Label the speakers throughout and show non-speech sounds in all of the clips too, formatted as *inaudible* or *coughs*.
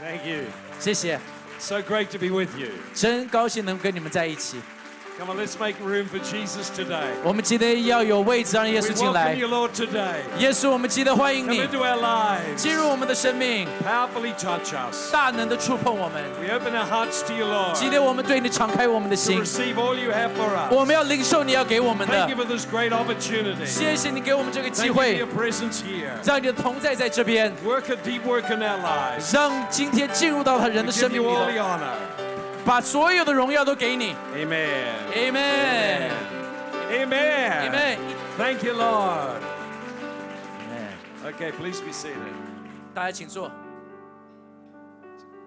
Speaker 1: Thank you.
Speaker 2: 谢谢，
Speaker 1: So great to be with you.
Speaker 2: 真高兴能跟你们在一起。
Speaker 1: Come on, let's make room for Jesus today.
Speaker 2: 我们今天要有位置让耶
Speaker 1: We
Speaker 2: 稣进
Speaker 1: welcome
Speaker 2: 来。
Speaker 1: you, Lord, today.
Speaker 2: 耶稣，我们记得欢迎
Speaker 1: Come
Speaker 2: 你
Speaker 1: into our lives.
Speaker 2: 进入我们的生命，
Speaker 1: Powerfully touch us.
Speaker 2: 大能的触碰我们。
Speaker 1: We open our hearts to you, Lord,
Speaker 2: 今天我们对你敞开我们的
Speaker 1: to
Speaker 2: 心，
Speaker 1: receive all you have for
Speaker 2: 我
Speaker 1: us.
Speaker 2: 们要领受你要给我们
Speaker 1: Thank
Speaker 2: 的
Speaker 1: you。for this great opportunity.
Speaker 2: 谢谢你给我们这个
Speaker 1: Thank
Speaker 2: 机
Speaker 1: you for
Speaker 2: 会
Speaker 1: your，presence here.
Speaker 2: 让你的同在在这边，
Speaker 1: Work a deep work in our lives.
Speaker 2: 让今天进入到他人
Speaker 1: We
Speaker 2: 的生
Speaker 1: give
Speaker 2: 命
Speaker 1: you
Speaker 2: 里
Speaker 1: all the
Speaker 2: 头，
Speaker 1: honor.
Speaker 2: 把所有的荣耀都给你。
Speaker 1: Amen.
Speaker 2: Amen。
Speaker 1: Amen.
Speaker 2: Amen。
Speaker 1: Thank you, Lord. Okay, please be seated.
Speaker 2: 大家请坐，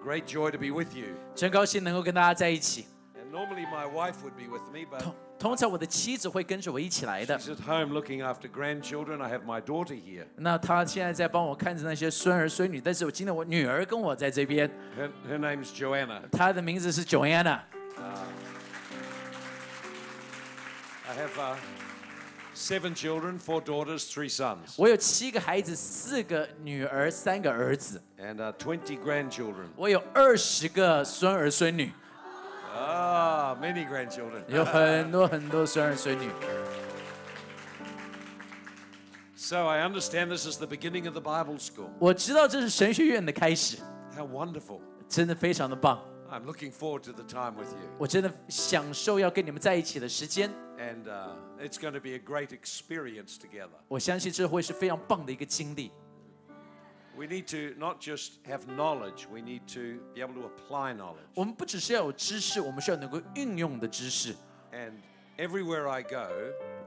Speaker 1: Great joy to be with you.
Speaker 2: 真高兴能够跟大家在一起。
Speaker 1: And normally my wife would be with me, but
Speaker 2: 通通常我的妻子会跟着我一起来的。
Speaker 1: she's at home looking after grandchildren. I have my daughter here.
Speaker 2: 那她现在在帮我看着那些孙儿孙女，但是我今天我女儿跟我在这边，
Speaker 1: Her, her name's Joanna.
Speaker 2: 她的名字是 Joanna。
Speaker 1: I have uh, seven children, four daughters, three sons,
Speaker 2: 我有七个孩子，四个女儿，三个儿子，
Speaker 1: and uh, 20 grandchildren.
Speaker 2: 我有二十个孙儿孙女，
Speaker 1: Ah, many grandchildren. *laughs*
Speaker 2: 有很多很多孙儿孙女。
Speaker 1: So I understand this is the beginning of the Bible school.
Speaker 2: 我知道这是神学院的开始，
Speaker 1: How wonderful.
Speaker 2: 真的非常的棒，
Speaker 1: I'm looking forward to the time with you.
Speaker 2: 我真的享受要跟你们在一起的时间。
Speaker 1: And uh, it's going to be a great experience together.
Speaker 2: 我相信这会是非常棒的一个经历。
Speaker 1: We need to not just have knowledge, we need to be able to apply knowledge.
Speaker 2: 我们不只是要有知识，我们需要能够运用的知识。
Speaker 1: And everywhere I go,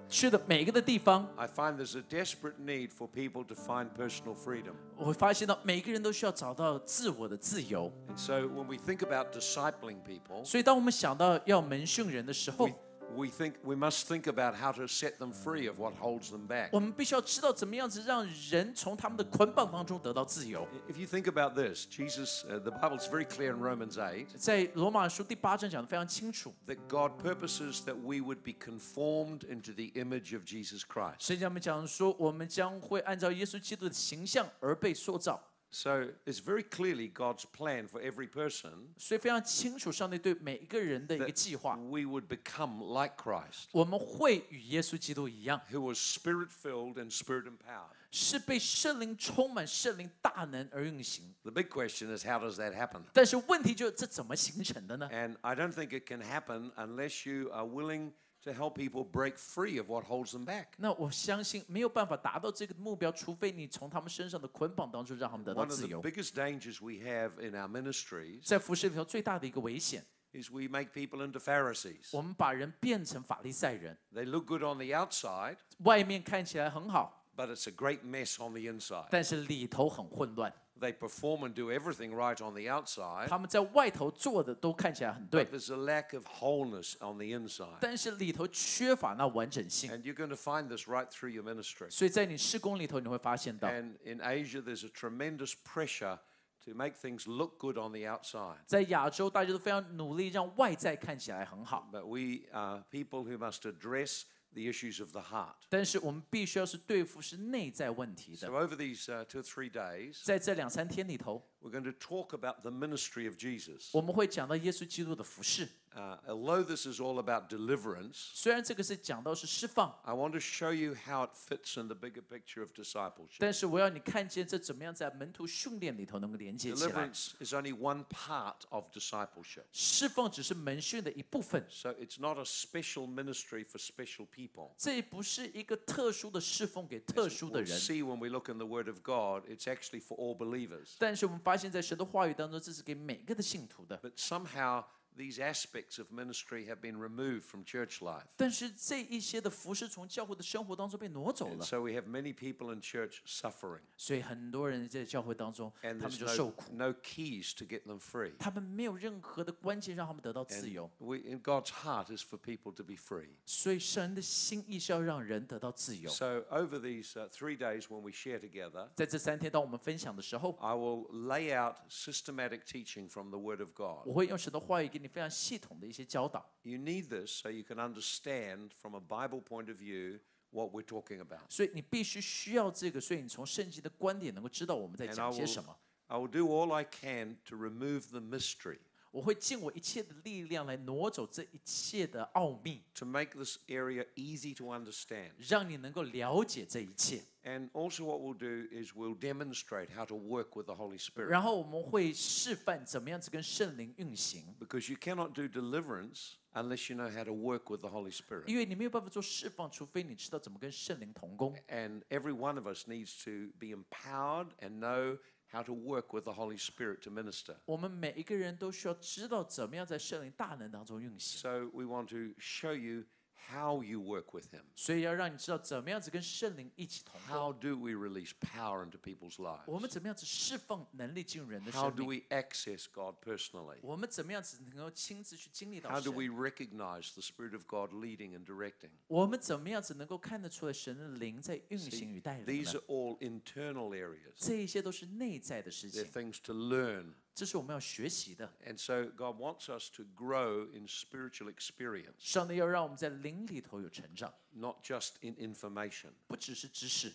Speaker 2: 去的每一个的地方，
Speaker 1: I find there's a desperate need for people to find personal freedom.
Speaker 2: 我会发现到每个人都需要找到自我的自由。
Speaker 1: And so when we think about discipling people,
Speaker 2: 所以，当我们想到要门训人的时候
Speaker 1: we,，we think we must think about how to set them free of what holds them back.
Speaker 2: 我们必须要知道怎么样子让人从他们的捆绑当中得到自由。
Speaker 1: If you think about this, Jesus, uh, the Bible's very clear in Romans 8
Speaker 2: 在罗马书第八章讲的非常清楚，
Speaker 1: that God purposes that we would be conformed into the image of Jesus Christ.
Speaker 2: 圣经上面讲说，我们将会按照耶稣基督的形象而被塑造。
Speaker 1: So it's very clearly God's plan for every person
Speaker 2: 所以非常清楚，上帝对每一个人的一个计划，
Speaker 1: we would become like Christ,
Speaker 2: 我们会与耶稣基督一样，
Speaker 1: who was spirit filled and spirit empowered.
Speaker 2: 是被圣灵充满、圣灵大能而运行。
Speaker 1: The big question is, how does that happen?
Speaker 2: 但是问题就是这怎么形成的呢？
Speaker 1: And I don't think it can happen unless you are willing to help people break free of what holds them back.
Speaker 2: 那我相信没有办法达到这个目标，除非你从他们身上的捆绑当中让他们得到
Speaker 1: One of
Speaker 2: 自
Speaker 1: the
Speaker 2: 由。
Speaker 1: biggest dangers we have in our ministries
Speaker 2: 在服饰里头最大的一个危险，
Speaker 1: is we make people into Pharisees.
Speaker 2: 我们把人变成法利赛人，
Speaker 1: They look good on the outside,
Speaker 2: 外面看起来很好，
Speaker 1: but it's a great mess on the inside.
Speaker 2: 但是里头很混乱。
Speaker 1: They perform and do everything right on the outside,
Speaker 2: 他们在外头做的都看起来很对
Speaker 1: but，there's a lack of wholeness on the inside.
Speaker 2: 但是里头缺乏那完整性。
Speaker 1: And you're going to find this right through your ministry.
Speaker 2: 所以在你施工里头，你会发现到，
Speaker 1: And in Asia, there's a tremendous pressure to make things look good on the outside.
Speaker 2: 在亚洲大家都非常努力让外在看起来很好，
Speaker 1: But we are people who must address the issues of the heart.
Speaker 2: 但是我们必须要是对付是内在问题
Speaker 1: So,。
Speaker 2: 的
Speaker 1: over these uh, two or three days,
Speaker 2: 在这两三天里头，
Speaker 1: we're going to talk about the ministry of Jesus.
Speaker 2: 我们会讲到耶稣基督的服饰。
Speaker 1: Uh, although this is all about deliverance,
Speaker 2: 虽然这个是讲到是释放，
Speaker 1: I want to show you how it fits in the bigger picture of discipleship.
Speaker 2: 但是我要你看见这怎么样在门徒训练里头能够连接起来。
Speaker 1: Deliverance is only one part of discipleship.
Speaker 2: 释放只是门训的一部分，
Speaker 1: So, it's not a special ministry for special people.
Speaker 2: 这不是一个特殊的侍奉给特殊的
Speaker 1: We'll
Speaker 2: 人。
Speaker 1: see when we look in the Word of God, it's actually for all believers.
Speaker 2: 但是我们发现，在神的话语当中，这是给每个的信徒的。
Speaker 1: But somehow these aspects of ministry have been removed from church life.
Speaker 2: 但是这一些的服饰从教会的生活当中被挪走
Speaker 1: And
Speaker 2: 了，
Speaker 1: so we have many people in church suffering,
Speaker 2: 所以很多人在教会当中，他
Speaker 1: and
Speaker 2: 们
Speaker 1: there's
Speaker 2: 就受
Speaker 1: no,
Speaker 2: 苦，
Speaker 1: no keys to get them free.
Speaker 2: 他们没有任何的关键让他们得到自由。
Speaker 1: We, in God's heart is for people to be free.
Speaker 2: 所以神的心意是要让人得到自由。
Speaker 1: So over these uh, three days when we share together,
Speaker 2: 在这三天，当我们分享的时候，
Speaker 1: I will lay out systematic teaching from the Word of
Speaker 2: 我
Speaker 1: God.
Speaker 2: 会用神的话语给你非常系统的一些教导。
Speaker 1: You need this so you can understand from a Bible point of view what we're talking about.
Speaker 2: 所以你必须需要这个，所以你从圣经的观点能够知道我们在
Speaker 1: And I
Speaker 2: 讲些
Speaker 1: will
Speaker 2: 什么。
Speaker 1: I will do all I can to remove the mystery,
Speaker 2: 我会尽我一切的力量来挪走这一切的奥秘，
Speaker 1: to make this area easy to understand.
Speaker 2: 让你能够了解这一切。
Speaker 1: And also, what we'll do is we'll demonstrate how to work with the Holy Spirit.
Speaker 2: 然后我们会示范怎么样子跟圣灵运行，
Speaker 1: Because you cannot do deliverance unless you know how to work with the Holy Spirit.
Speaker 2: 因为你没有办法做释放，除非你知道怎么跟圣灵同工。
Speaker 1: And every one of us needs to be empowered and know how to work with the Holy Spirit to minister.
Speaker 2: 我们每一个人都需要知道怎么样在圣灵大能当中运行，
Speaker 1: So, we want to show you how you work with Him.
Speaker 2: 所以要让你知道怎么样子跟圣灵一起同工。
Speaker 1: How do we release power into people's lives?
Speaker 2: 我们怎么样子释放能力进入人的
Speaker 1: How
Speaker 2: 生
Speaker 1: do
Speaker 2: 命？
Speaker 1: we access God personally?
Speaker 2: 我们怎么样子能够亲自去经历到
Speaker 1: How do
Speaker 2: 神？
Speaker 1: we recognize the Spirit of God leading and directing?
Speaker 2: 我们怎么样子能够看得出来神的灵在运行与带领
Speaker 1: These
Speaker 2: 呢？
Speaker 1: are all internal areas.
Speaker 2: 这一些都是内在的事
Speaker 1: They're
Speaker 2: 情，
Speaker 1: things to learn.
Speaker 2: 这是我们要学习的。
Speaker 1: And so God wants us to grow in spiritual experience,
Speaker 2: 上帝要让我们在灵里头有成长，
Speaker 1: not just in information.
Speaker 2: 不只是知识，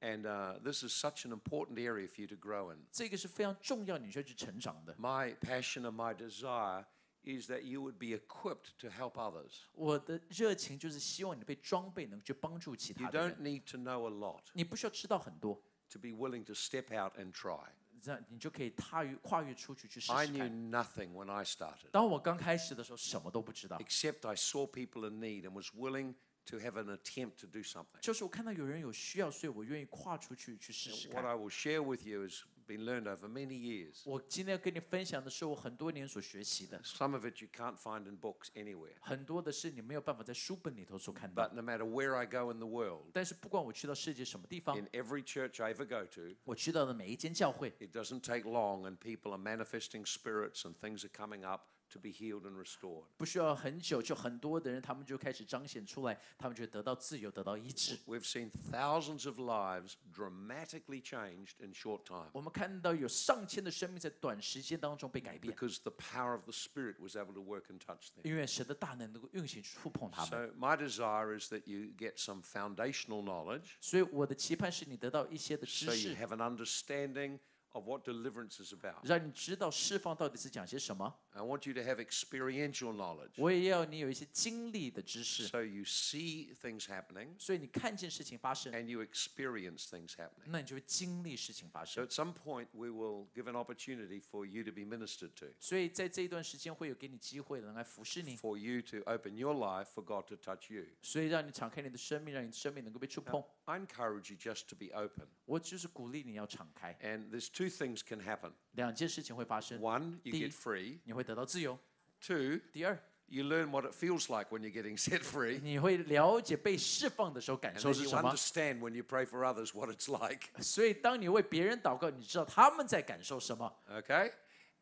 Speaker 1: And uh, this is such an important area for you to grow in.
Speaker 2: 这个是非常重要，你需要去成长的。
Speaker 1: My passion and my desire is that you would be equipped to help others.
Speaker 2: 我的热情就是希望你被装备，能够去帮助其
Speaker 1: You
Speaker 2: 他的人。
Speaker 1: don't need to know a lot
Speaker 2: 你不需要知道很多，
Speaker 1: to be willing to step out and try.
Speaker 2: 这样你就可以踏越跨越出去去试
Speaker 1: I
Speaker 2: 试
Speaker 1: knew
Speaker 2: 看。
Speaker 1: nothing when I started,
Speaker 2: 当我刚开始的时候，什么都不知道，
Speaker 1: except I saw people in need and was willing to have an attempt to do something.
Speaker 2: 就是我看到有人有需要，所以我愿意跨出去去试试
Speaker 1: What
Speaker 2: 看。
Speaker 1: I will share with you has been learned over many years.
Speaker 2: 我今天要跟你分享的是我很多年所学习的，
Speaker 1: Some of it you can't find in books anywhere.
Speaker 2: 很多的是你没有办法在书本里头所看到。
Speaker 1: But no matter where I go in the world,
Speaker 2: 但是不管我去到世界什么地方，
Speaker 1: in every church I ever go to,
Speaker 2: 我去到的每一间教会，
Speaker 1: it doesn't take long and people are manifesting spirits and things are coming up to be healed and restored.
Speaker 2: 不需要很久，就很多的人他们就开始彰显出来，他们就得到自由，得到医治。
Speaker 1: We've seen thousands of lives dramatically changed in short time
Speaker 2: 我们看到有上千的生命在短时间当中被改变，
Speaker 1: because the power of the Spirit was able to work and touch them.
Speaker 2: 因为神的大能能够运行触碰他们。
Speaker 1: So, my desire is that you get some foundational knowledge
Speaker 2: 所以我的期盼是你得到一些的
Speaker 1: so
Speaker 2: 知
Speaker 1: you
Speaker 2: 识，
Speaker 1: have an understanding of what deliverance is about.
Speaker 2: 让你知道释放到底是讲些什么。
Speaker 1: I want you to have experiential knowledge
Speaker 2: 我也要你有一些经历的知识，
Speaker 1: so you see things happening
Speaker 2: 所以你看见事情发生，
Speaker 1: and you experience things happening.
Speaker 2: 那你就会经历事情发
Speaker 1: So
Speaker 2: 生。
Speaker 1: at some point, we will give an opportunity for you to be ministered to,
Speaker 2: 所以在这一段时间会有给你机会能来服侍你，
Speaker 1: for you to open your life for God to touch you.
Speaker 2: 所以让你敞开你的生命，让你的生命能够被触碰。
Speaker 1: I encourage you just to be open.
Speaker 2: 我就是鼓励你要敞开。
Speaker 1: And there's two things can happen.
Speaker 2: 两件事情会发生：
Speaker 1: One, you
Speaker 2: Di-
Speaker 1: get free.
Speaker 2: 你会得到自由；
Speaker 1: Two,
Speaker 2: 第二，
Speaker 1: you learn what it feels like when you're getting *laughs* set free.
Speaker 2: 你会了解被释放的时候感
Speaker 1: And
Speaker 2: 受
Speaker 1: then
Speaker 2: 是
Speaker 1: you
Speaker 2: 什么。
Speaker 1: understand when you pray for others what it's like. *laughs*
Speaker 2: 所以，当你为别人祷告，你知道他们在感受什么。
Speaker 1: Okay?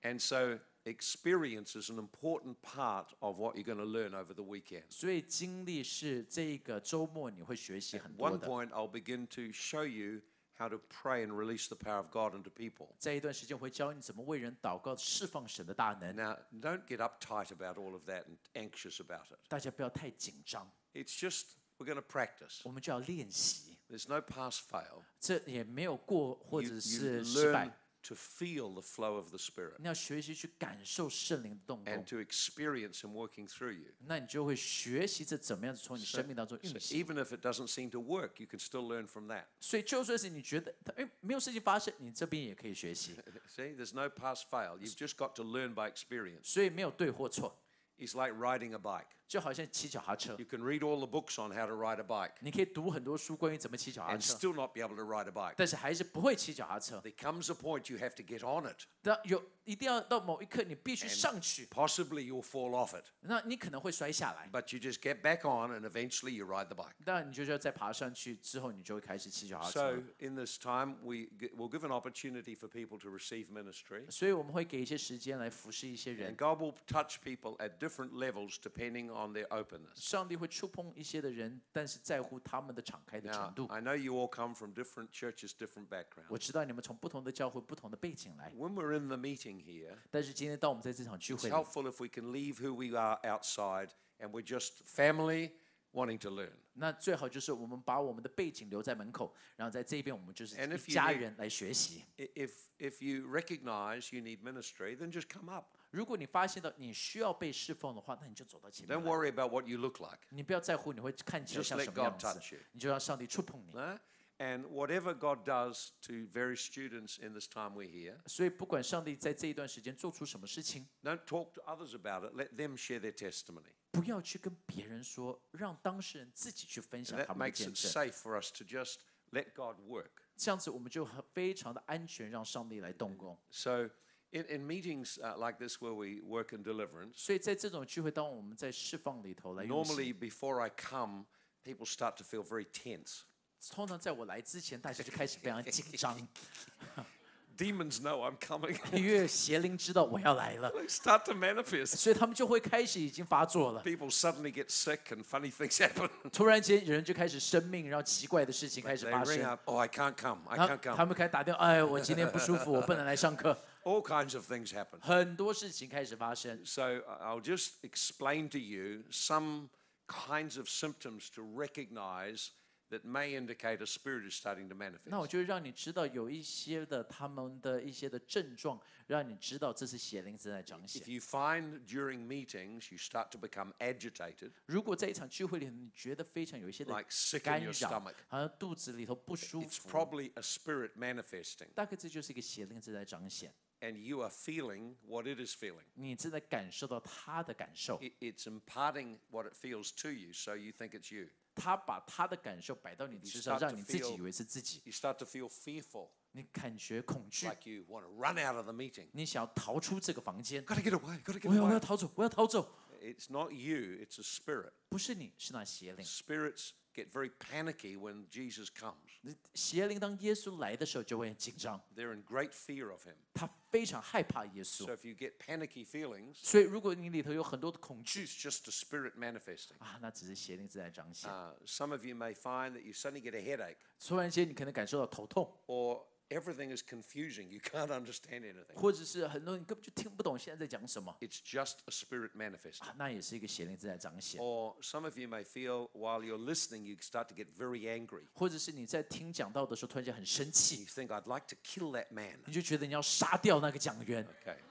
Speaker 1: And so experience is an important part of what you're going to learn over the weekend.
Speaker 2: 所以，经历是这个周末你会学习很多
Speaker 1: one
Speaker 2: 的。
Speaker 1: point, I'll begin to show you how to pray and release the power of God into people.
Speaker 2: 在一段时间我会教你怎么为人祷告，释放神的大能。
Speaker 1: Now, don't get uptight about all of that and anxious about it.
Speaker 2: 大家不要太紧张，
Speaker 1: It's just we're going to practice.
Speaker 2: 我们就要练习。
Speaker 1: There's no pass fail.
Speaker 2: 这也没有过或
Speaker 1: You,
Speaker 2: 者
Speaker 1: you
Speaker 2: 是失
Speaker 1: learn
Speaker 2: 败，
Speaker 1: to feel the flow of the Spirit
Speaker 2: 你要学习去感受圣灵的动
Speaker 1: and
Speaker 2: 工，
Speaker 1: to experience Him working through you.
Speaker 2: 那你就会学习着怎么样子从你生命当中运
Speaker 1: So
Speaker 2: 行。
Speaker 1: even if it doesn't seem to work, you can still learn from that.
Speaker 2: 所以就算是你觉得它哎没有事情发生，你这边也可以学习，
Speaker 1: See, there's no pass fail. You've just got to learn by experience.
Speaker 2: 所以没有对或错，
Speaker 1: It's like riding a bike.
Speaker 2: 就好像骑脚踏车，
Speaker 1: You can read all the books on how to ride a bike
Speaker 2: 你可以读很多书关于怎么骑脚踏
Speaker 1: and
Speaker 2: 车，
Speaker 1: still not be able to ride a bike.
Speaker 2: 但是还是不会骑脚踏车。
Speaker 1: There comes a point you have to get on it.
Speaker 2: 但有一定要到某一刻，你必须上去，
Speaker 1: Possibly you'll fall off it.
Speaker 2: 那你可能会摔下来，
Speaker 1: But you just get back on and eventually you ride the bike.
Speaker 2: 那你就是要再爬上去之后，你就会开始骑脚踏
Speaker 1: So
Speaker 2: 车。
Speaker 1: in this time, we g- will give an opportunity for people to receive ministry.
Speaker 2: 所以我们会给一些时间来服侍一些
Speaker 1: And
Speaker 2: 人，
Speaker 1: God will touch people at different levels depending on their openness.
Speaker 2: 上帝会触碰一些的人，但是在乎他们的敞开的
Speaker 1: Now,
Speaker 2: 程度。
Speaker 1: I know you all come from different churches, different backgrounds.
Speaker 2: 我知道你们从不同的教会、不同的背景来，
Speaker 1: When we're in the meeting here,
Speaker 2: 但是今天当我们在这场聚
Speaker 1: it's
Speaker 2: 会里
Speaker 1: helpful if we can leave who we are outside and we're just family wanting to learn.
Speaker 2: 那最好就是我们把我们的背景留在门口，然后在这边我们就是
Speaker 1: And
Speaker 2: 一
Speaker 1: if you
Speaker 2: 家
Speaker 1: need-
Speaker 2: 人来学习。
Speaker 1: I- If, if you recognize you need ministry, then just come up.
Speaker 2: 如果你发现到你需要被侍奉的话，那你就走到前
Speaker 1: Don't
Speaker 2: 面来。
Speaker 1: worry about what you look like.
Speaker 2: 你不要在乎你会看起来
Speaker 1: Just
Speaker 2: 像
Speaker 1: let
Speaker 2: 什么样
Speaker 1: God
Speaker 2: 子
Speaker 1: touch you.，
Speaker 2: 你就让上帝触碰你。
Speaker 1: no? And whatever God does to various students in this time we're here,
Speaker 2: 所以不管上帝在这一段时间做出什么事情，
Speaker 1: don't talk to others about it. Let them share their testimony.
Speaker 2: 不要去跟别人说，让当事人自己去分
Speaker 1: And
Speaker 2: 享他
Speaker 1: that
Speaker 2: 们的
Speaker 1: makes
Speaker 2: 见
Speaker 1: it
Speaker 2: 证。
Speaker 1: safe for us to just let God work.
Speaker 2: 这样子我们就很非常的安全，让上帝来动工。
Speaker 1: So, in, in meetings uh, like this where we work in deliverance,
Speaker 2: 所以在这种聚会当中，我们在释放里头来用心
Speaker 1: normally before I come, people start to feel very tense.
Speaker 2: 通常在我来之前，大家就开始非常紧
Speaker 1: *laughs*
Speaker 2: 张，
Speaker 1: Demons know I'm coming. *laughs*
Speaker 2: 因为邪灵知道我要来了，
Speaker 1: they start to manifest.
Speaker 2: 所以他们就会开始已经发作了。
Speaker 1: People suddenly get sick and funny things *laughs* happen.
Speaker 2: 突然间，人就开始生命，然后奇怪的事情开
Speaker 1: They
Speaker 2: 始发
Speaker 1: ring
Speaker 2: 生。
Speaker 1: up, oh, I can't come, I
Speaker 2: 然后
Speaker 1: can't
Speaker 2: 他
Speaker 1: come.
Speaker 2: 们开始打电话，哎，我今天不舒
Speaker 1: *laughs*
Speaker 2: 服，我不能来上课。
Speaker 1: All kinds of things happen.
Speaker 2: 很多事情开始发生，
Speaker 1: So I- I'll just explain to you some kinds of symptoms to recognize that may indicate a spirit is starting to
Speaker 2: 那我
Speaker 1: manifest.
Speaker 2: 就让你知道有一些的他们的一些的症状，让你知道这是邪灵正在彰显
Speaker 1: If。you find during meetings you start to become agitated,
Speaker 2: 如果在一场聚会里，你觉得非常有一些的
Speaker 1: like sick in
Speaker 2: 干
Speaker 1: your
Speaker 2: 扰
Speaker 1: stomach,，
Speaker 2: 好像肚子里头不舒
Speaker 1: it's
Speaker 2: 服，
Speaker 1: probably a spirit manifesting
Speaker 2: 大概这就是一个邪灵正在彰显。
Speaker 1: and you are feeling what it is feeling.
Speaker 2: 你正在感受到他的感受，
Speaker 1: It- It's imparting what it feels to you, so you think it's you.
Speaker 2: 他把他的感受摆到你身上，
Speaker 1: start to
Speaker 2: 让你自己
Speaker 1: feel-
Speaker 2: 以为是自己，
Speaker 1: You start to feel fearful,
Speaker 2: 你感觉恐惧，
Speaker 1: like you want to run out of the meeting.
Speaker 2: 你想要逃出这个房间，
Speaker 1: Got to get away, got to get
Speaker 2: 我要我
Speaker 1: away.
Speaker 2: 要逃走，我要逃走，
Speaker 1: It's not you, it's a spirit.
Speaker 2: 不是你，是那邪灵。
Speaker 1: Spirits get very panicky when Jesus comes.
Speaker 2: 邪灵当耶稣来的时候就会很紧张，
Speaker 1: They're in great fear of him.
Speaker 2: 他非常害怕耶
Speaker 1: So
Speaker 2: 稣，
Speaker 1: if you get panicky feelings,
Speaker 2: 所以如果你里头有很多的恐惧
Speaker 1: it's just a spirit manifesting.
Speaker 2: 啊，那只是邪灵正在彰显。
Speaker 1: Uh, some of you may find that you suddenly get a headache
Speaker 2: 突然间你可能感受到头痛，
Speaker 1: or everything is confusing. You can't *laughs* understand anything.
Speaker 2: 或者是很多你根本就听不懂现在在讲什么
Speaker 1: It's just a spirit manifesting.
Speaker 2: 啊，那也是一个邪灵正在彰显。
Speaker 1: Or some of you may feel while you're listening, you start to get very angry.
Speaker 2: 或者是你在听讲道的时候突然间很生气
Speaker 1: You，think, I'd like to kill that man.
Speaker 2: 你就觉得你要杀掉那个讲员，
Speaker 1: Okay. *laughs*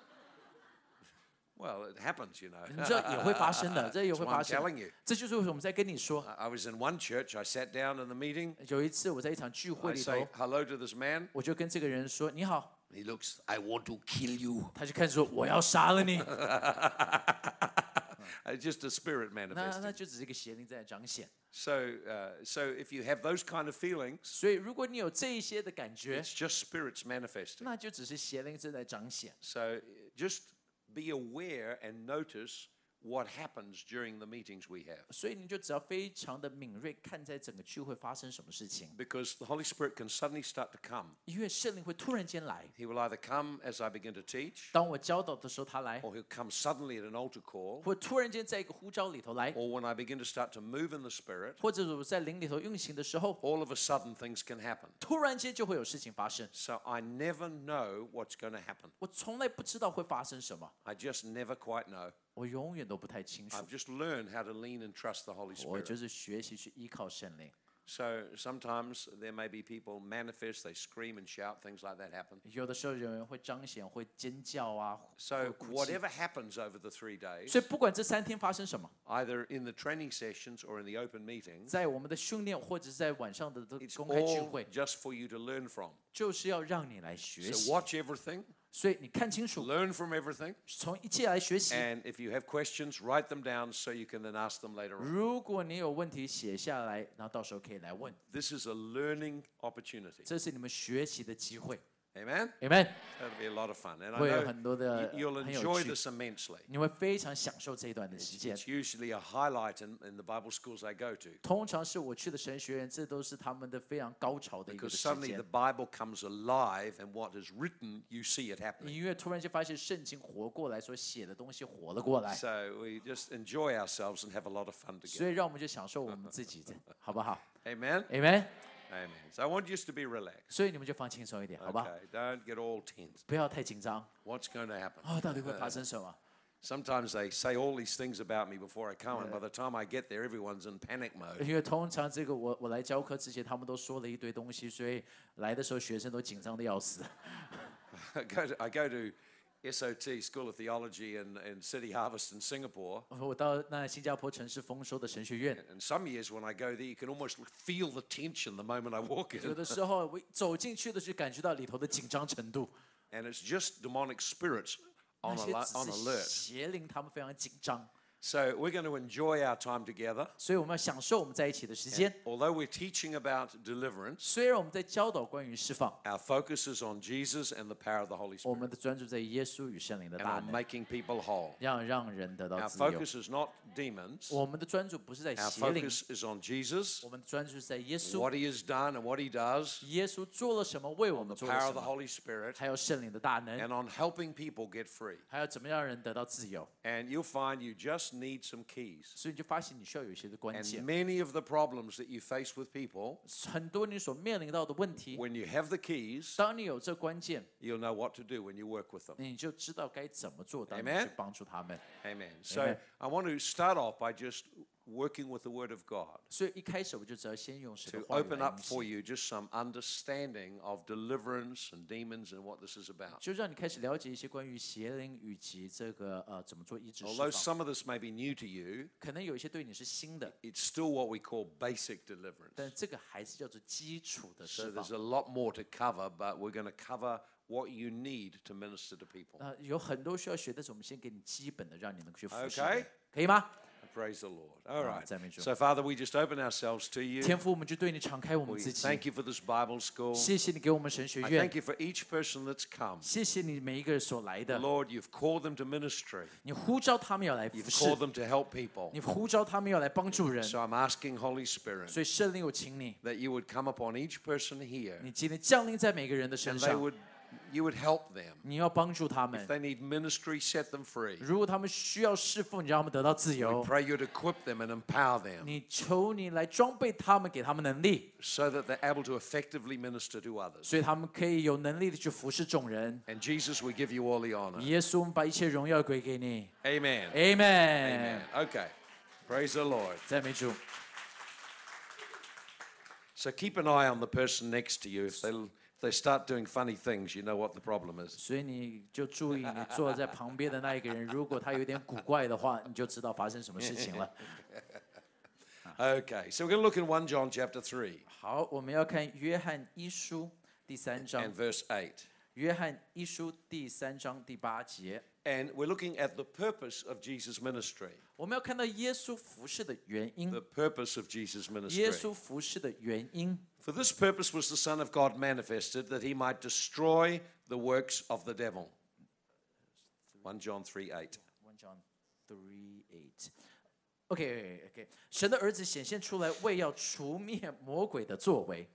Speaker 1: Well, it happens, you
Speaker 2: 你
Speaker 1: know.
Speaker 2: 知道也会发生的，这也
Speaker 1: That's
Speaker 2: 会
Speaker 1: why
Speaker 2: 发
Speaker 1: I'm
Speaker 2: 生
Speaker 1: telling you. 啊
Speaker 2: 的。这就是为什么在跟你说，
Speaker 1: *laughs* I- I was in one church. I sat down in the meeting.
Speaker 2: 有一次我在一场聚会
Speaker 1: I
Speaker 2: 里
Speaker 1: say
Speaker 2: 头，
Speaker 1: hello to this man.
Speaker 2: 我就跟这个人说你好，
Speaker 1: He looks, I want to kill you.
Speaker 2: 他就开始说我要杀
Speaker 1: *laughs*
Speaker 2: 了你，
Speaker 1: It's Uh, just a spirit
Speaker 2: 那
Speaker 1: manifesting.
Speaker 2: 那就只是一个邪灵在彰显。
Speaker 1: So, uh, so if you have those kind of feelings,
Speaker 2: 所以如果你有这一些的感觉，
Speaker 1: it's just spirits manifesting.
Speaker 2: 那就只是邪灵正在彰显。
Speaker 1: So, uh, just be aware and notice what happens during the meetings we have,
Speaker 2: 所以你就只要非常的敏锐，看在整个聚会发生什么事情，
Speaker 1: because the Holy Spirit can suddenly start to come.
Speaker 2: 因为圣灵会突然间来。
Speaker 1: He will either come as I begin to teach,
Speaker 2: 当我教导的时候，他来；
Speaker 1: or he'll come suddenly at an altar call,
Speaker 2: 或突然间在一个呼召里头来，
Speaker 1: or when I begin to start to move in the Spirit.
Speaker 2: 或者我在灵里头运行的时候，
Speaker 1: All of a sudden, things can happen.
Speaker 2: 突然间就会有事情发生。
Speaker 1: So I never know what's going to happen.
Speaker 2: 我从来不知道会发生什么，
Speaker 1: I just never quite know.
Speaker 2: 我永远都不太清楚
Speaker 1: I've。just learned how to lean and trust the Holy
Speaker 2: 我
Speaker 1: Spirit.
Speaker 2: 就是学习去依靠圣灵。
Speaker 1: So sometimes there may be people manifest, they scream and shout, things like that happen.
Speaker 2: 有的时候有人会彰显，会尖叫啊，会
Speaker 1: So
Speaker 2: 哭泣。
Speaker 1: whatever happens over the three days,
Speaker 2: 所以不管这三天发生什么，
Speaker 1: either in the training sessions or in the open meetings,
Speaker 2: 在我们的训练或者是在晚上的都
Speaker 1: it's
Speaker 2: 公开聚
Speaker 1: all
Speaker 2: 会，
Speaker 1: just for you to learn from.
Speaker 2: 就是要让你来学
Speaker 1: So
Speaker 2: 习。
Speaker 1: watch everything,
Speaker 2: 所以你看清楚，
Speaker 1: learn from everything,
Speaker 2: 从一切来学习。
Speaker 1: and if you have questions, write them down so you can then ask them later on.
Speaker 2: 如果你有问题写下来，然后到时候可以来问，
Speaker 1: This is a learning opportunity.
Speaker 2: 这是你们学习的机会。
Speaker 1: Amen?
Speaker 2: Amen。
Speaker 1: That'll be a lot of fun. And I
Speaker 2: 会有
Speaker 1: know
Speaker 2: 很多
Speaker 1: y-
Speaker 2: 的
Speaker 1: you'll
Speaker 2: 很
Speaker 1: enjoy
Speaker 2: 有趣，
Speaker 1: this immensely.
Speaker 2: 你会非常享受这一段的时间。
Speaker 1: It's usually a highlight in, in the Bible schools I go to
Speaker 2: 通常是我去的神学院，这都是他们的非常高潮的一个
Speaker 1: because
Speaker 2: 时
Speaker 1: suddenly the
Speaker 2: 间。
Speaker 1: Bible comes alive and what is written, you see it happening.
Speaker 2: 因为突然间发现圣经活过来，所写的东西活了过来，
Speaker 1: So we just enjoy ourselves and have a lot of fun
Speaker 2: 所
Speaker 1: together.
Speaker 2: 以让我们就享受我们自己的，好不好
Speaker 1: Amen?
Speaker 2: ？Amen。
Speaker 1: Amen. So I want you just to be relaxed.
Speaker 2: 所以你们就放轻松一点，好吧？
Speaker 1: Okay, don't get all tense.
Speaker 2: 不要太紧张 Oh,
Speaker 1: What's going to happen? Uh,
Speaker 2: 哦，到底会发生什么？
Speaker 1: Sometimes they say all these things about me before I come, and by the time I get there, everyone's in panic
Speaker 2: *laughs*
Speaker 1: mode.
Speaker 2: 因为通常这个我我来教课之前，他们都说了一堆东西，所以来的时候学生都紧张的要死。
Speaker 1: I go to, I go to SOT, School of Theology, in, in City Harvest in Singapore.
Speaker 2: 我到那新加坡城市丰收的神学院，
Speaker 1: *laughs* And some years when I go there, you can almost feel the tension the moment I walk
Speaker 2: 有
Speaker 1: in.
Speaker 2: 的时候我一走进去的就感觉到里头的紧张程度，
Speaker 1: And it's just demonic spirits
Speaker 2: 那
Speaker 1: on,
Speaker 2: 些
Speaker 1: ali-
Speaker 2: 只
Speaker 1: on
Speaker 2: 是
Speaker 1: alert.
Speaker 2: 邪灵，他们非常紧张，
Speaker 1: So we're going to enjoy our time together.
Speaker 2: 所以我们要享受我们在一起的时间。
Speaker 1: Although we're teaching about deliverance,
Speaker 2: 虽然我们在教导关于释放，
Speaker 1: our focus is on Jesus and the power of the Holy Spirit
Speaker 2: 我们的专注在耶稣与圣灵的
Speaker 1: and
Speaker 2: 大
Speaker 1: on
Speaker 2: 能，
Speaker 1: making people whole.
Speaker 2: 让让人得到
Speaker 1: Our
Speaker 2: 自由。
Speaker 1: focus is not demons.
Speaker 2: 我们的专注不是在
Speaker 1: Our
Speaker 2: 邪灵，
Speaker 1: focus is on Jesus,
Speaker 2: 我们的专注是在耶稣，
Speaker 1: what he has done and what he does,
Speaker 2: 耶稣做了什么，为我们
Speaker 1: the
Speaker 2: 做了
Speaker 1: power
Speaker 2: 什
Speaker 1: of the
Speaker 2: 么，
Speaker 1: Holy Spirit,
Speaker 2: 还有圣灵的大能。
Speaker 1: and on helping people get free.
Speaker 2: 还要怎么样让人得到自由？
Speaker 1: And you'll find you just need some keys.
Speaker 2: 所以你就发现你需要有一些的关
Speaker 1: And
Speaker 2: 键。
Speaker 1: many of the problems that you face with people,
Speaker 2: 很多你所面临到的问题，
Speaker 1: when you have the keys,
Speaker 2: 当你有这关键，
Speaker 1: you'll know what to do when you work with them.
Speaker 2: 你就知道该怎么做，当你
Speaker 1: Amen
Speaker 2: 去帮助他们。
Speaker 1: Amen. So
Speaker 2: Amen.
Speaker 1: I want to start off by just working with the Word of God
Speaker 2: 所以一开始我就只要先用神
Speaker 1: to
Speaker 2: 的话语
Speaker 1: open
Speaker 2: 来
Speaker 1: up
Speaker 2: 引
Speaker 1: for
Speaker 2: 导，
Speaker 1: you just some understanding of deliverance and demons and what this is about.
Speaker 2: 就让你开始了解一些关于邪灵以及这个呃怎么做医治释
Speaker 1: Although
Speaker 2: 放。
Speaker 1: some of this may be new to you,
Speaker 2: 可能有一些对你是新的，
Speaker 1: it's still what we call basic
Speaker 2: 但
Speaker 1: deliverance.
Speaker 2: 这个还是叫做基础的
Speaker 1: So
Speaker 2: 释放
Speaker 1: there's。a lot more to cover, but we're going to cover what you need to minister to people.
Speaker 2: 那呃有很多需要学，但是我们先给你基本的，让你能够去服侍
Speaker 1: Okay
Speaker 2: 人，可以吗？
Speaker 1: Praise the Lord. All right.
Speaker 2: 赞美主。
Speaker 1: So, Father, we just open ourselves to you.
Speaker 2: 天父，我们就对你敞开我们
Speaker 1: We
Speaker 2: 自己。
Speaker 1: thank you for this Bible school.
Speaker 2: 谢谢你给我们神学
Speaker 1: I
Speaker 2: 院
Speaker 1: thank you for each person that's come.
Speaker 2: 谢谢你每一个人所来的，
Speaker 1: Lord, you've called them to ministry.
Speaker 2: 你呼召他们要来服
Speaker 1: You've
Speaker 2: 侍，
Speaker 1: called them to help people.
Speaker 2: 你呼召他们要来帮助人。
Speaker 1: So I'm asking, Holy Spirit,
Speaker 2: 所以圣灵，我请你，
Speaker 1: that you would come upon each person here
Speaker 2: 你今天降临在每个人的
Speaker 1: and
Speaker 2: 身
Speaker 1: they
Speaker 2: 上，
Speaker 1: would, you would help them.
Speaker 2: 你要帮助他
Speaker 1: If
Speaker 2: 们。
Speaker 1: they need ministry, set them free.
Speaker 2: 如果他们需要侍奉，你让他们得到自由。
Speaker 1: Pray you'd equip them and empower them
Speaker 2: 你求你来装备他们，给他们能力，
Speaker 1: so that they're able to effectively minister to others.
Speaker 2: 所以他们可以有能力的去服侍众人。
Speaker 1: And Jesus, we give you all the honor.
Speaker 2: 耶稣，我们把一切荣耀归给你。
Speaker 1: Amen. Amen.
Speaker 2: Amen。
Speaker 1: Okay. Praise the Lord.
Speaker 2: 赞美主。
Speaker 1: So keep an eye on the person next to you. If they, if they start doing funny things, you know what the problem is.
Speaker 2: 所以你就注意你坐在旁边的那一个人，如果他有点古怪的话，你就知道发生什么事情
Speaker 1: *laughs*
Speaker 2: 了。
Speaker 1: Okay, so we're going to look in 1 John chapter 3
Speaker 2: 好，我们要看约翰一书第三
Speaker 1: and
Speaker 2: 章，
Speaker 1: verse 8.
Speaker 2: 约翰一书第三章第八节，
Speaker 1: And we're looking at the purpose of Jesus' ministry.
Speaker 2: 我们要看到耶稣服侍的原因
Speaker 1: The。purpose of Jesus' ministry.
Speaker 2: 耶稣服侍的原因，
Speaker 1: For this purpose was the Son of God manifested, that he might destroy the works of the devil. 1 John 3 8.
Speaker 2: One John three eight。OK OK，神的儿子显现出来，为要除灭魔鬼的作为。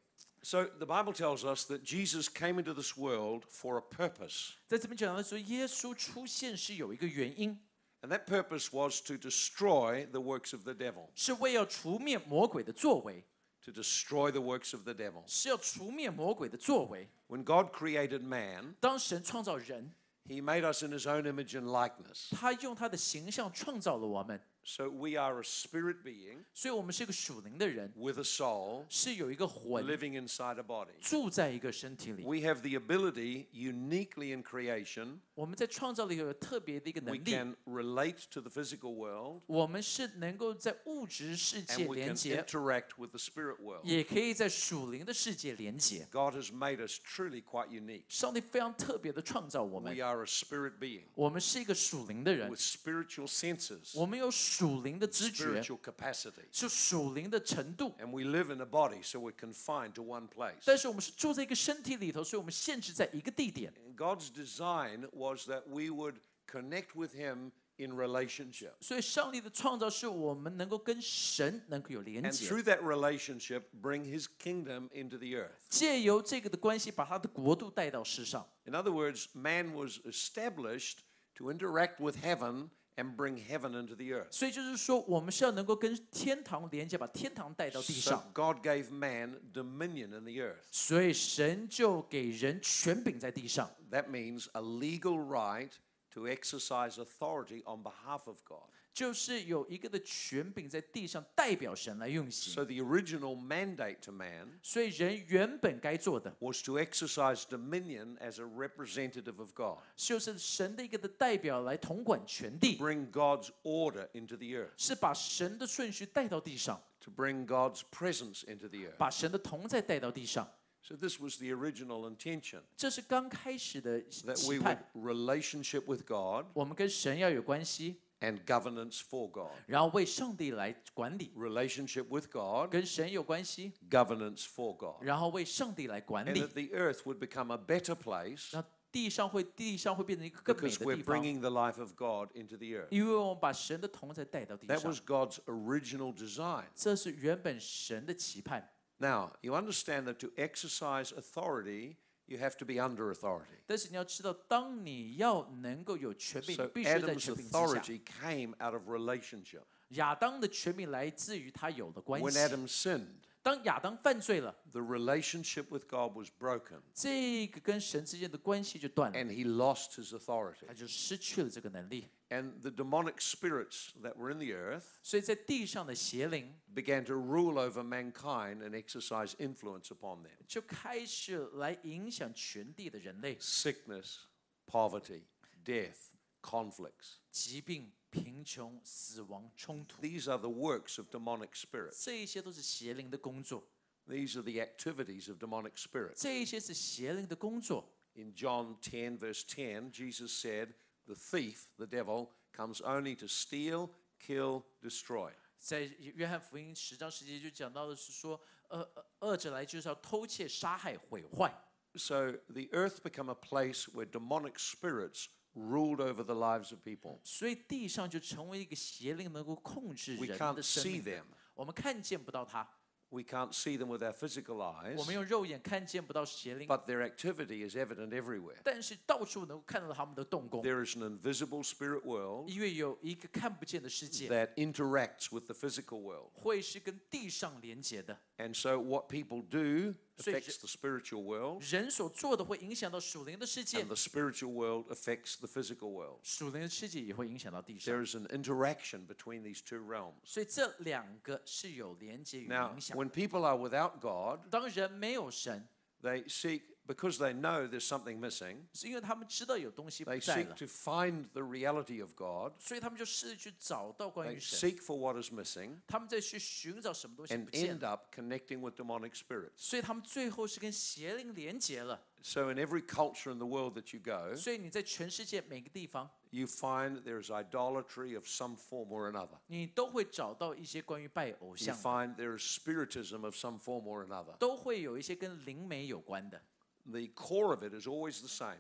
Speaker 1: So the Bible tells us that Jesus came into this world for a purpose.
Speaker 2: 在这边讲到说，耶稣出现是有一个原因，
Speaker 1: And that purpose was to destroy the works of the devil.
Speaker 2: 是为要除灭魔鬼的作为，
Speaker 1: To destroy the works of the devil.
Speaker 2: 是要除灭魔鬼的作为。
Speaker 1: When God created man,
Speaker 2: 当神创造人，
Speaker 1: he made us in his own image and likeness.
Speaker 2: 他用他的形象创造了我们，
Speaker 1: So we are a spirit being
Speaker 2: 所以我们是个属灵的人，
Speaker 1: with a soul
Speaker 2: 是有一个魂
Speaker 1: living inside a body.
Speaker 2: 住在一个身体里。
Speaker 1: We have the ability uniquely in creation.
Speaker 2: 我们在创造里有特别的一个
Speaker 1: We
Speaker 2: 能力，
Speaker 1: can relate to the physical world
Speaker 2: 我们是能够在物质世界
Speaker 1: and we can
Speaker 2: 连接，
Speaker 1: interact with the spirit world.
Speaker 2: 也可以在属灵的世界连接。
Speaker 1: God has made us truly quite unique.
Speaker 2: 上帝非常特别的创造我们
Speaker 1: We，are a spirit being
Speaker 2: 我们是一个属灵的人
Speaker 1: with，spiritual senses,
Speaker 2: 我们有属灵的知觉，
Speaker 1: spiritual capacity.
Speaker 2: 是属灵的程度。
Speaker 1: And we live in a body, so we're confined to one place.
Speaker 2: 但是我们是住在一个身体里头，所以我们限制在一个地点。
Speaker 1: And God's design was that we would connect with Him in relationship.
Speaker 2: 所以上帝的创造是我们能够跟神能够有连
Speaker 1: and
Speaker 2: 接，
Speaker 1: through that relationship bring his kingdom into the earth.
Speaker 2: 借由这个的关系，把他的国度带到世上。
Speaker 1: In other words, man was established to interact with heaven and bring heaven into the earth.
Speaker 2: 所以就是说，我们是要能够跟天堂连接，把天堂带到地
Speaker 1: So
Speaker 2: 上。
Speaker 1: God gave man dominion in the earth.
Speaker 2: 所以神就给人权柄在地上，
Speaker 1: That means a legal right to exercise authority on behalf of God.
Speaker 2: 就是有一个的权柄在地上代表神来运行。
Speaker 1: So the original mandate to man
Speaker 2: 所以人原本该做的，
Speaker 1: was to exercise dominion as a representative of God,
Speaker 2: 就是神的一个的代表来统管全地，
Speaker 1: bring God's order into the earth,
Speaker 2: 是把神的顺序带到地上，
Speaker 1: to bring God's presence into the earth.
Speaker 2: 把神的同在带到地上。
Speaker 1: So this was the original intention
Speaker 2: 这是刚开始的
Speaker 1: that
Speaker 2: 期
Speaker 1: we would
Speaker 2: 盼。
Speaker 1: relationship with God
Speaker 2: 我们跟神要有关系，
Speaker 1: and governance for God.
Speaker 2: 然后为上帝来管理；
Speaker 1: Relationship with God,
Speaker 2: 跟神有关系，
Speaker 1: governance for God.
Speaker 2: 然后为上帝来管
Speaker 1: And
Speaker 2: 理。
Speaker 1: that the earth would become a better place
Speaker 2: 那地上会地上会变成一个更美
Speaker 1: because
Speaker 2: 的
Speaker 1: we're
Speaker 2: 地方，
Speaker 1: bringing the life of God into the earth.
Speaker 2: 因为我们把神的同在带到地
Speaker 1: That
Speaker 2: 上
Speaker 1: was。God's original design.
Speaker 2: 这是原本神的期盼。
Speaker 1: Now, you understand that to exercise authority, you have to be under authority.
Speaker 2: 但是你要知道，当你要能够有权柄，你
Speaker 1: So
Speaker 2: 必须在
Speaker 1: Adam's
Speaker 2: 权柄之下。
Speaker 1: authority came out of relationship.
Speaker 2: 亚当的权柄来自于他有的关
Speaker 1: When
Speaker 2: 系。
Speaker 1: Adam sinned,
Speaker 2: 当亚当犯罪了，
Speaker 1: the relationship with God was broken
Speaker 2: 这个跟神之间的关系就断了，
Speaker 1: and he lost his authority.
Speaker 2: 他就失去了这个能力。
Speaker 1: And the demonic spirits that were in the earth
Speaker 2: 所以在地上的邪灵
Speaker 1: began to rule over mankind and exercise influence upon them.
Speaker 2: 就开始来影响全地的人类，
Speaker 1: Sickness, poverty, death, conflicts.
Speaker 2: 疾病、贫穷、死亡、冲突，
Speaker 1: These are the works of demonic spirits.
Speaker 2: 这一些都是邪灵的工作，
Speaker 1: These are the activities of demonic spirits.
Speaker 2: 这一些是邪灵的工作。
Speaker 1: In John 10, verse 10, Jesus said, The thief, the devil, comes only to steal, kill, destroy.
Speaker 2: 在约翰福音十章十节就讲到的是说，呃，呃恶者来就是要偷窃、杀害、毁坏，
Speaker 1: So the earth became a place where demonic spirits ruled over the lives of people.
Speaker 2: 所以地上就成为一个邪灵能够控制
Speaker 1: We
Speaker 2: 人的
Speaker 1: can't
Speaker 2: 生
Speaker 1: see
Speaker 2: 命的。
Speaker 1: them.
Speaker 2: 我们看见不到它，
Speaker 1: We can't see them with our physical
Speaker 2: 我们
Speaker 1: eyes,
Speaker 2: 用肉眼看见不到邪灵，
Speaker 1: but their activity is evident everywhere.
Speaker 2: 但是到处能够看到他们的动工，
Speaker 1: There is an invisible spirit world
Speaker 2: 因为有一个看不见的世界，
Speaker 1: that interacts with the physical world.
Speaker 2: 会是跟地上连接的。
Speaker 1: And so what people do
Speaker 2: 所以
Speaker 1: affects the spiritual world,
Speaker 2: 人所做的会影响到属灵的世界
Speaker 1: and，the spiritual world affects the physical world.
Speaker 2: 属灵的世界也会影响到地上，
Speaker 1: There is an interaction between these two realms.
Speaker 2: 所以这两个是有连接与
Speaker 1: Now,
Speaker 2: 影响。
Speaker 1: when people are without God,
Speaker 2: 当人没有神，
Speaker 1: they seek, because they know there's something missing,
Speaker 2: 是因为他们知道有东西不
Speaker 1: they
Speaker 2: 在
Speaker 1: seek
Speaker 2: 了，
Speaker 1: to find the reality of God,
Speaker 2: 所以他们就试着去找到关
Speaker 1: they
Speaker 2: 于神，
Speaker 1: seek for what is missing,
Speaker 2: 他们再去寻找什么东西
Speaker 1: and
Speaker 2: 不见
Speaker 1: end
Speaker 2: 了，
Speaker 1: up connecting with demonic spirits.
Speaker 2: 所以他们最后是跟邪灵连结了。
Speaker 1: So, in every culture in the world that you go,
Speaker 2: 所以你在全世界每个地方，
Speaker 1: you find there is idolatry of some form or another.
Speaker 2: 你都会找到一些关于拜偶
Speaker 1: You
Speaker 2: 像的，
Speaker 1: find there is spiritism of some form or another.
Speaker 2: 都会有一些跟灵媒有关的，
Speaker 1: The core of it is always the same.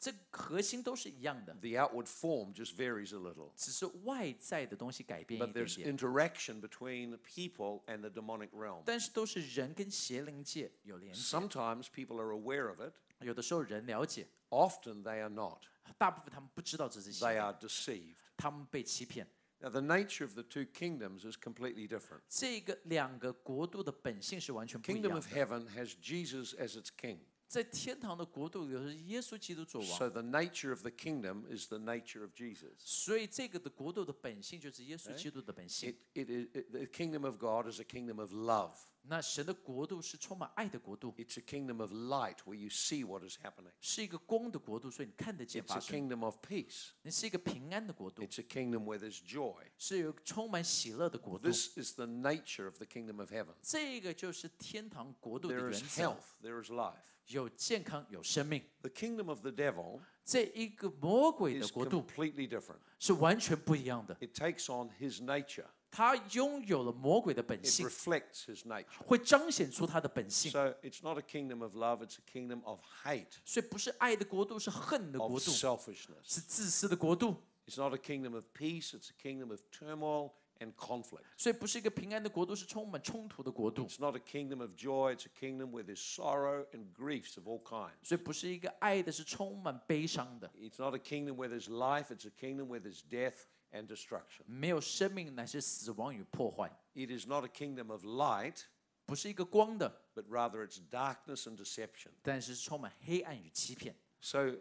Speaker 2: 这核心都是一样的，
Speaker 1: The outward form just varies a little.
Speaker 2: 只是外在的东西改变一
Speaker 1: But
Speaker 2: 点
Speaker 1: there's
Speaker 2: 点，
Speaker 1: interaction between the people and the demonic realm.
Speaker 2: 但是都是人跟邪灵界有连接，
Speaker 1: Sometimes people are aware of it,
Speaker 2: 有的时候人了解，
Speaker 1: often they are not.
Speaker 2: 大部分他们不知道这是邪
Speaker 1: They
Speaker 2: 灵，
Speaker 1: are deceived.
Speaker 2: 他们被欺骗。
Speaker 1: Now, the nature of the two kingdoms is completely different.
Speaker 2: 这个两个国度的本性是完全不一
Speaker 1: Kingdom
Speaker 2: 样
Speaker 1: of
Speaker 2: 的。
Speaker 1: heaven has Jesus as its king.
Speaker 2: 在天堂的国度里头是耶稣基督做王，
Speaker 1: So the nature of the kingdom is the nature of Jesus.
Speaker 2: 所以这个的国度的本性就是耶稣基督的本
Speaker 1: It,
Speaker 2: 性。
Speaker 1: it is it- the kingdom of God is a kingdom of love.
Speaker 2: 那神的国度是充满爱的国度，
Speaker 1: It's a kingdom of light where you see what is happening.
Speaker 2: 是一个光的国度，所以你看得见
Speaker 1: It's a
Speaker 2: 发生。
Speaker 1: kingdom of peace.
Speaker 2: 那是一个平安的国度，
Speaker 1: It's a kingdom where there's joy.
Speaker 2: 是有充满喜乐的国度。
Speaker 1: This is the nature of the kingdom of heaven.
Speaker 2: 这个就是天堂国度的
Speaker 1: There
Speaker 2: 原
Speaker 1: is
Speaker 2: 则，
Speaker 1: health, there is life.
Speaker 2: 有健康，有生命。
Speaker 1: The kingdom of the devil
Speaker 2: 这一个魔鬼的
Speaker 1: is
Speaker 2: 国度
Speaker 1: completely different.
Speaker 2: 是完全不一样的，
Speaker 1: It takes on his nature.
Speaker 2: 它拥有了魔鬼的本
Speaker 1: It
Speaker 2: 性，
Speaker 1: reflects his nature.
Speaker 2: 会彰显出它的本性。
Speaker 1: So it's not a kingdom of love, it's a kingdom of hate,
Speaker 2: 所以不是爱的国度，是恨的国
Speaker 1: of
Speaker 2: 度，
Speaker 1: selfishness.
Speaker 2: 是自私的国度。
Speaker 1: It's not a kingdom of peace, it's a kingdom of turmoil and conflict.
Speaker 2: 所以不是一个平安的国度，是充满冲突的国度。
Speaker 1: It's not a kingdom of joy, it's a kingdom where there's sorrow and griefs of all kinds.
Speaker 2: 所以不是一个爱的，是充满悲伤的。
Speaker 1: It's not a kingdom where there's life, it's a kingdom where there's death and destruction.
Speaker 2: 没有生命乃是死亡与破坏，
Speaker 1: It is not a kingdom of light,
Speaker 2: 不是一个光的，
Speaker 1: but rather it's darkness and deception.
Speaker 2: 但是是充满黑暗与欺骗。
Speaker 1: So uh,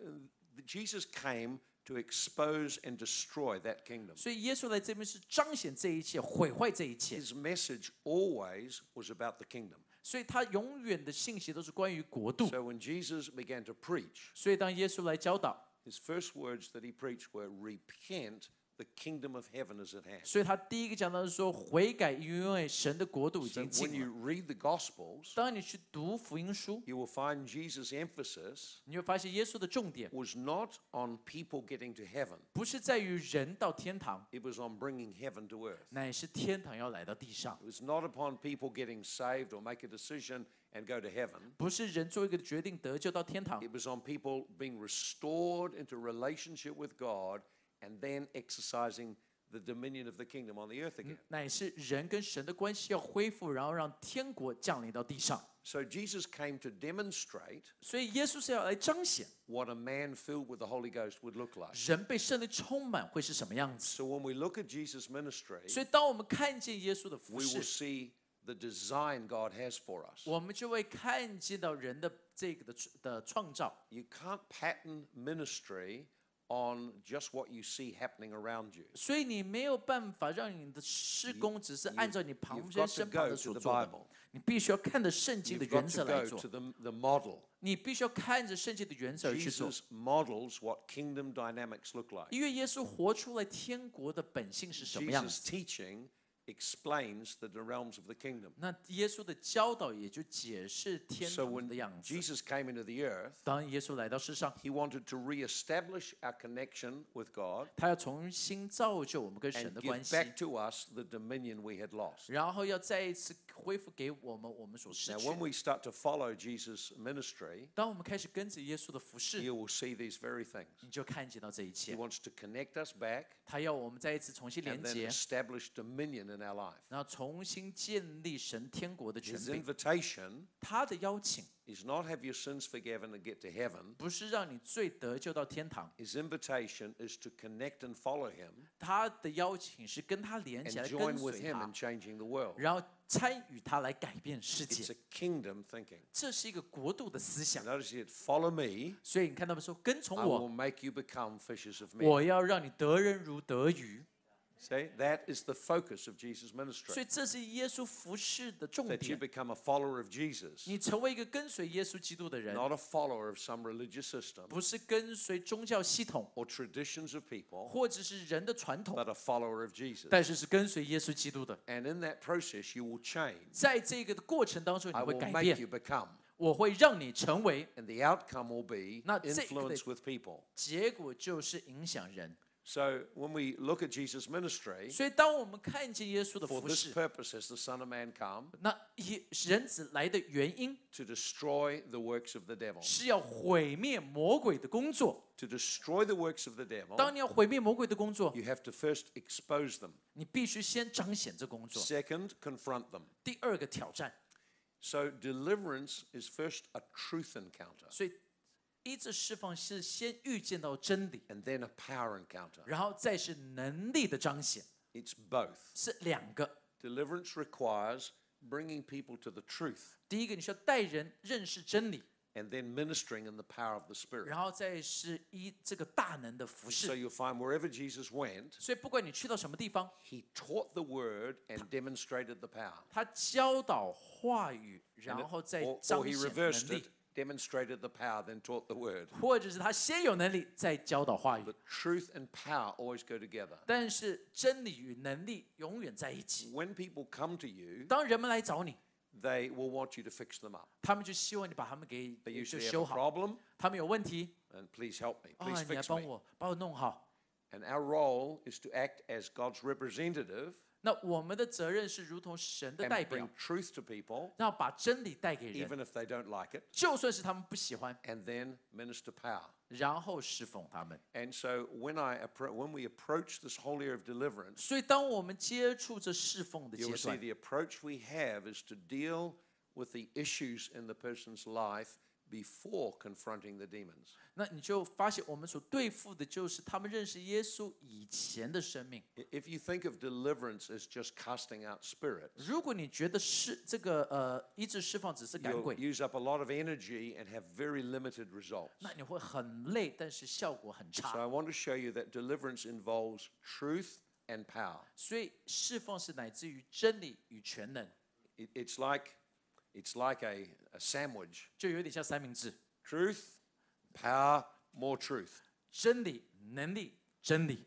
Speaker 1: Jesus came to expose and destroy that kingdom.
Speaker 2: 所以耶稣来这边是彰显这一切，毁坏这一切。
Speaker 1: His message always was about the kingdom.
Speaker 2: 所以他永远的信息都是关于国度。
Speaker 1: So when Jesus began to preach,
Speaker 2: 所以当耶稣来教导，
Speaker 1: his first words that he preached were, Repent, the kingdom of heaven is at hand.
Speaker 2: 所以他第一个讲到是说悔改，因为神的国度已
Speaker 1: So when
Speaker 2: 经近了。
Speaker 1: you read the Gospels,
Speaker 2: 当你去读福音书，
Speaker 1: you will find Jesus' emphasis
Speaker 2: 你会发现耶稣的重点
Speaker 1: was not on people getting to heaven,
Speaker 2: 不是在于人到天堂，
Speaker 1: it was on bringing heaven to earth.
Speaker 2: 乃是天堂要来到地上。
Speaker 1: It was not upon people getting saved or make a decision and go to heaven.
Speaker 2: 不是人做一个决定得救到天堂，
Speaker 1: It was on people being restored into relationship with God and then exercising the dominion of the kingdom on the earth again.
Speaker 2: 乃是人跟神的关系要恢复，然后让天国降临到地上。
Speaker 1: So Jesus came to demonstrate
Speaker 2: 所以耶稣是要来彰显
Speaker 1: what a man filled with the Holy Ghost would look like.
Speaker 2: 人被圣灵充满会是什么样子。
Speaker 1: So when we look at Jesus' ministry,
Speaker 2: 所以当我们看见耶稣的
Speaker 1: we
Speaker 2: 服
Speaker 1: will
Speaker 2: 饰，
Speaker 1: see the design God has for us.
Speaker 2: 我们就会看见到人的这个的创的创造。
Speaker 1: You can't pattern ministry on just what you see happening around you.
Speaker 2: 所以你没有办法让你的施工只是按照你
Speaker 1: You've
Speaker 2: 旁边
Speaker 1: got to
Speaker 2: 身旁
Speaker 1: go to
Speaker 2: 的所
Speaker 1: the
Speaker 2: 做的，
Speaker 1: Bible.
Speaker 2: 你必须要看着圣经的
Speaker 1: You've
Speaker 2: 原
Speaker 1: got to
Speaker 2: 则来
Speaker 1: go
Speaker 2: 做
Speaker 1: to，the, the model.
Speaker 2: 你必须要看着圣经的原则而去做，
Speaker 1: Jesus models what kingdom dynamics look like.
Speaker 2: 因为耶稣活出了天国的本性是什么样
Speaker 1: Jesus'
Speaker 2: 子。
Speaker 1: teaching explains the realms of the kingdom.
Speaker 2: 那耶稣的教导也就解释天
Speaker 1: So
Speaker 2: 堂
Speaker 1: when
Speaker 2: 的样子。
Speaker 1: Jesus came into the earth,
Speaker 2: 当耶稣来到世上，
Speaker 1: he wanted to reestablish our connection with God
Speaker 2: 他要重新造就我们跟神
Speaker 1: and
Speaker 2: 的
Speaker 1: give
Speaker 2: 关系，
Speaker 1: back to us the dominion we had lost.
Speaker 2: 然后要再一次恢复给我们我们所失
Speaker 1: Now,
Speaker 2: 去
Speaker 1: when
Speaker 2: 的。
Speaker 1: we start to follow Jesus' ministry,
Speaker 2: 当我们开始跟着耶稣的服侍，
Speaker 1: you will see these very things.
Speaker 2: 你就看见到这一
Speaker 1: He
Speaker 2: 切。
Speaker 1: wants to connect us back
Speaker 2: 他要我们再一次重新连
Speaker 1: and then
Speaker 2: 接，
Speaker 1: establish dominion in our life.
Speaker 2: 然后重新建立神天国的权
Speaker 1: His
Speaker 2: 柄。
Speaker 1: invitation
Speaker 2: 他的邀请
Speaker 1: is not have your sins forgiven and get to heaven.
Speaker 2: 不是让你罪得救到天堂，
Speaker 1: His invitation is to connect and follow him
Speaker 2: 他的邀请是跟他连起
Speaker 1: and
Speaker 2: 来，跟
Speaker 1: join with
Speaker 2: 随
Speaker 1: him
Speaker 2: 他
Speaker 1: in，changing the world.
Speaker 2: 然后参与他来改变世
Speaker 1: It's
Speaker 2: 界
Speaker 1: a。kingdom thinking.
Speaker 2: 这是一个国度的思想。
Speaker 1: Notice it follow me,
Speaker 2: 所以你看他们说跟从
Speaker 1: I will
Speaker 2: 我，
Speaker 1: make you become fishers of men.
Speaker 2: 我要让你得人如得鱼。
Speaker 1: See, that is the focus of Jesus'
Speaker 2: 所以
Speaker 1: ministry.
Speaker 2: 这是耶稣服饰的重
Speaker 1: That you
Speaker 2: 点。
Speaker 1: become a follower of Jesus,
Speaker 2: 你成为一个跟随耶稣基督的人，
Speaker 1: not a follower of some religious system
Speaker 2: 不是跟随宗教系统
Speaker 1: or traditions of people,
Speaker 2: 或者是人的传统，
Speaker 1: but a follower of Jesus.
Speaker 2: 但是是跟随耶稣基督的。
Speaker 1: And in that process, you will change.
Speaker 2: 在这个的过程当中，你
Speaker 1: I
Speaker 2: 会
Speaker 1: will
Speaker 2: 改
Speaker 1: make you
Speaker 2: 变，
Speaker 1: become.
Speaker 2: 我会让你成为，
Speaker 1: And the outcome will be
Speaker 2: Now, take the-
Speaker 1: influence with people.
Speaker 2: 结果就是影响人。
Speaker 1: So when we look at Jesus' ministry,
Speaker 2: 所以，当我们看见耶稣的
Speaker 1: for
Speaker 2: 服
Speaker 1: this
Speaker 2: 饰，
Speaker 1: purpose has the Son of Man come
Speaker 2: 那以人子来的原因
Speaker 1: to destroy the works of the devil.
Speaker 2: 是要毁灭魔鬼的工作。
Speaker 1: To destroy the works of the devil,
Speaker 2: 当你要毁灭魔鬼的工作，
Speaker 1: Oh. you have to first expose them.
Speaker 2: 你必须先彰显这工作。
Speaker 1: Second, confront them.
Speaker 2: 第二个挑战，
Speaker 1: So deliverance is first a truth encounter
Speaker 2: 所以医治释放是先预见到真理，
Speaker 1: and then a power encounter.
Speaker 2: 然后再是能力的彰显，
Speaker 1: It's both.
Speaker 2: 是两个。
Speaker 1: Deliverance requires bringing people to the truth
Speaker 2: 第一个，你需要带人认识真理，
Speaker 1: and then ministering in the power of the Spirit.
Speaker 2: 然后再是一这个大能的服
Speaker 1: So
Speaker 2: 饰。
Speaker 1: you'll find wherever Jesus went,
Speaker 2: 所以不管你去到什么地方，
Speaker 1: he taught the word and demonstrated the power.
Speaker 2: 他教导话语，
Speaker 1: And
Speaker 2: 然
Speaker 1: it-
Speaker 2: 后再
Speaker 1: or, or
Speaker 2: 彰
Speaker 1: he
Speaker 2: 显
Speaker 1: reversed
Speaker 2: 能
Speaker 1: it,
Speaker 2: 力，
Speaker 1: demonstrated the power, then taught the word.
Speaker 2: 或者是他先有能力再教导话语。
Speaker 1: But truth and power always go together.
Speaker 2: 但是真理与能力永远在一起。
Speaker 1: When people come to you,
Speaker 2: 当人们来找你，
Speaker 1: they will want you to fix them up.
Speaker 2: 他们就希望你把他们给
Speaker 1: They
Speaker 2: 就
Speaker 1: usually have
Speaker 2: 修
Speaker 1: a
Speaker 2: 好。
Speaker 1: problem,
Speaker 2: 他们有问题
Speaker 1: and please help me.
Speaker 2: 啊
Speaker 1: Please，
Speaker 2: 你来
Speaker 1: fix
Speaker 2: 帮
Speaker 1: me.
Speaker 2: 我把我弄好。
Speaker 1: And our role is to act as God's representative
Speaker 2: 那我们的责任是如同神的代
Speaker 1: and
Speaker 2: 表
Speaker 1: bring，truth to people,
Speaker 2: 要把真理带给人，
Speaker 1: even if they don't like it,
Speaker 2: 就算是他们不喜欢，
Speaker 1: and then minister power.
Speaker 2: 然后侍奉他们。
Speaker 1: And so when I appro- when we approach this whole area of deliverance,
Speaker 2: 所以，当我们接触这侍奉的
Speaker 1: you
Speaker 2: 阶
Speaker 1: will see
Speaker 2: 段，
Speaker 1: the approach we have is to deal with the issues in the person's life before confronting the demons.
Speaker 2: 那你就发现我们所对付的就是他们认识耶稣以前的生命。
Speaker 1: I- If you think of deliverance as just casting out spirits,
Speaker 2: 如果你觉得是这个呃医治释放只是赶
Speaker 1: you'll
Speaker 2: 鬼，
Speaker 1: use up a lot of energy and have very limited results.
Speaker 2: 那你会很累，但是效果很
Speaker 1: So
Speaker 2: 差。
Speaker 1: I want to show you that deliverance involves truth and power.
Speaker 2: 所以释放是乃至于真理与全能，
Speaker 1: It, it's like, it's like a, a sandwich:
Speaker 2: 就有点像三明治：
Speaker 1: truth, power, more truth.
Speaker 2: 真理、能力、真理，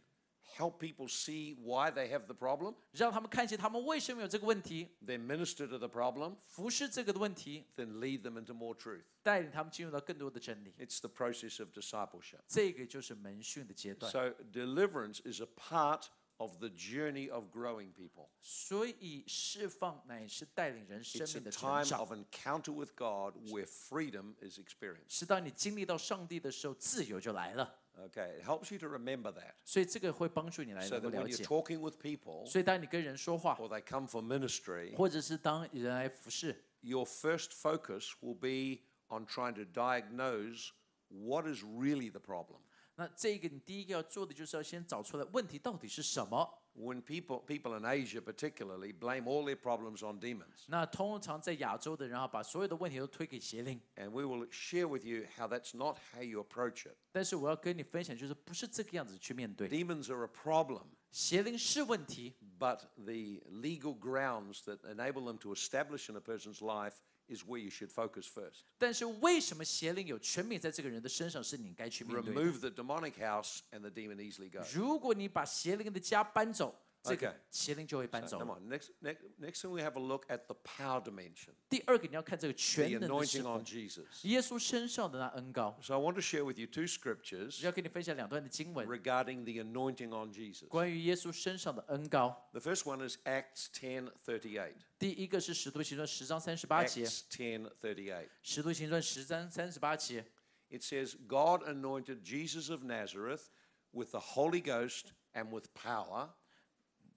Speaker 1: Help people see why they have the problem,
Speaker 2: 让他们看见他们为什么有这个问题，
Speaker 1: then minister to the problem,
Speaker 2: 服侍这个的问题，
Speaker 1: then lead them into more truth.
Speaker 2: 带领他们进入到更多的真理。
Speaker 1: It's the process of discipleship.
Speaker 2: 这个就是门训的阶段。
Speaker 1: So deliverance is a part of the journey of growing people.
Speaker 2: 所以释放乃是带领人生
Speaker 1: It's a
Speaker 2: 命的成
Speaker 1: time
Speaker 2: 长
Speaker 1: of，encounter with God where freedom is experienced.
Speaker 2: 是当你经历到上帝的时候，自由就来了。
Speaker 1: Okay, it helps you to remember that.
Speaker 2: 所以这个会帮助你来
Speaker 1: So
Speaker 2: 能够
Speaker 1: that
Speaker 2: 了
Speaker 1: when you're
Speaker 2: 解。
Speaker 1: talking with people
Speaker 2: 所以当你跟人说话，
Speaker 1: or they come for ministry,
Speaker 2: 或者是当人来服侍，
Speaker 1: your first focus will be on trying to diagnose what is really the problem.
Speaker 2: 那这个你第一个要做的就是要先找出来问题到底是什么。
Speaker 1: When people people in Asia particularly blame all their problems on demons.
Speaker 2: 那通常在亚洲的人啊，把所有的问题都推给邪灵。
Speaker 1: And we will share with you how that's not how you approach it.
Speaker 2: 但是我要跟你分享，就是不是这个样子去面对
Speaker 1: Demons are a problem.
Speaker 2: 邪灵是问题，
Speaker 1: But the legal grounds that enable them to establish in a person's life is where you should focus first.
Speaker 2: 但是为什么邪灵有权柄在这个人的身上，是你该去面对的。
Speaker 1: Remove the demonic house and the demon easily goes.
Speaker 2: 如果你把邪灵的家搬走，这个
Speaker 1: OK
Speaker 2: 邪灵就会搬走
Speaker 1: Come
Speaker 2: 了。
Speaker 1: on. Next, next, next thing we have a look at the power dimension,
Speaker 2: 第二个，你要看这个
Speaker 1: the
Speaker 2: 全能的释
Speaker 1: anointing
Speaker 2: 放
Speaker 1: on Jesus.
Speaker 2: 耶稣身上的那恩高。
Speaker 1: So I want to share with you two scriptures
Speaker 2: 要跟你分享两段的经文，
Speaker 1: regarding the anointing on Jesus.
Speaker 2: 关于耶稣身上的恩高。
Speaker 1: The first one is Acts 10:38.
Speaker 2: 第一个是《使徒行传》十章三十八节，《
Speaker 1: Acts 10:38.
Speaker 2: 使徒行传》十章三十八节，
Speaker 1: It says, "God anointed Jesus of Nazareth with the Holy Ghost and with power."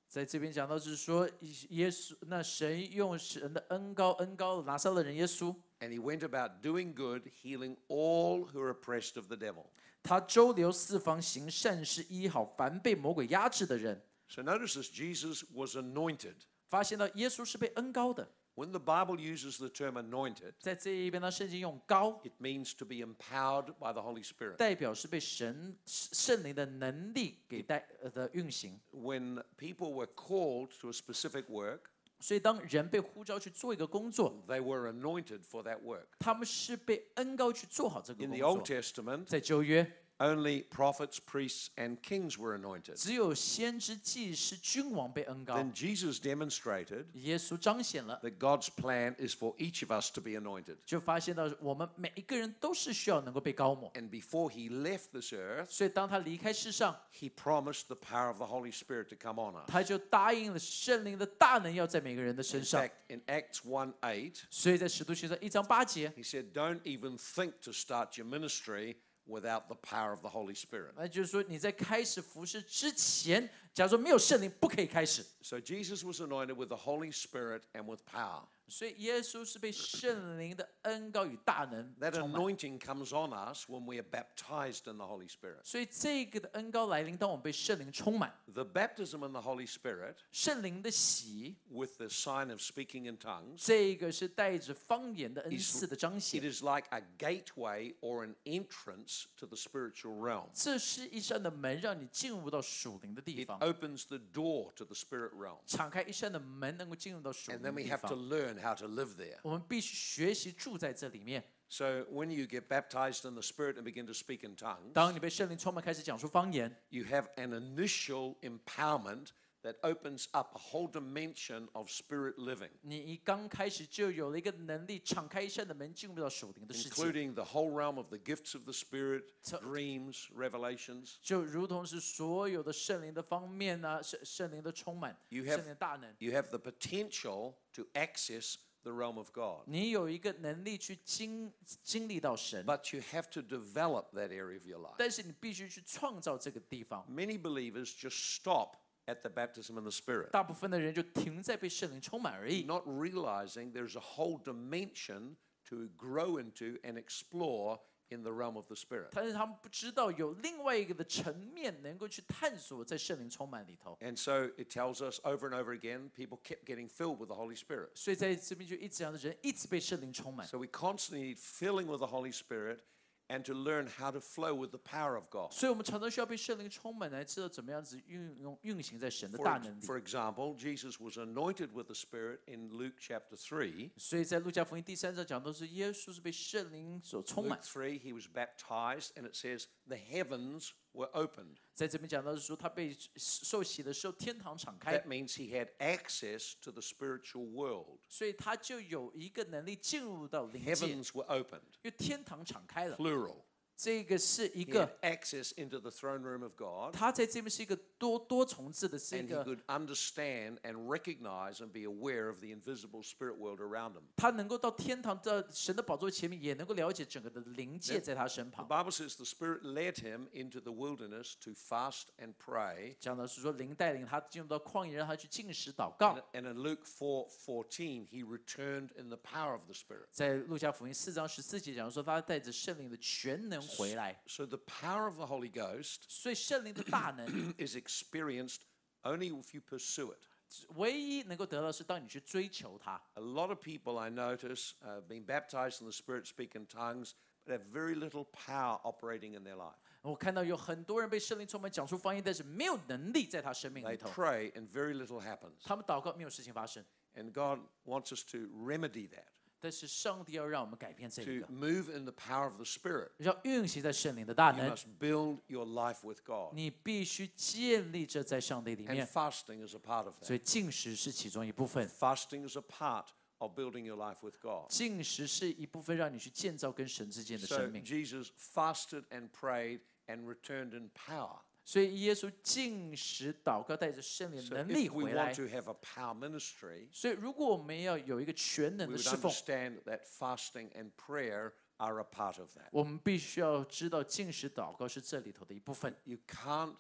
Speaker 2: 在这边讲到就是说，耶稣那神用神的恩高恩高拿撒勒人耶稣，
Speaker 1: And he went about doing good, healing all who are oppressed of the devil.
Speaker 2: 他周流四方行善事，医好凡被魔鬼压制的人。
Speaker 1: So notice this Jesus was anointed.
Speaker 2: 发现到耶稣是被恩高的，
Speaker 1: When the Bible uses the term anointed,
Speaker 2: 在这一边呢，圣经用高
Speaker 1: it means to be empowered by the Holy Spirit.
Speaker 2: 代表是被神圣灵的能力给带呃的运行。
Speaker 1: When people were called to a specific work,
Speaker 2: 所以当人被呼召去做一个工作，
Speaker 1: they were anointed for that work.
Speaker 2: 他们是被恩高去做好这个
Speaker 1: In
Speaker 2: 工
Speaker 1: the Old
Speaker 2: 作。
Speaker 1: Testament,
Speaker 2: 在旧约，
Speaker 1: only prophets, priests, and kings were anointed.
Speaker 2: 只有先知、祭司、君王被恩高
Speaker 1: Then，Jesus demonstrated
Speaker 2: 耶稣彰显了，
Speaker 1: that God's plan is for each of us to be anointed.
Speaker 2: 就发现到我们每一个人都是需要能够被高抹。
Speaker 1: And before he left this earth,
Speaker 2: 所以当他离开世上，
Speaker 1: He promised the power of the Holy Spirit to come on us.
Speaker 2: 他就答应了圣灵的大能要在每个人的
Speaker 1: In
Speaker 2: 身上。
Speaker 1: fact, in Acts 1 8,
Speaker 2: 所以在使徒行传一章八节，
Speaker 1: he said, Don't even think to start your ministry without the power of the Holy Spirit.
Speaker 2: 那就是说你在开始服侍之前，假如说没有圣灵，不可以开始。
Speaker 1: So Jesus was anointed with the Holy Spirit and with power.
Speaker 2: 所以耶稣是被圣灵的恩高与大能
Speaker 1: That
Speaker 2: 充满。
Speaker 1: anointing comes on us when we are baptized in the Holy Spirit.
Speaker 2: 所以这个的恩高来临，当我们被圣灵充满，
Speaker 1: The baptism in the Holy Spirit
Speaker 2: 圣灵的喜，
Speaker 1: with the sign of speaking in tongues,
Speaker 2: 这个是带着方言的恩赐的彰
Speaker 1: it
Speaker 2: 显。
Speaker 1: is like a gateway or an entrance to the spiritual realm.
Speaker 2: 这是一扇的门，让你进入到属灵的地
Speaker 1: It
Speaker 2: 方，
Speaker 1: opens the door to the spirit realm.
Speaker 2: 敞开一扇的门，能够进入到属灵
Speaker 1: And then we
Speaker 2: 的地
Speaker 1: have to
Speaker 2: 方。
Speaker 1: learn how to live there.
Speaker 2: 我们必须学习住在这里面。
Speaker 1: So when you get baptized in the Spirit and begin to speak in tongues,
Speaker 2: 当你被圣灵充满，开始讲出方言，
Speaker 1: you have an initial empowerment that opens up a whole dimension of spirit living,
Speaker 2: 你一刚开始就有了一个能力，敞开一扇的门，进入到属灵的世界，
Speaker 1: including the whole realm of the gifts of the Spirit,
Speaker 2: So-
Speaker 1: dreams, revelations.
Speaker 2: 就如同是所有的圣灵的方面呢、圣圣灵的充满，
Speaker 1: You
Speaker 2: 圣
Speaker 1: have-
Speaker 2: 灵的大能。
Speaker 1: You have the potential to access the realm of God,
Speaker 2: 你有一个能力去经经历到神，
Speaker 1: but you have to develop that area of your life.
Speaker 2: 但是你必须去创造这个地方。
Speaker 1: Many believers just stop at the baptism in the Spirit,
Speaker 2: 大部分的人就停在被圣灵充满而已，
Speaker 1: not realizing there's a whole dimension to grow into and explore in the realm of the Spirit.
Speaker 2: 但是他们不知道有另外一个的层面能够去探索，在圣灵充满里头。
Speaker 1: And so it tells us over and over again, people kept getting filled with the Holy Spirit.
Speaker 2: 所以在这边就一直让人一直被圣灵充满。
Speaker 1: So we constantly need filling with the Holy Spirit and to learn how to flow with the power of God.
Speaker 2: 所以我们常常需要被圣灵充满，来知道怎么样子运用运行在神的
Speaker 1: For,
Speaker 2: 大
Speaker 1: ex-
Speaker 2: 能里。
Speaker 1: for example, Jesus was anointed with the Spirit in Luke chapter 3.
Speaker 2: 所以在路加福音第三章讲到是耶稣是被圣灵所充满
Speaker 1: Luke，3, he was baptized, and it says the heavens were opened.
Speaker 2: 在这边讲到是说他被受洗的时候，天堂敞开
Speaker 1: That，means he had access to the spiritual world.
Speaker 2: 所以他就有一个能力进入到灵界，因
Speaker 1: Heavens were opened,
Speaker 2: 为天堂敞开了。
Speaker 1: plural.
Speaker 2: 这个是一
Speaker 1: He had
Speaker 2: 个，
Speaker 1: access into the throne room of God,
Speaker 2: 他在这边是一个多多重置的，是一
Speaker 1: and he
Speaker 2: 个
Speaker 1: could understand and recognize and be aware of the invisible spirit world around him.
Speaker 2: 他能够到天堂的神的宝座前面，也能够了解整个的灵界在他身
Speaker 1: The
Speaker 2: 旁。
Speaker 1: Bible says the Spirit led him into the wilderness to fast and pray.
Speaker 2: 讲的是说灵带领他进入到旷野，让他去进食祷
Speaker 1: And-
Speaker 2: 告。
Speaker 1: And in Luke 4 14, he returned in the power of the Spirit.
Speaker 2: 在路加福音四章十四节讲说，他带着圣灵的全能回来，
Speaker 1: So the power of the Holy Ghost *clears throat*
Speaker 2: 所以圣灵的大能
Speaker 1: is experienced only if you pursue it.
Speaker 2: 唯一能够得到是当你去追求它。
Speaker 1: A lot of people I notice uh, have been baptized in the Spirit, speak in tongues, but have very little power operating in their life.
Speaker 2: 我看到有很多人被圣灵充满，讲出方言，但是没有能力在他生命
Speaker 1: They
Speaker 2: 里头。
Speaker 1: pray and very little happens.
Speaker 2: 他们祷告没有事情发生，
Speaker 1: And God wants us to remedy that,
Speaker 2: 但是上帝要让我们改变这一
Speaker 1: to
Speaker 2: 个，
Speaker 1: move in the power of the Spirit.
Speaker 2: 要运行在圣灵的大
Speaker 1: You
Speaker 2: 能。
Speaker 1: must build your life with God.
Speaker 2: 你必须建立这在上帝里
Speaker 1: And
Speaker 2: 面，
Speaker 1: fasting is a part of
Speaker 2: 所
Speaker 1: that.
Speaker 2: 以进食是其中一部分。
Speaker 1: Fasting is a part of building your life with God.
Speaker 2: 进食是一部分，让你去建造跟神之间的
Speaker 1: So
Speaker 2: 生命。
Speaker 1: Jesus fasted and prayed and returned in power.
Speaker 2: 所以耶稣进食、祷告，带着圣灵
Speaker 1: So
Speaker 2: 能力
Speaker 1: if we
Speaker 2: 回来
Speaker 1: want。to have a power ministry,
Speaker 2: 所以，如果我们要有一个全能
Speaker 1: we
Speaker 2: 的
Speaker 1: would
Speaker 2: 侍奉，
Speaker 1: understand that fasting and prayer are a part of that.
Speaker 2: 我们必须要知道进食、祷告是这里头的一部分。
Speaker 1: You can't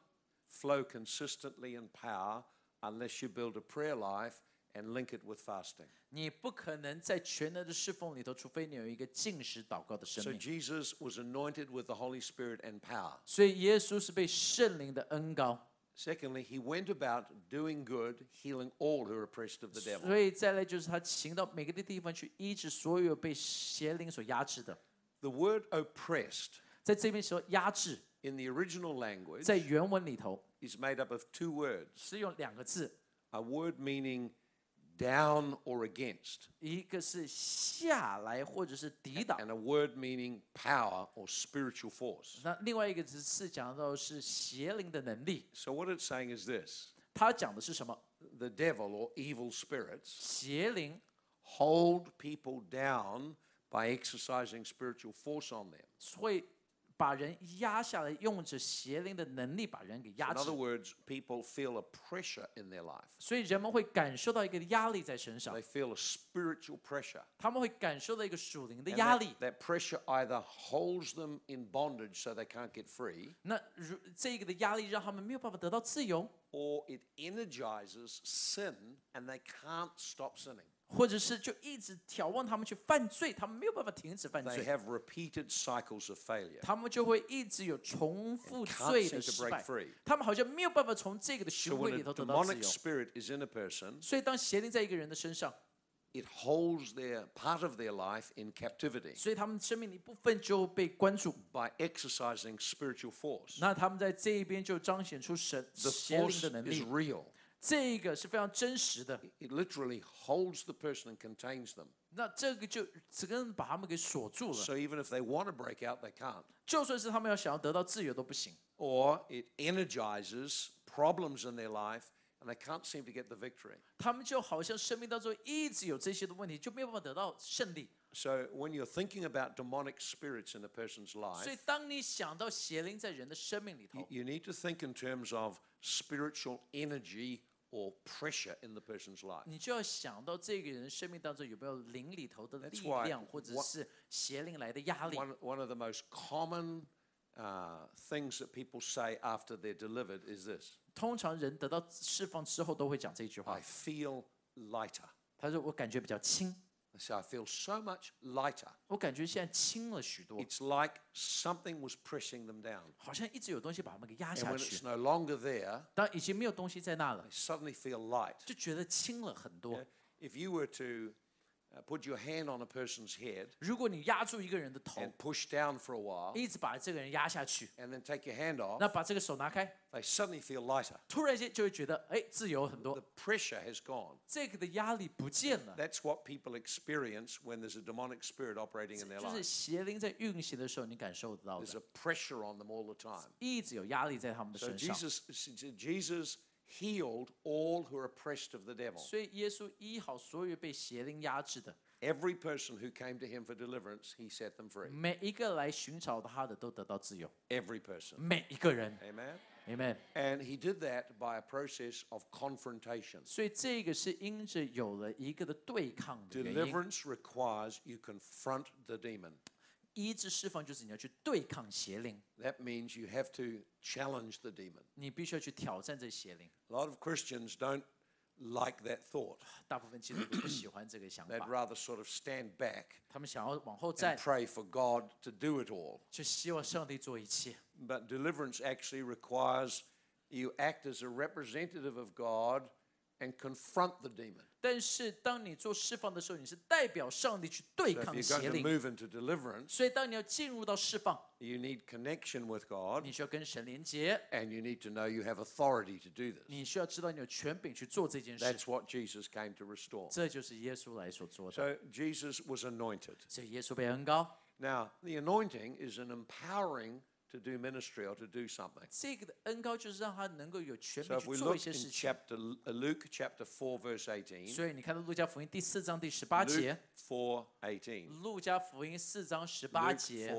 Speaker 1: flow consistently in power unless you build a prayer life and link it with fasting.
Speaker 2: 你不可能在全能的侍奉里头，除非你有一个进食、祷告的生
Speaker 1: So
Speaker 2: 命。
Speaker 1: Jesus was anointed with the Holy Spirit and power.
Speaker 2: 所以，耶稣是被圣灵的恩膏。
Speaker 1: Secondly, he went about doing good, healing all who are oppressed of the devil.
Speaker 2: 所以，再来就是他行到每个的地方去医治所有被邪灵所压制的。
Speaker 1: The word oppressed
Speaker 2: 在这边说压制，
Speaker 1: in the original language
Speaker 2: 在原文里头
Speaker 1: is made up of two words
Speaker 2: 是用两个字，
Speaker 1: a word meaning down or against,
Speaker 2: 一个是下来或者是抵挡，
Speaker 1: and a word meaning power or spiritual force.
Speaker 2: 那另外一个只是讲到是邪灵的能力。
Speaker 1: So, what it's saying is this
Speaker 2: 他讲的是什么？
Speaker 1: the devil or evil spirits
Speaker 2: 邪灵，
Speaker 1: hold people down by exercising spiritual force on them.
Speaker 2: 会把人压下来，用着邪灵的能力把人给压
Speaker 1: In
Speaker 2: 制
Speaker 1: other。words, people feel a pressure in their life.
Speaker 2: 所以人们会感受到一个压力在身上
Speaker 1: They，feel a spiritual pressure.
Speaker 2: 他们会感受到一个属灵的
Speaker 1: And
Speaker 2: 压
Speaker 1: that-
Speaker 2: 力。
Speaker 1: that pressure either holds them in bondage so they can't get free,
Speaker 2: 那如这个的压力让他们没有办法得到自由，
Speaker 1: or it energizes sin and they can't stop sinning.
Speaker 2: 或者是就一直挑望他们去犯罪，他们没有办法停止犯
Speaker 1: They
Speaker 2: 罪，
Speaker 1: have repeated cycles of failure.
Speaker 2: 他们就会一直有重复
Speaker 1: can't
Speaker 2: 罪
Speaker 1: seem
Speaker 2: 的
Speaker 1: to
Speaker 2: 失
Speaker 1: break
Speaker 2: 败
Speaker 1: free.，
Speaker 2: 他们好像没有办法从这个的
Speaker 1: So
Speaker 2: 循环
Speaker 1: when
Speaker 2: 里
Speaker 1: a
Speaker 2: 头得到自
Speaker 1: demonic
Speaker 2: 由。
Speaker 1: spirit is in a person,
Speaker 2: 所以当邪灵在一个人的身上，
Speaker 1: it holds their part of their life in captivity
Speaker 2: 所以他们生命的一部分就被关注。
Speaker 1: by exercising spiritual force.
Speaker 2: 那他们在这一边就彰显出神
Speaker 1: The
Speaker 2: 邪灵
Speaker 1: force
Speaker 2: 的能
Speaker 1: is
Speaker 2: 力，
Speaker 1: real.
Speaker 2: 这个是非常真实的。
Speaker 1: It literally holds the person and contains them.
Speaker 2: 那这个就只能把他们给锁住了，
Speaker 1: So even if they want to break out, they can't.
Speaker 2: 就算是他们要想要得到自由都不行。
Speaker 1: or it energizes problems in their life and they can't seem to get the victory.
Speaker 2: 他们就好像生命当中一直有这些的问题，就没有办法得到胜利。
Speaker 1: So when you're thinking about demonic spirits in a person's
Speaker 2: 所以
Speaker 1: life,
Speaker 2: 当你想到邪灵在人的生命里
Speaker 1: you,
Speaker 2: 头，
Speaker 1: you need to think in terms of spiritual energy or pressure in the person's life.
Speaker 2: 你就要想到这个人生命当中有没有灵里头的
Speaker 1: That's
Speaker 2: 力
Speaker 1: why
Speaker 2: 量，或者
Speaker 1: one-
Speaker 2: 是邪灵来的压力。
Speaker 1: One, one of the most common uh, things that people say after they're delivered is this
Speaker 2: 通常人得到释放之后都会讲这句话
Speaker 1: 哎 I，feel lighter.
Speaker 2: 他说我感觉比较轻，
Speaker 1: I say, I feel so much lighter.
Speaker 2: 我感觉现在轻了许多，
Speaker 1: It's like something was pressing them down.
Speaker 2: 好像一直有东西把他们给压
Speaker 1: And
Speaker 2: 下
Speaker 1: when
Speaker 2: 去
Speaker 1: it's。no longer there,
Speaker 2: 当已经没有东西在那了
Speaker 1: they，suddenly feel light.
Speaker 2: 就觉得轻了很多
Speaker 1: Yeah.。If you were to uh, put your hand on a person's head
Speaker 2: 如果你压住一个人的头，
Speaker 1: and push down for a while
Speaker 2: 一直把这个人压下去，
Speaker 1: and then take your hand off,
Speaker 2: 那把这个手拿开，
Speaker 1: they suddenly feel lighter.
Speaker 2: 突然间就会觉得，哎，自由很
Speaker 1: The
Speaker 2: 多，
Speaker 1: pressure has gone.
Speaker 2: 这个的压力不见了。
Speaker 1: That's what people experience when there's a demonic spirit operating in their
Speaker 2: 就是
Speaker 1: lives.
Speaker 2: 邪灵在运行的时候，你感受得到
Speaker 1: There's
Speaker 2: 的，
Speaker 1: a pressure on them all the time.
Speaker 2: 一直有压力在他们的
Speaker 1: So
Speaker 2: 身上。
Speaker 1: Jesus, Jesus healed all who are oppressed of the devil.
Speaker 2: 所以耶稣医好所有被邪灵压制的，
Speaker 1: Every person who came to him for deliverance, he set them free.
Speaker 2: 每一个来寻找他的都得到自由，
Speaker 1: Every person.
Speaker 2: 每一个人
Speaker 1: Amen.
Speaker 2: ，amen。
Speaker 1: And he did that by a process of confrontation.
Speaker 2: 所以这个是因着有了一个的对抗的原因，
Speaker 1: Deliverance requires you confront the demon.
Speaker 2: 医治释放就是你要去对抗邪灵，
Speaker 1: That means you have to challenge the demon.
Speaker 2: 你必须要去挑战这邪灵。
Speaker 1: A lot of Christians don't like that thought.
Speaker 2: 大部分基督徒不喜欢这个想
Speaker 1: They'd
Speaker 2: 法，
Speaker 1: rather sort of stand back
Speaker 2: 他们想要往后
Speaker 1: and
Speaker 2: 站，
Speaker 1: pray for God to do it all.
Speaker 2: 就希望上帝做一切。
Speaker 1: But deliverance actually requires you act as a representative of God and confront the demon.
Speaker 2: 但是当你做释放的时候，你是代表上帝去对
Speaker 1: So
Speaker 2: 抗
Speaker 1: if you're going
Speaker 2: 邪
Speaker 1: to
Speaker 2: 灵。
Speaker 1: move into deliverance,
Speaker 2: 所以，当你要进入到释放，
Speaker 1: you need connection with God
Speaker 2: 你需要跟神连接，
Speaker 1: and you need to know you have authority to do this.
Speaker 2: 你需要知道你有权柄去做这件事。
Speaker 1: That's what Jesus came to restore.
Speaker 2: 这就是耶稣来所做的。
Speaker 1: So Jesus was anointed.
Speaker 2: 所以，耶稣被恩高，
Speaker 1: Now, the anointing is an empowering to do ministry or to do something.
Speaker 2: 这个的恩高就是让他能够有权
Speaker 1: So
Speaker 2: 柄
Speaker 1: if
Speaker 2: 去
Speaker 1: we
Speaker 2: 做
Speaker 1: look
Speaker 2: 一些
Speaker 1: in
Speaker 2: 事情。
Speaker 1: chapter uh, Luke chapter 4 verse 18,
Speaker 2: 所以，你看到路加福音第四章第十八
Speaker 1: Luke
Speaker 2: 节，
Speaker 1: 4 18.
Speaker 2: 路加福音四章十八
Speaker 1: Luke
Speaker 2: 节，
Speaker 1: 4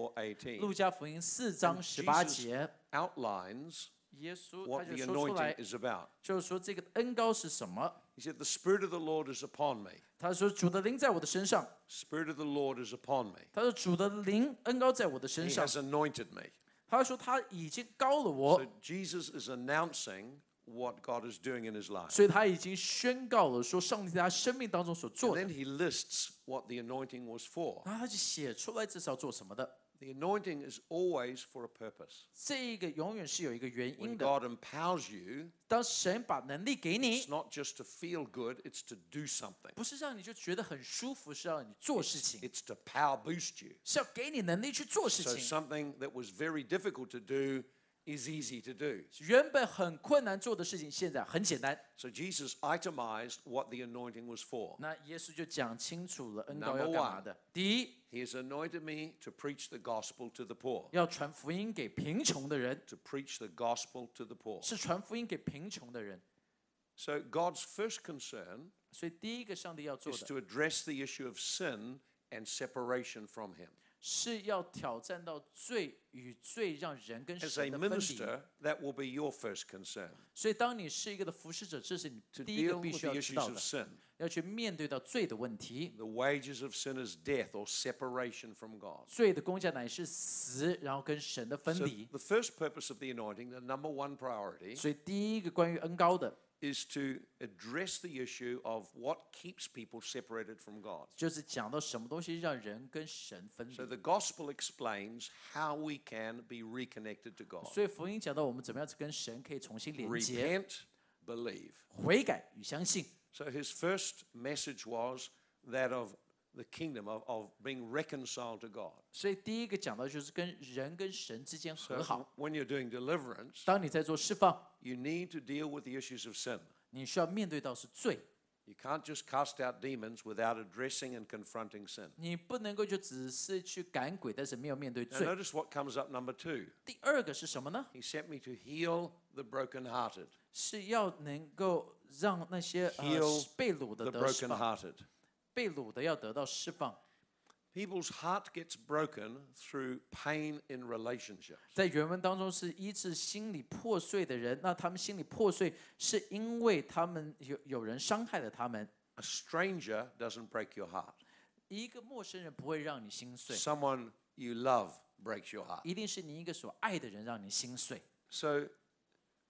Speaker 2: 路
Speaker 1: 18
Speaker 2: 加福音四章十八
Speaker 1: Jesus-
Speaker 2: 节，
Speaker 1: outlines
Speaker 2: 耶稣他
Speaker 1: what
Speaker 2: 就
Speaker 1: the
Speaker 2: 说
Speaker 1: anointing
Speaker 2: 出来，
Speaker 1: is about.
Speaker 2: 就是说这个恩高是什么？
Speaker 1: He said, The Spirit of the Lord is upon me.
Speaker 2: 他说：“主的灵在我的身上。
Speaker 1: Spirit of the Lord is upon me. ”
Speaker 2: 他说：“主的灵恩高在我的身
Speaker 1: He
Speaker 2: 上。
Speaker 1: has anointed me. ”
Speaker 2: 他说：“他已经高了我
Speaker 1: So，Jesus is announcing what God is doing in his life.
Speaker 2: 所以他已经宣告了说上帝在他生命当中所做
Speaker 1: And then
Speaker 2: 的。
Speaker 1: he lists what the anointing was for.
Speaker 2: 然后他就写出来这是要做什么的。
Speaker 1: The anointing is always for a purpose.
Speaker 2: 这个永远是有一个原
Speaker 1: When
Speaker 2: 因的。
Speaker 1: Oh God empowers you,
Speaker 2: 当神把能力给
Speaker 1: it's
Speaker 2: 你，
Speaker 1: not just to feel good, it's to do something.
Speaker 2: 不是让你就觉得很舒服，是让你做事情，
Speaker 1: It's to power boost you.
Speaker 2: 是要给你能力去做事
Speaker 1: So
Speaker 2: 情。
Speaker 1: something that was very difficult to do is easy to do.
Speaker 2: 原本很困难做的事情，现在很简单。
Speaker 1: So Jesus itemized what the anointing was for.
Speaker 2: 那耶稣就讲清楚了恩膏
Speaker 1: Number
Speaker 2: 要干嘛
Speaker 1: one
Speaker 2: 的。第一，
Speaker 1: He has anointed me to preach the gospel to the poor,
Speaker 2: 要传福音给贫穷的人，
Speaker 1: to preach the gospel to the poor.
Speaker 2: 是传福音给贫穷的人。
Speaker 1: So God's first concern
Speaker 2: 所以第一个上帝要做
Speaker 1: is
Speaker 2: 的
Speaker 1: to address the issue of sin and separation from Him.
Speaker 2: 是要挑战到罪与罪让人跟
Speaker 1: As a
Speaker 2: 神的分离。
Speaker 1: minister, that will be your first concern
Speaker 2: 所以，当你是一个的服侍者，这是你
Speaker 1: to
Speaker 2: 第一个
Speaker 1: deal
Speaker 2: 必
Speaker 1: with
Speaker 2: 须要
Speaker 1: the
Speaker 2: 知
Speaker 1: issues
Speaker 2: 道的
Speaker 1: of，sin.
Speaker 2: 要去面对到罪的问题。
Speaker 1: The wages of sin is death or separation from God.
Speaker 2: 罪的工价乃是死，然后跟神的分
Speaker 1: So
Speaker 2: 离。
Speaker 1: the first purpose of the anointing, the number one priority,
Speaker 2: 所以，第一个关于恩高的，
Speaker 1: is to address the issue of what keeps people separated from God.
Speaker 2: 就是讲到什么东西让人跟神分
Speaker 1: So
Speaker 2: 离。
Speaker 1: the gospel explains how we can be reconnected to God.
Speaker 2: 所以，福音讲到我们怎么样子跟神可以重新连接、
Speaker 1: Repent, believe.
Speaker 2: 悔改与相信。
Speaker 1: So his first message was that of the kingdom, of, of being reconciled to God.
Speaker 2: 所以，第一个讲到就是跟人跟神之间
Speaker 1: So
Speaker 2: 和好。
Speaker 1: when you're doing deliverance,
Speaker 2: 当你在做释放，
Speaker 1: you need to deal with the issues of sin.
Speaker 2: 你需要面对到是罪，
Speaker 1: You can't just cast out demons without addressing and confronting sin.
Speaker 2: 你不能够就只是去赶鬼，但是没有面对
Speaker 1: Now
Speaker 2: 罪。
Speaker 1: notice what comes up number two.
Speaker 2: 第二个是什么呢？
Speaker 1: He sent me to heal the brokenhearted.
Speaker 2: 是要能够让那些呃
Speaker 1: Heal
Speaker 2: 是被掳的
Speaker 1: The
Speaker 2: 得释放，
Speaker 1: brokenhearted.
Speaker 2: 被掳的要得到释放。
Speaker 1: People's heart gets broken through pain in relationships.
Speaker 2: 在原文当中是医治心理破碎的人，那他们心理破碎是因为他们有有人伤害了他们。
Speaker 1: A stranger doesn't break your heart.
Speaker 2: 一个陌生人不会让你心碎，
Speaker 1: Someone you love breaks your heart.
Speaker 2: 一定是你一个所爱的人让你心碎。
Speaker 1: So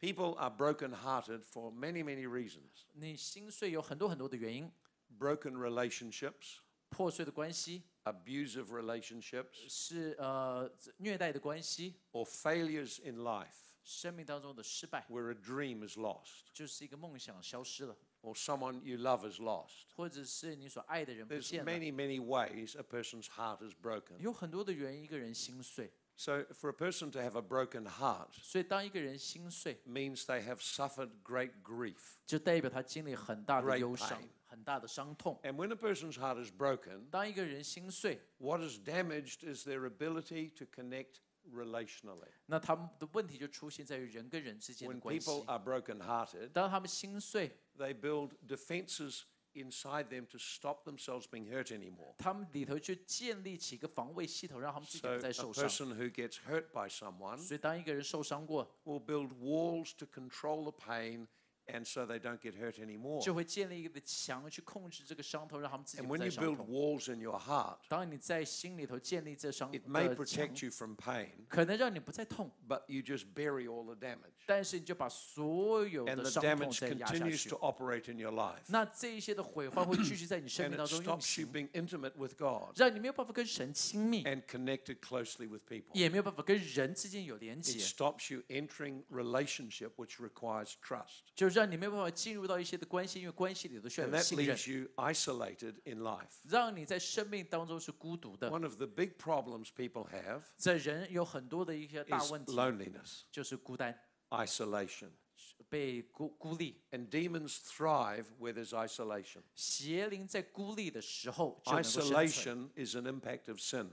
Speaker 1: people are brokenhearted for many, many reasons.
Speaker 2: 你心碎有很多很多的原因，
Speaker 1: Broken relationships,
Speaker 2: 破碎的关系，
Speaker 1: abusive relationships,
Speaker 2: 是呃虐待的关系，
Speaker 1: or failures in life
Speaker 2: 生命当中的失败，
Speaker 1: where a dream is lost,
Speaker 2: 就是一个梦想消失了，
Speaker 1: or someone you love is lost.
Speaker 2: 或者是你所爱的人不
Speaker 1: There's
Speaker 2: 见了。
Speaker 1: many, many ways a person's heart is broken.
Speaker 2: 有很多的原因，一个人心碎。
Speaker 1: So, for a person to have a broken heart
Speaker 2: 所以，当一个人心碎，
Speaker 1: means they have suffered great grief.
Speaker 2: 就代表他经历很大的
Speaker 1: Great
Speaker 2: 忧伤
Speaker 1: pain.，
Speaker 2: 很大的伤痛。
Speaker 1: And when a person's heart is broken,
Speaker 2: 当一个人心碎，
Speaker 1: what is damaged is their ability to connect relationally.
Speaker 2: 那他们的问题就出现在于人跟人之间的
Speaker 1: When
Speaker 2: 关系。
Speaker 1: people are broken-hearted,
Speaker 2: 当他们心碎，
Speaker 1: they build defenses inside them to stop themselves being hurt anymore.
Speaker 2: 他们里头就建立起一个防卫系统，让他们自己
Speaker 1: So
Speaker 2: 不再
Speaker 1: a
Speaker 2: 受伤。
Speaker 1: person who gets hurt by someone
Speaker 2: 所以，当一个人受伤过，
Speaker 1: will build walls to control the pain and so they don't get hurt anymore.
Speaker 2: 就会建立一个墙去控制这个伤痛，让他们自己
Speaker 1: And
Speaker 2: 不
Speaker 1: when
Speaker 2: 再
Speaker 1: you
Speaker 2: 伤
Speaker 1: build
Speaker 2: 痛。
Speaker 1: walls in your heart,
Speaker 2: 当你在心里头建立这伤
Speaker 1: it may
Speaker 2: 的墙
Speaker 1: protect you from pain,
Speaker 2: 可能让你不再痛，
Speaker 1: but you just bury all the damage.
Speaker 2: 但是你就把所有
Speaker 1: And
Speaker 2: 的
Speaker 1: the
Speaker 2: 伤痛
Speaker 1: damage
Speaker 2: 再压下
Speaker 1: continues
Speaker 2: 去
Speaker 1: to。operate in your life.
Speaker 2: 那这一些的毁坏会继续在你生
Speaker 1: And *coughs* it
Speaker 2: 命当中运
Speaker 1: stops you
Speaker 2: 行，
Speaker 1: being intimate with God
Speaker 2: 让你没有办法跟神亲密，
Speaker 1: and connected closely with people.
Speaker 2: 也没有办法跟人之间有连
Speaker 1: It
Speaker 2: 接，
Speaker 1: stops you entering relationship which requires trust.
Speaker 2: 就是让你没有办法进入到一些的关系，因为关系里头需要
Speaker 1: And
Speaker 2: 有
Speaker 1: that
Speaker 2: 信任
Speaker 1: leaves，you isolated in life.
Speaker 2: 让你在生命当中是孤独的。
Speaker 1: One of the big problems people have
Speaker 2: 这人有很多的一些大
Speaker 1: is
Speaker 2: 问题，
Speaker 1: loneliness,
Speaker 2: 就是孤单，
Speaker 1: isolation.
Speaker 2: 被孤孤立。
Speaker 1: And demons thrive where there's isolation.
Speaker 2: 邪灵在孤立的时候就能够生存。
Speaker 1: Isolation is an impact of sin.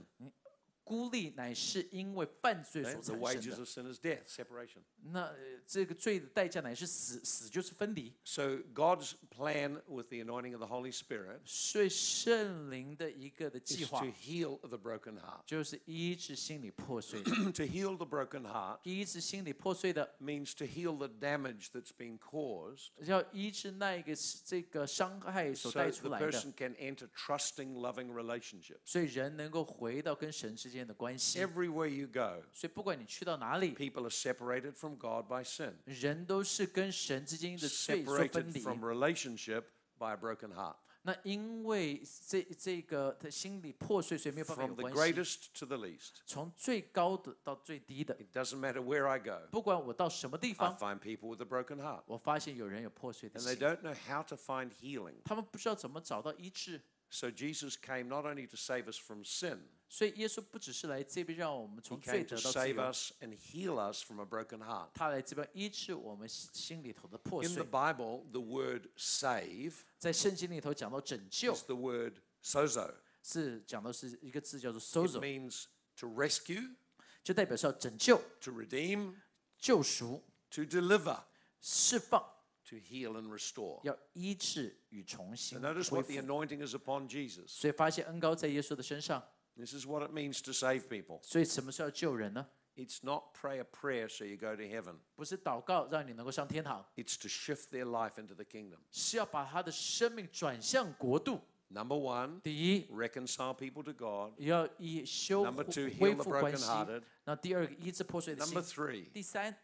Speaker 2: 孤立乃是因为犯罪
Speaker 1: okay?
Speaker 2: 所
Speaker 1: The
Speaker 2: 产
Speaker 1: wages
Speaker 2: 生
Speaker 1: of
Speaker 2: 的。
Speaker 1: sin is death, separation.
Speaker 2: 那呃这个罪的代价乃是死，死就是分离。
Speaker 1: So God's plan with the anointing of the Holy Spirit
Speaker 2: 所以圣灵的一个的计
Speaker 1: is
Speaker 2: 划
Speaker 1: to heal the broken heart. *clears throat*
Speaker 2: 就是医治心理破碎的， *coughs*
Speaker 1: to heal the broken heart
Speaker 2: 医治心理破碎的，
Speaker 1: means to heal the damage that's been caused
Speaker 2: 要医治那一个是这个伤害所
Speaker 1: so
Speaker 2: 带出
Speaker 1: the
Speaker 2: 来的，
Speaker 1: person can enter trusting, loving relationships.
Speaker 2: 所以人能够回到跟神之间的关系。
Speaker 1: Everywhere you go,
Speaker 2: 所以不管你去到哪里，
Speaker 1: people are separated from God by sin,
Speaker 2: 人都是跟神之间的罪所分
Speaker 1: separated
Speaker 2: 离。
Speaker 1: from relationship by a broken heart.
Speaker 2: 那因为这这个他心理破碎，所以没有办法有
Speaker 1: From the
Speaker 2: 关系。
Speaker 1: greatest to the least.
Speaker 2: 从最高的到最低的，
Speaker 1: It doesn't matter where I go,
Speaker 2: 不管我到什么地
Speaker 1: I
Speaker 2: 方，
Speaker 1: find people with a broken heart.
Speaker 2: 我发现有人有破碎的
Speaker 1: And they
Speaker 2: 心，
Speaker 1: don't know how to find healing.
Speaker 2: 他们不知道怎么找到医治。
Speaker 1: So Jesus came not only to save us from sin,
Speaker 2: 所以耶稣不只是来这边让我们
Speaker 1: he
Speaker 2: 从罪
Speaker 1: came to
Speaker 2: 得到自
Speaker 1: save
Speaker 2: 由，
Speaker 1: us and heal us from a broken heart.
Speaker 2: 他来这边医治我们心心里头的破
Speaker 1: In the
Speaker 2: 碎。
Speaker 1: Bible, the word save
Speaker 2: 在圣经里头讲到拯救
Speaker 1: is，the word sozo.
Speaker 2: 是讲的是一个字叫做
Speaker 1: It
Speaker 2: “sozo”，
Speaker 1: means to rescue,
Speaker 2: 就代表是要拯救、
Speaker 1: to redeem,
Speaker 2: 救赎、
Speaker 1: to deliver,
Speaker 2: 释放，
Speaker 1: to heal and restore.
Speaker 2: 要医治与重新
Speaker 1: And
Speaker 2: 恢
Speaker 1: notice what the
Speaker 2: 复。
Speaker 1: anointing is upon Jesus.
Speaker 2: 所以发现恩高在耶稣的身上，
Speaker 1: This is what it means to save people.
Speaker 2: 所以什么是要救人呢？
Speaker 1: It's not pray a prayer so you go to heaven.
Speaker 2: 不是祷告让你能够上天堂，
Speaker 1: It's to shift their life into the kingdom.
Speaker 2: 是要把他的生命转向国度。
Speaker 1: Number one,
Speaker 2: 第一，
Speaker 1: reconcile people to God.
Speaker 2: 要以修
Speaker 1: Number
Speaker 2: 复
Speaker 1: two, heal
Speaker 2: 恢
Speaker 1: the
Speaker 2: 复关系
Speaker 1: brokenhearted.；
Speaker 2: 那第二个，医治破碎的
Speaker 1: Number
Speaker 2: 心；
Speaker 1: three,
Speaker 2: 第三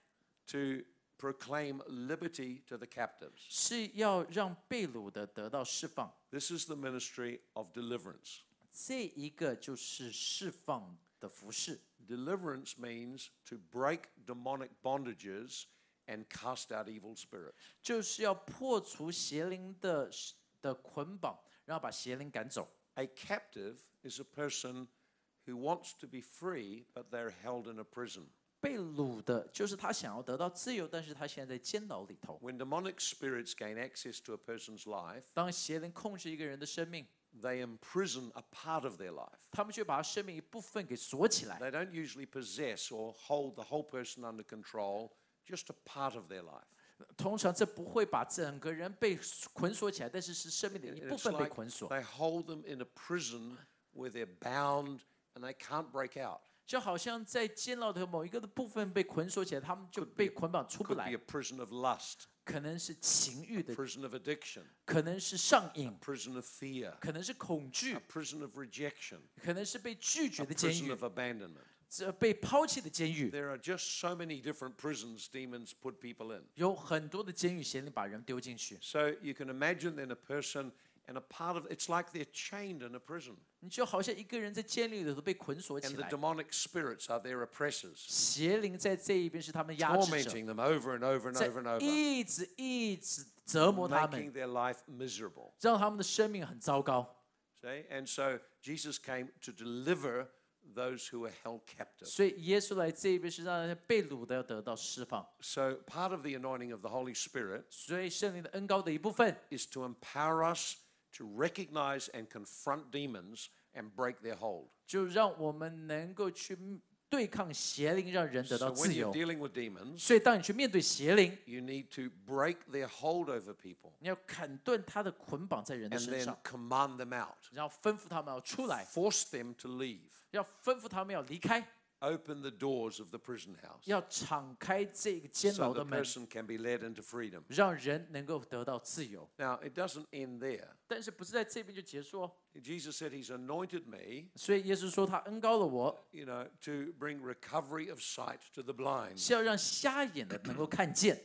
Speaker 1: to proclaim liberty to the captives.
Speaker 2: 是要让被掳的得到释放。
Speaker 1: This is the ministry of deliverance.
Speaker 2: 这一个就是释放的服饰。
Speaker 1: Deliverance means to break demonic bondages and cast out evil spirits.
Speaker 2: 就是要破除邪灵的是的捆绑，然后把邪灵赶走。
Speaker 1: A captive is a person who wants to be free, but they're held in a prison.
Speaker 2: 被掳的就是他想要得到自由，但是他现在在监牢里头。
Speaker 1: When demonic spirits gain access to a person's life,
Speaker 2: 当邪灵控制一个人的生命，
Speaker 1: they imprison a part of their life.
Speaker 2: 他们却把他生命一部分给锁起来。
Speaker 1: They don't usually possess or hold the whole person under control, just a part of their life.
Speaker 2: 通常这不会把整个人被捆锁起来，但是是生命的
Speaker 1: And
Speaker 2: 一
Speaker 1: it's
Speaker 2: 部分被
Speaker 1: like
Speaker 2: 捆锁，
Speaker 1: They hold them in a prison where they're bound and they can't break out.
Speaker 2: 就好像在监牢的某一个的部分被捆锁起来，他们就被捆绑出不
Speaker 1: Could be
Speaker 2: 来
Speaker 1: a，prison of lust,
Speaker 2: 可能是情欲的，
Speaker 1: prison of addiction,
Speaker 2: 可能是上瘾，
Speaker 1: prison of fear,
Speaker 2: 可能是恐惧
Speaker 1: a，prison of rejection,
Speaker 2: 可能是被拒绝
Speaker 1: a
Speaker 2: 的监
Speaker 1: prison
Speaker 2: 狱
Speaker 1: of，abandonment.
Speaker 2: 这被抛弃的监狱，
Speaker 1: There are just so many different prisons demons put people in.
Speaker 2: 有很多的监狱，邪灵把人丢进去。
Speaker 1: So you can imagine then a person and a part of it's like they're chained in a prison,
Speaker 2: 你就好像一个人在监狱里头被捆锁起
Speaker 1: and the
Speaker 2: 来，
Speaker 1: demonic spirits are their oppressors,
Speaker 2: 邪灵在这一边是他们压制者，
Speaker 1: tormenting them over and over and
Speaker 2: 在
Speaker 1: over and over,
Speaker 2: 一直一直折磨他
Speaker 1: making
Speaker 2: 们，
Speaker 1: their life miserable.
Speaker 2: 让他们的生命很糟糕。
Speaker 1: See? And so Jesus came to deliver those who were held captive.
Speaker 2: 所以耶稣来这一边是让人被掳的要得到释放。
Speaker 1: So part of the anointing of the Holy Spirit
Speaker 2: 所以圣灵的恩高的一部分，
Speaker 1: is to empower us to recognize and confront demons and break their hold.
Speaker 2: 就让我们能够去对抗邪灵，让人得
Speaker 1: So
Speaker 2: 到
Speaker 1: when
Speaker 2: 自
Speaker 1: you're
Speaker 2: 由。
Speaker 1: dealing with demons,
Speaker 2: 所以当你去面对邪灵，
Speaker 1: you need to break their hold over people
Speaker 2: 你要砍断他的捆绑在人的
Speaker 1: and
Speaker 2: 身
Speaker 1: then
Speaker 2: 上，
Speaker 1: command them out.
Speaker 2: 然后吩咐他们要出来，
Speaker 1: Force them to leave.
Speaker 2: 要吩咐他们要离开，
Speaker 1: Open the doors of the prison house
Speaker 2: 要敞开这个监
Speaker 1: so
Speaker 2: 牢
Speaker 1: the
Speaker 2: 的门，
Speaker 1: person can be led into freedom.
Speaker 2: 让人能够得到自由。
Speaker 1: Now, it doesn't end there.
Speaker 2: 但是不是在这边就结束哦？
Speaker 1: Jesus said, He's anointed me,
Speaker 2: 所以耶稣说他恩高了我，
Speaker 1: you know, to bring recovery of sight to the blind.
Speaker 2: 是要让瞎眼的能够看见。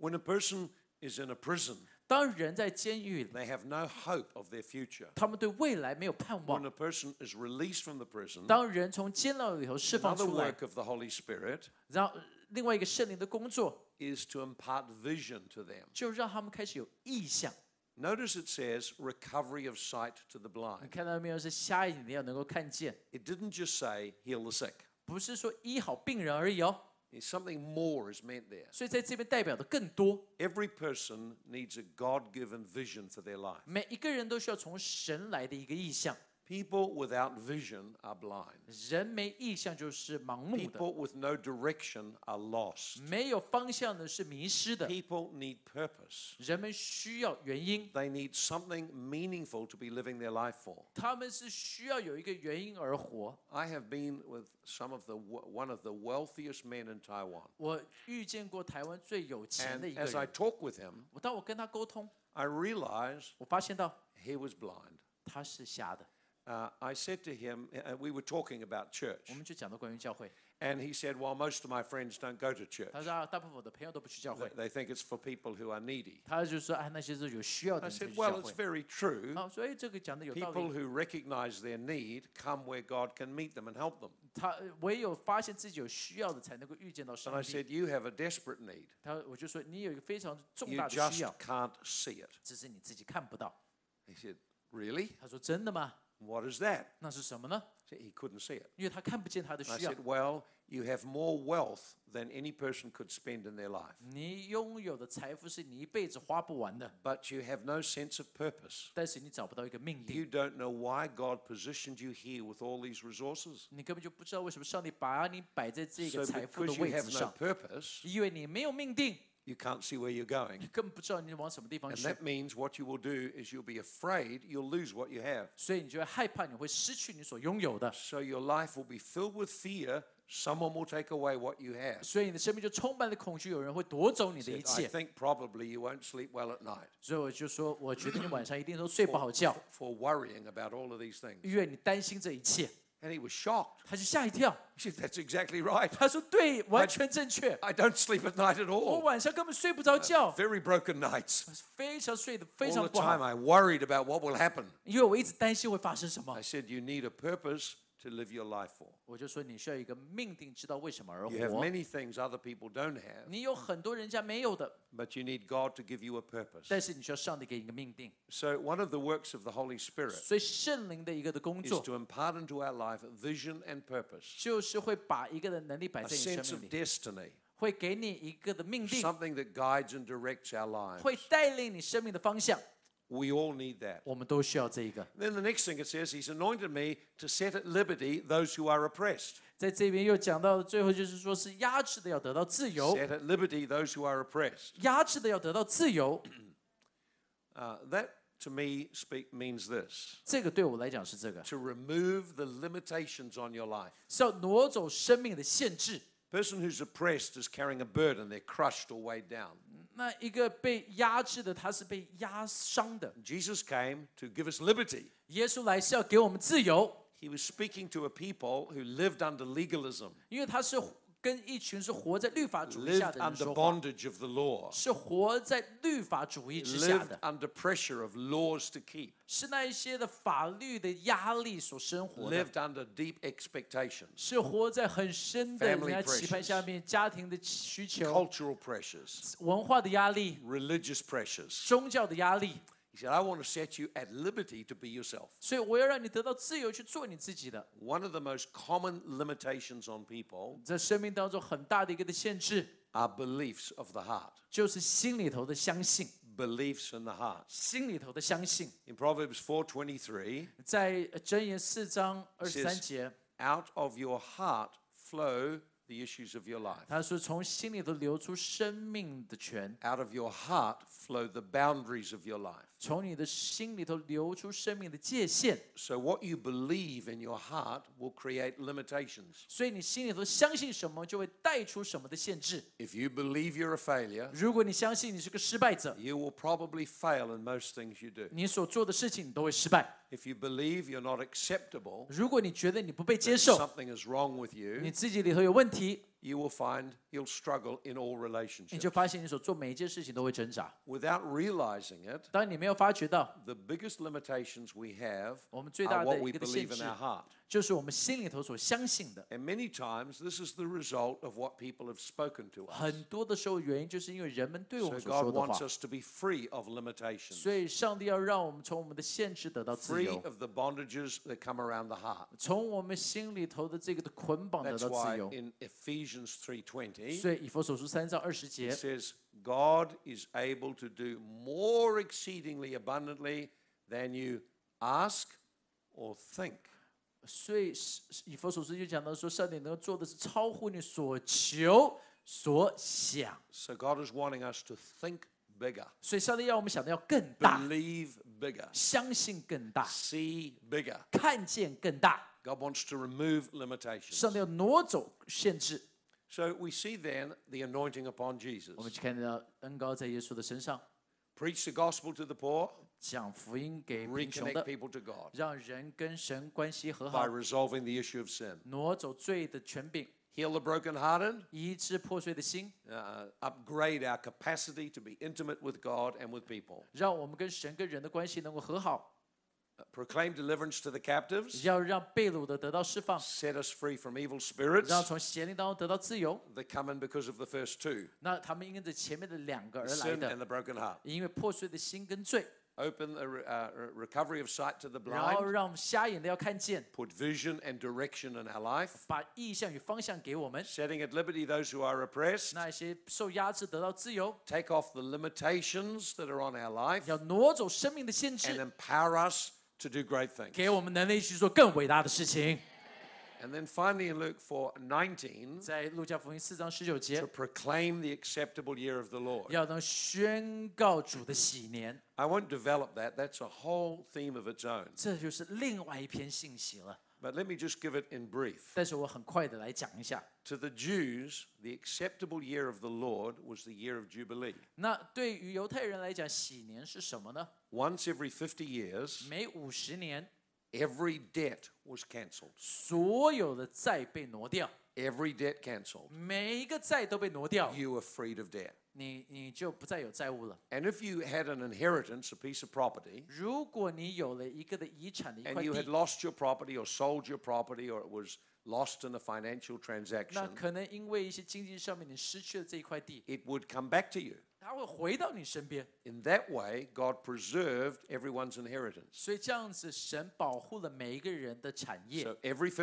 Speaker 1: When a person is in a prison,
Speaker 2: 当人在监狱里，
Speaker 1: they have no hope of their future.
Speaker 2: 他们对未来没有盼望
Speaker 1: When。a person is released from the prison,
Speaker 2: 当人从监牢里头释放
Speaker 1: another
Speaker 2: 出来，
Speaker 1: work of the Holy Spirit
Speaker 2: 然后另外一个圣灵的工作，
Speaker 1: is to impart vision to them.
Speaker 2: 就让他们开始有意向。
Speaker 1: Notice it says recovery of sight to the
Speaker 2: 你
Speaker 1: blind.
Speaker 2: 看到没有？是瞎眼的要能够看见，
Speaker 1: It didn't just say heal the sick.
Speaker 2: 不是说医好病人而已哦。
Speaker 1: There's Something more is meant there.
Speaker 2: 所以在这边代表的更多，
Speaker 1: Every person needs a God given vision for their life.
Speaker 2: 每一个人都需要从神来的一个意向。
Speaker 1: People without vision are blind,
Speaker 2: 人没意向就是盲目的，
Speaker 1: people with no direction are lost.
Speaker 2: 没有方向的是迷失的。
Speaker 1: People need purpose,
Speaker 2: 人们需要原因，
Speaker 1: they need something meaningful to be living their life for.
Speaker 2: 他们是需要有一个原因而活。
Speaker 1: I have been with some of the wo- one of the wealthiest men in Taiwan,
Speaker 2: 我遇见过台湾最有钱的一
Speaker 1: and
Speaker 2: 个
Speaker 1: as I
Speaker 2: 人，
Speaker 1: talk with him,
Speaker 2: 我当我跟他沟通，
Speaker 1: I realized
Speaker 2: 我发现到
Speaker 1: he was blind.
Speaker 2: 他是瞎的。
Speaker 1: Uh, I said to him, uh, we were talking about church,
Speaker 2: 我们就讲到关于教会，
Speaker 1: and he said, "Well, most of my friends don't go to church.
Speaker 2: 他说啊，大部分我的朋友都不去教
Speaker 1: They,
Speaker 2: 会，
Speaker 1: they think it's for people who are needy."
Speaker 2: 他就说啊，那些是有需要
Speaker 1: I
Speaker 2: 的人才
Speaker 1: said, Oh,
Speaker 2: 去教
Speaker 1: "Well, it's
Speaker 2: 会。
Speaker 1: very true.
Speaker 2: 啊，所以这个讲的有道
Speaker 1: People
Speaker 2: 理。
Speaker 1: who recognize their need come where God can meet them and help them."
Speaker 2: 他唯有发现自己有需要的，才能够遇见到
Speaker 1: And I
Speaker 2: 上帝。
Speaker 1: said, "You have a desperate need.
Speaker 2: 他我就说你有一个非常重
Speaker 1: You
Speaker 2: 大的需
Speaker 1: just
Speaker 2: 要，
Speaker 1: can't see it."
Speaker 2: 只是你自己看不到。
Speaker 1: He said, "Really?
Speaker 2: 他说真的吗？
Speaker 1: What is that?"
Speaker 2: 那是什么呢？
Speaker 1: He said, He couldn't see it.
Speaker 2: 因为他看不见他的
Speaker 1: I
Speaker 2: 需要。
Speaker 1: said, Well, you have more wealth than any person could spend in their life,
Speaker 2: 你拥有的财富是你一辈子花不完的，
Speaker 1: but you have no sense of purpose.
Speaker 2: 但是你找不到一个命定，
Speaker 1: You don't know why God positioned you here with all these resources.
Speaker 2: 你根本就不知道为什么上帝把你摆在这
Speaker 1: So,
Speaker 2: 个财富的
Speaker 1: because you
Speaker 2: 位置
Speaker 1: have no
Speaker 2: 上，
Speaker 1: purpose,
Speaker 2: 因为你没有命定，
Speaker 1: you can't see where you're going.
Speaker 2: 你根本不知道你往什么地方
Speaker 1: And
Speaker 2: 去，
Speaker 1: that means what you will do is you'll be afraid you'll lose what you have.
Speaker 2: 所以你就会害怕，你会失去你所拥有的，
Speaker 1: So, your life will be filled with fear. Someone will take away what you have.
Speaker 2: 所以你的生命就充满了恐惧，有人会夺走你的一
Speaker 1: Said, I
Speaker 2: 切。
Speaker 1: think probably you won't sleep well at night
Speaker 2: 所以我就说，我觉得你晚上一定都睡不好觉，
Speaker 1: for worrying about all of these things.
Speaker 2: 因为你担心这一切。
Speaker 1: And he was shocked. *laughs*
Speaker 2: 他就吓一跳，
Speaker 1: He said, That's exactly right.
Speaker 2: 他说：“对，完全正确，
Speaker 1: I don't sleep at night at
Speaker 2: 我
Speaker 1: all.
Speaker 2: 晚上根本睡不着觉，
Speaker 1: Very broken nights.
Speaker 2: 非常睡得非
Speaker 1: All
Speaker 2: 常
Speaker 1: the
Speaker 2: 不好
Speaker 1: time，I worried about what will happen.
Speaker 2: 因为我一直担心会发生什么
Speaker 1: I。said, You need a purpose to live your life for.
Speaker 2: 哎我就说你需要一个命定，知道为什么而
Speaker 1: You have
Speaker 2: 活。
Speaker 1: many things other people don't have,
Speaker 2: 你有很多人家没有的，
Speaker 1: but you need God to give you a purpose.
Speaker 2: 但是你需要上帝给你一个命定。
Speaker 1: So, one of the works of the Holy Spirit
Speaker 2: 所以圣灵的一个的工
Speaker 1: is
Speaker 2: 作，
Speaker 1: to impart into our life vision and purpose,
Speaker 2: 就是会把一个的能力摆
Speaker 1: a
Speaker 2: 在你
Speaker 1: sense
Speaker 2: 生命
Speaker 1: of
Speaker 2: 里，
Speaker 1: destiny,
Speaker 2: 会给你一个的命定，
Speaker 1: something that guides and directs our lives.
Speaker 2: 会带领你生命的方向。
Speaker 1: We all need that.
Speaker 2: 我们都需要这一个。
Speaker 1: Then the next thing it says, He's anointed me to set at liberty those who are oppressed.
Speaker 2: 在这边又讲到最后，就是说是压制的要得到自由，
Speaker 1: Set at liberty those who are oppressed.
Speaker 2: 压制的要得到自由。
Speaker 1: Uh, that to me speak means this
Speaker 2: 这个对我来讲是这个，
Speaker 1: to remove the limitations on your life.
Speaker 2: 是要挪走生命的限制。
Speaker 1: Person who's oppressed is carrying a burden, they're crushed or weighed down.
Speaker 2: 那一个被压制的，他是被压伤的。
Speaker 1: Jesus came to give us liberty.
Speaker 2: 耶稣来是要给我们自由，
Speaker 1: He was speaking to a people who lived under legalism.
Speaker 2: 因为他是跟一群是活在律法主义下
Speaker 1: lived
Speaker 2: 的人
Speaker 1: under
Speaker 2: 说话，
Speaker 1: bondage of the law,
Speaker 2: 是活在律法主义之下
Speaker 1: lived
Speaker 2: 的，
Speaker 1: under pressure of laws to keep,
Speaker 2: 是那一些的法律的压力所生活的，
Speaker 1: lived under deep expectations,
Speaker 2: 是活在很深的
Speaker 1: Family
Speaker 2: 人家期盼下
Speaker 1: pressures
Speaker 2: 面，家庭的需求、
Speaker 1: cultural pressures,
Speaker 2: 文化的压力、
Speaker 1: religious pressures.
Speaker 2: 宗教的压力。
Speaker 1: He said, I want to set you at liberty to be yourself.
Speaker 2: 所以我要让你得到自由去做你自己的。
Speaker 1: One of the most common limitations on people
Speaker 2: 在生命当中很大的一个的限制，
Speaker 1: are beliefs of the heart.
Speaker 2: 就是心里头的相信，
Speaker 1: Beliefs in the heart.
Speaker 2: 心里头的相信。
Speaker 1: In Proverbs 4:23,
Speaker 2: 在呃箴言四章二十三
Speaker 1: Says-
Speaker 2: 节，
Speaker 1: out of your heart flow the issues of your life.
Speaker 2: 他说：“从心里头流出生命的泉，
Speaker 1: Out of your heart flow the boundaries of your life.
Speaker 2: 从你的心里头流出生命的界限。
Speaker 1: So what you believe in your heart will create limitations.
Speaker 2: 所以你心里头相信什么，就会带出什么的限制。
Speaker 1: If you believe you're a failure,
Speaker 2: 如果你相信你是个失败者，
Speaker 1: you will probably fail in most things you do.
Speaker 2: 你所做的事情你都会失败。
Speaker 1: If you believe you're not acceptable,
Speaker 2: 如果你觉得你不被接受，
Speaker 1: something is wrong with
Speaker 2: 你
Speaker 1: you,
Speaker 2: 自己里头有问题，
Speaker 1: you will find you'll struggle in all
Speaker 2: 你
Speaker 1: relationships.
Speaker 2: 就发现你所做每一件事情都会挣扎。
Speaker 1: Without realizing it,
Speaker 2: 当你没有发觉到，
Speaker 1: the biggest limitations we have
Speaker 2: 我们最大的
Speaker 1: are what we
Speaker 2: 一个的
Speaker 1: believe in
Speaker 2: 限制。
Speaker 1: our heart.
Speaker 2: 就是我们心里头所相信的。
Speaker 1: And many times, this is the result of what people have spoken to us.
Speaker 2: 很多的时候，原因就是因为人们对我
Speaker 1: So
Speaker 2: 们所
Speaker 1: God
Speaker 2: 说的
Speaker 1: wants
Speaker 2: 话，
Speaker 1: us to be free of limitations,
Speaker 2: 所以上帝要让我们从我们的限制得到自
Speaker 1: free
Speaker 2: 由，
Speaker 1: of the bondages that come around the heart.
Speaker 2: 从我们心里头的这个的捆绑得
Speaker 1: That's
Speaker 2: 到自
Speaker 1: why
Speaker 2: 由。
Speaker 1: in Ephesians 3:20
Speaker 2: 所以以佛所书三章二十
Speaker 1: it
Speaker 2: 节，
Speaker 1: says, "God is able to do more exceedingly abundantly than you ask or think."
Speaker 2: 所以是是以佛所书就讲到说，上帝能够做的是超乎你所求所想，
Speaker 1: So God is wanting us to think bigger,
Speaker 2: 所以上帝要我们想的要更
Speaker 1: Ah.
Speaker 2: 大，
Speaker 1: believe bigger,
Speaker 2: 相信更大，
Speaker 1: see bigger.
Speaker 2: 看见更大。
Speaker 1: God wants to remove limitations.
Speaker 2: 上帝要挪走限制。
Speaker 1: So we see then the anointing upon Jesus.
Speaker 2: 我们去看到恩高在耶稣的身上。
Speaker 1: Preach the gospel to the poor,
Speaker 2: 讲福音给贫穷
Speaker 1: reconnect
Speaker 2: 的，
Speaker 1: people to God
Speaker 2: 让人跟神关系和
Speaker 1: by
Speaker 2: 好，
Speaker 1: resolving the issue of sin.
Speaker 2: 挪走罪的权柄，
Speaker 1: Heal the brokenhearted,
Speaker 2: 医治破碎的心，
Speaker 1: uh, upgrade our capacity to be intimate with God and with people.
Speaker 2: 让我们跟神跟人的关系能够和好，
Speaker 1: Uh, proclaim deliverance to the captives,
Speaker 2: 要让被掳的得到释放，
Speaker 1: set us free from evil spirits
Speaker 2: 让从邪灵当中得到自由。
Speaker 1: that come in because of the first two
Speaker 2: 那他们应该在前面的两个而来
Speaker 1: sin and the
Speaker 2: 的，
Speaker 1: broken heart.
Speaker 2: 因为破碎的心跟罪，
Speaker 1: Open the re- uh, re- recovery of sight to the
Speaker 2: 然后
Speaker 1: blind,
Speaker 2: 让瞎眼的要看见，
Speaker 1: put vision and direction in our life,
Speaker 2: 把意向与方向给我们，
Speaker 1: setting at liberty those who are oppressed,
Speaker 2: 那一些受压制得到自由，
Speaker 1: take off the limitations that are on our life,
Speaker 2: 要挪走生命的限
Speaker 1: and
Speaker 2: 制，
Speaker 1: empower us to do great things.
Speaker 2: 给我们能力去做更伟大的事情。
Speaker 1: And then finally in Luke 4 19,
Speaker 2: 在路加福音四章十九节
Speaker 1: to，proclaim the acceptable year of the Lord.
Speaker 2: 要能宣告主的喜年，
Speaker 1: I won't develop that, that's a whole theme of its own.
Speaker 2: 这就是另外一篇信息了。
Speaker 1: But let me just give it in brief.
Speaker 2: 但是我很快的来讲一下。
Speaker 1: To the Jews, the acceptable year of the Lord was the year of Jubilee.
Speaker 2: 那对于犹太人来讲，喜年是什么呢？
Speaker 1: Once every 50 years,
Speaker 2: 每五十年，
Speaker 1: every debt was cancelled.
Speaker 2: 所有的债被挪掉，
Speaker 1: Every debt cancelled.
Speaker 2: 每一个债都被挪掉，
Speaker 1: You were freed of debt.
Speaker 2: 你你就不再有债务了。
Speaker 1: And if you had an inheritance, a piece of property,
Speaker 2: 如果你有了一个的遗产的一块
Speaker 1: and you had
Speaker 2: 地，
Speaker 1: lost your property or sold your property or it was lost in a financial
Speaker 2: 那
Speaker 1: transaction,
Speaker 2: 可能因为一些经济上面你失去了这一块地，
Speaker 1: it would come back to you.
Speaker 2: 它会回到你身边。
Speaker 1: In that way, God preserved everyone's inheritance.
Speaker 2: 所以这样子，神保护了每一个人的产业。
Speaker 1: So every 50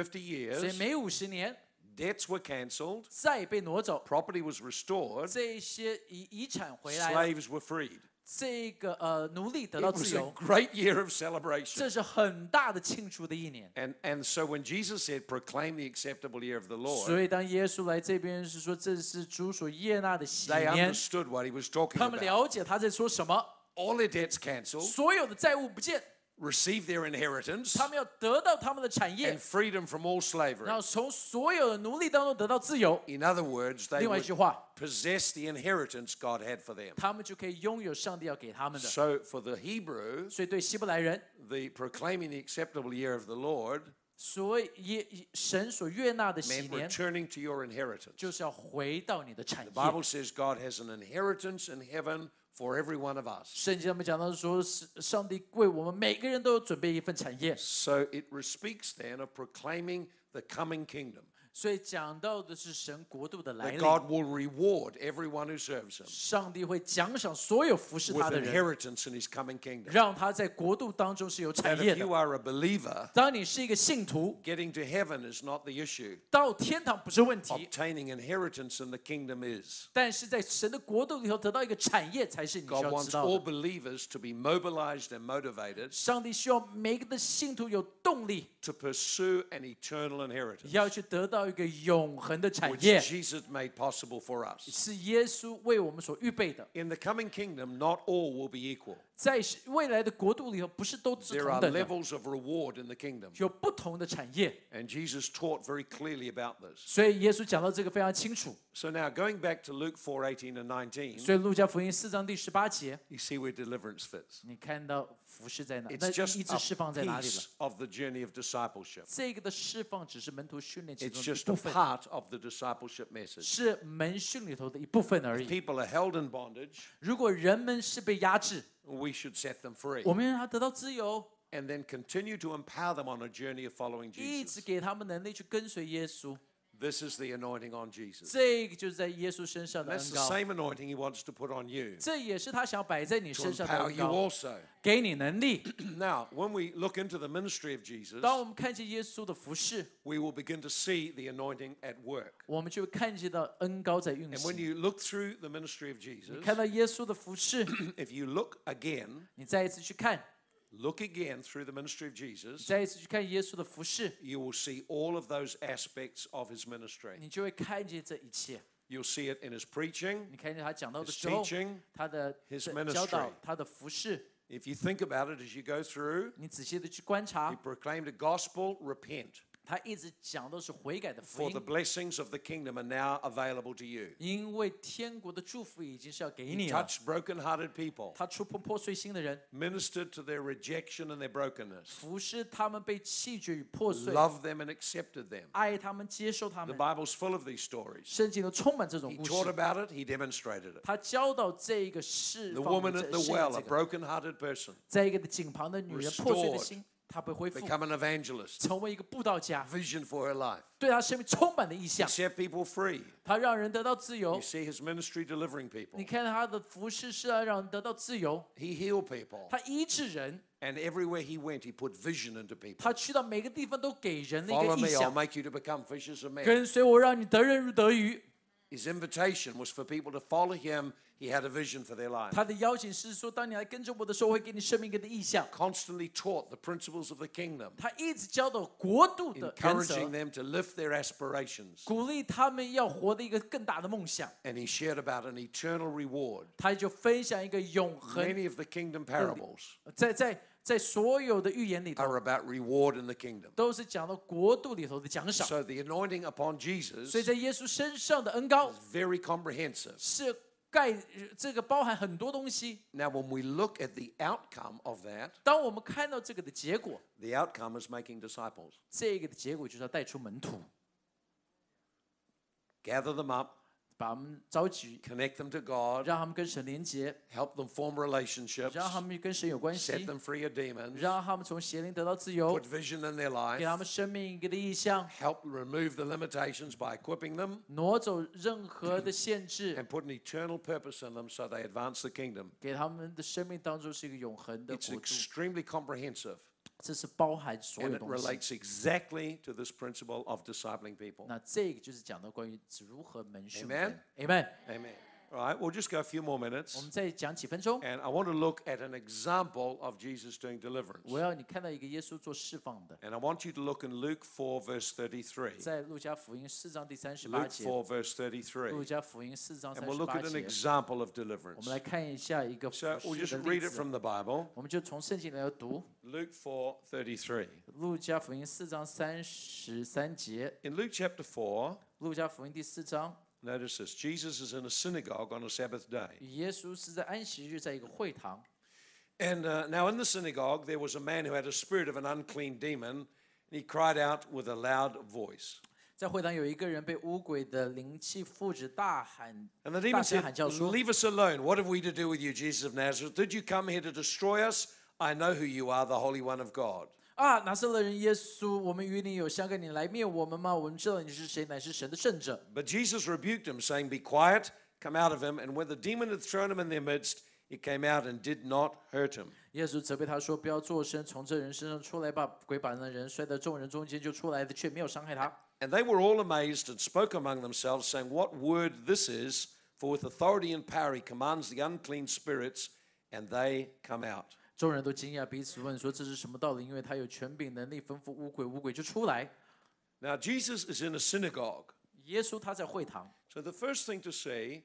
Speaker 2: 所以
Speaker 1: years,
Speaker 2: 每五十年
Speaker 1: debts were cancelled,
Speaker 2: 再被挪走，
Speaker 1: property was restored,
Speaker 2: 这一些遗遗产回来了，
Speaker 1: slaves were freed.
Speaker 2: 这个呃奴隶得
Speaker 1: It
Speaker 2: 到自
Speaker 1: was a
Speaker 2: 由，
Speaker 1: great year of celebration.
Speaker 2: 这是很大的庆祝的一年。
Speaker 1: And, and so when Jesus said, proclaim the acceptable year of the
Speaker 2: 所
Speaker 1: Lord,
Speaker 2: 以当耶稣来这边是说这是主所悦纳的喜
Speaker 1: they
Speaker 2: 年，
Speaker 1: understood what he was talking
Speaker 2: 他们
Speaker 1: about.
Speaker 2: 了解他在说什么，
Speaker 1: All their debts cancelled,
Speaker 2: 所有的债务不见，
Speaker 1: received their inheritance,
Speaker 2: 他们要得到他们的产
Speaker 1: and
Speaker 2: 业，
Speaker 1: freedom from all slavery.
Speaker 2: 然后从所有的奴隶当中得到自由。
Speaker 1: In other words, they
Speaker 2: 另外一
Speaker 1: would
Speaker 2: 句话，
Speaker 1: possess the inheritance God had for them.
Speaker 2: 他们就可以拥有上帝要给他们的。
Speaker 1: So for the Hebrews,
Speaker 2: 所以对希伯来人，
Speaker 1: the proclaiming the acceptable year of the Lord
Speaker 2: 所以神所悦纳的喜
Speaker 1: meant
Speaker 2: 年，
Speaker 1: returning to your inheritance.
Speaker 2: 就是要回到你的产
Speaker 1: The
Speaker 2: 业。
Speaker 1: Bible says God has an inheritance in heaven for every one of us.
Speaker 2: 圣经上面讲到说，是上帝为我们每个人都有准备一份产业，
Speaker 1: So it speaks then of proclaiming the coming kingdom.
Speaker 2: 所以讲到的是神国度的来
Speaker 1: That
Speaker 2: 临。
Speaker 1: God will reward everyone who serves him
Speaker 2: 上帝会奖赏所有服侍他
Speaker 1: with
Speaker 2: 的人，
Speaker 1: inheritance in his coming kingdom.
Speaker 2: 让他在国度当中是有产
Speaker 1: And
Speaker 2: 业
Speaker 1: if
Speaker 2: 的。
Speaker 1: you are a believer,
Speaker 2: 当你是一个信徒，
Speaker 1: getting to heaven is not the issue.
Speaker 2: 到天堂不是问题，
Speaker 1: Obtaining inheritance in the kingdom is.
Speaker 2: 但是在神的国度里头得到一个产业才是你需
Speaker 1: God
Speaker 2: 要知
Speaker 1: wants
Speaker 2: 道
Speaker 1: all
Speaker 2: 的。
Speaker 1: believers to be mobilized and motivated
Speaker 2: 上帝需要每个的信徒有动力，
Speaker 1: to pursue an eternal inheritance,
Speaker 2: 要去得到一个永恒的产
Speaker 1: which
Speaker 2: 业，
Speaker 1: Jesus made possible for us.
Speaker 2: 是耶稣为我们所预备的。
Speaker 1: In the coming kingdom, not all will be equal.
Speaker 2: 在未来的国度里头，不是都是
Speaker 1: There
Speaker 2: 同
Speaker 1: are
Speaker 2: 等的，
Speaker 1: levels of reward in the kingdom.
Speaker 2: 有不同的产业。
Speaker 1: And Jesus taught very clearly about this.
Speaker 2: 所以耶稣讲到这个非常清楚。
Speaker 1: So now going back to Luke 4, 18 and 19,
Speaker 2: 所以路加福音四章第十八节，
Speaker 1: you see where deliverance fits.
Speaker 2: 你看到服饰在哪？那
Speaker 1: Uh, It's
Speaker 2: 医
Speaker 1: just
Speaker 2: 治释放在
Speaker 1: a
Speaker 2: 哪里了
Speaker 1: piece？of the journey of discipleship.
Speaker 2: 这个的释放只是门徒训练其
Speaker 1: It's
Speaker 2: 中的一
Speaker 1: just
Speaker 2: 部
Speaker 1: a
Speaker 2: 分，
Speaker 1: part of the discipleship message.
Speaker 2: 是门训里头的一部分而已。
Speaker 1: People are held in bondage.
Speaker 2: 如果人们是被压制，
Speaker 1: We should set them free
Speaker 2: 我们让他得到自由，
Speaker 1: and then continue to empower them on a journey of following
Speaker 2: 一直
Speaker 1: Jesus.
Speaker 2: 给他们能力去跟随耶稣。
Speaker 1: This is the anointing on Jesus.
Speaker 2: 这个就是在耶稣身上的
Speaker 1: That's
Speaker 2: 恩
Speaker 1: the
Speaker 2: 膏，
Speaker 1: same anointing he wants to put on you
Speaker 2: 这也是他想摆在你
Speaker 1: to
Speaker 2: 身上的
Speaker 1: empower
Speaker 2: 恩
Speaker 1: you
Speaker 2: 膏，
Speaker 1: also. *clears throat*
Speaker 2: 给你能力。
Speaker 1: Now, when we look into the ministry of Jesus,
Speaker 2: 当我们看见耶稣的服饰，
Speaker 1: we will begin to see the anointing at work.
Speaker 2: 我们就会看见到恩膏在运
Speaker 1: And when
Speaker 2: 行。
Speaker 1: you look through the ministry of Jesus,
Speaker 2: 看到耶稣的服饰，
Speaker 1: if you look again,
Speaker 2: 你再一次去看，
Speaker 1: look again through the ministry of Jesus,
Speaker 2: 再一次去看耶稣的服饰，
Speaker 1: you will see all of those aspects of his ministry.
Speaker 2: 你就会看见这一切。
Speaker 1: You'll see it in his preaching,
Speaker 2: 你看见他讲到的
Speaker 1: his
Speaker 2: 时候，
Speaker 1: teaching.
Speaker 2: 他的
Speaker 1: his
Speaker 2: 的教导
Speaker 1: ministry.，
Speaker 2: 他的服饰，
Speaker 1: If you think about it as you go through,
Speaker 2: 你仔细的去观察
Speaker 1: he，proclaimed a gospel, repent,
Speaker 2: 他一直讲到是悔改的福
Speaker 1: for the
Speaker 2: 音，
Speaker 1: blessings of the kingdom are now available to you.
Speaker 2: 因为天国的祝福已经是要给
Speaker 1: He
Speaker 2: 你了。
Speaker 1: touched broken-hearted people,
Speaker 2: 他触碰破碎心的人，
Speaker 1: ministered to their rejection and their brokenness,
Speaker 2: 服侍他们被弃绝与破碎，
Speaker 1: loved them and accepted them.
Speaker 2: 爱他们，接受他
Speaker 1: The
Speaker 2: 们。
Speaker 1: Bible's full of these stories.
Speaker 2: 圣经都充满这种
Speaker 1: He
Speaker 2: 故
Speaker 1: taught
Speaker 2: 事。
Speaker 1: about it, he demonstrated it.
Speaker 2: 他教导这个释
Speaker 1: The
Speaker 2: 放
Speaker 1: woman
Speaker 2: 的
Speaker 1: at the
Speaker 2: 这个
Speaker 1: well,
Speaker 2: 这
Speaker 1: a
Speaker 2: 个，
Speaker 1: broken-hearted person,
Speaker 2: 在一个的井旁的女人破碎的
Speaker 1: restored
Speaker 2: 心，她被恢复，
Speaker 1: become an evangelist,
Speaker 2: 成为一个布道家，
Speaker 1: vision for her life,
Speaker 2: 对她生命充满了意向，
Speaker 1: set people free.
Speaker 2: 她让人得到自由
Speaker 1: You。see his ministry delivering people.
Speaker 2: 你看他的服饰是要让人得到自由，
Speaker 1: He healed people,
Speaker 2: 他医治人，
Speaker 1: and everywhere he went, he put vision into people.
Speaker 2: 他去到每个地方都给人的一个
Speaker 1: Follow
Speaker 2: 意
Speaker 1: me, I'll
Speaker 2: 向，
Speaker 1: make you to become fishers of men.
Speaker 2: 跟随我，让你得人如得鱼。
Speaker 1: His invitation was for people to follow him. He had a vision for their life.
Speaker 2: 他的邀请是说，当你来跟着我的时候，我会给你生命一个的意向。
Speaker 1: Constantly taught the principles of the kingdom,
Speaker 2: 他一直教导国度的原
Speaker 1: encouraging
Speaker 2: 则，
Speaker 1: them to lift their aspirations.
Speaker 2: 鼓励他们要活的一个更大的梦想。
Speaker 1: And he shared about an eternal reward.
Speaker 2: 他就分享一个永恒，
Speaker 1: Many of the kingdom parables
Speaker 2: 在在在所有的预言里头，
Speaker 1: are about reward in the kingdom.
Speaker 2: 都是讲到国度里头的奖赏。
Speaker 1: So the anointing upon Jesus
Speaker 2: 所以在耶稣身上的恩高
Speaker 1: very comprehensive.
Speaker 2: 是盖呃这个包含很多东西。
Speaker 1: Now, when we look at the outcome of that,
Speaker 2: 当我们看到这个的结果，
Speaker 1: the outcome is making disciples.
Speaker 2: 这个的结果就是要带出门徒，
Speaker 1: Gather them up,
Speaker 2: 把我们召集，
Speaker 1: connect them to God,
Speaker 2: 让他们跟神连接，
Speaker 1: help them form relationships,
Speaker 2: 让他们跟神有关
Speaker 1: set
Speaker 2: 系，
Speaker 1: them free of demons,
Speaker 2: 让他们从邪灵得到自由
Speaker 1: put，vision in their
Speaker 2: 给
Speaker 1: life,
Speaker 2: 他们生命一个的意向，
Speaker 1: help remove the limitations by equipping them,
Speaker 2: 挪走任何的限制，
Speaker 1: and put an eternal purpose in them so they advance the kingdom.
Speaker 2: 给他们的生命当中是一个永恒的
Speaker 1: It's
Speaker 2: 国度。
Speaker 1: extremely comprehensive,
Speaker 2: 这是包含所有
Speaker 1: and it
Speaker 2: 东西。
Speaker 1: relates exactly to this principle of discipling people.
Speaker 2: 那这个就是讲到关于如何门训
Speaker 1: Amen
Speaker 2: 人。Amen。
Speaker 1: Amen. All right, we'll just go a few more
Speaker 2: 我
Speaker 1: minutes.
Speaker 2: 们再讲几分钟，
Speaker 1: And I want to look at an example of Jesus doing deliverance.
Speaker 2: 我要你看到一个耶稣做释放的，
Speaker 1: And I want you to look in Luke 4, verse 33.
Speaker 2: 在路加福音四章第三十八
Speaker 1: Luke
Speaker 2: 节。
Speaker 1: 4, verse 33.
Speaker 2: 路加福音四章
Speaker 1: And
Speaker 2: 三
Speaker 1: we'll
Speaker 2: 十
Speaker 1: look
Speaker 2: 八
Speaker 1: at
Speaker 2: 节
Speaker 1: an，example of
Speaker 2: 我
Speaker 1: deliverance.
Speaker 2: 们来看一下一个
Speaker 1: So
Speaker 2: 服
Speaker 1: we'll
Speaker 2: 饰
Speaker 1: just
Speaker 2: 的
Speaker 1: read
Speaker 2: 例
Speaker 1: it
Speaker 2: 子。
Speaker 1: from the Bible
Speaker 2: 我们就从圣经来读
Speaker 1: Luke 4, 33.
Speaker 2: 路加福音四章三十三节，
Speaker 1: In Luke chapter 4,
Speaker 2: 路加福音第四章，
Speaker 1: notice this Jesus is in a synagogue on a Sabbath day.
Speaker 2: 耶稣是在安息日在一个会堂，
Speaker 1: And uh, now in the synagogue, there was a man who had a spirit of an unclean demon, And he cried out with a loud voice.
Speaker 2: 在会堂有一个人被污鬼的灵气附着，大喊
Speaker 1: And the，
Speaker 2: 大
Speaker 1: demon
Speaker 2: 声
Speaker 1: said,
Speaker 2: 喊叫说
Speaker 1: Leave us alone. What have we to do with you, Jesus of Nazareth? Did you come here to destroy us? I know who you are, the Holy One of God.：“
Speaker 2: 啊，拿撒勒人耶稣，我们与你有相干，你来灭我们吗？我们知道你是谁，乃是神的圣者。”
Speaker 1: But Jesus rebuked him, saying, Be quiet, come out of him. And when the demon had thrown him in their midst, he came out and did not hurt him.
Speaker 2: 耶稣责备他说：“不要作声，从这人身上出来吧。”鬼把那人摔到众人中间就出来了，却没有伤害他。
Speaker 1: And they were all amazed and spoke among themselves, saying, What word this is! For with authority and power he commands the unclean spirits, and they come out.
Speaker 2: 众人都惊讶，彼此问说：“这是什么道理？”因为他有权柄能力吩咐乌鬼，乌鬼就出来。
Speaker 1: Now, Jesus is in a synagogue.
Speaker 2: 耶稣他在会堂，
Speaker 1: So the first thing to say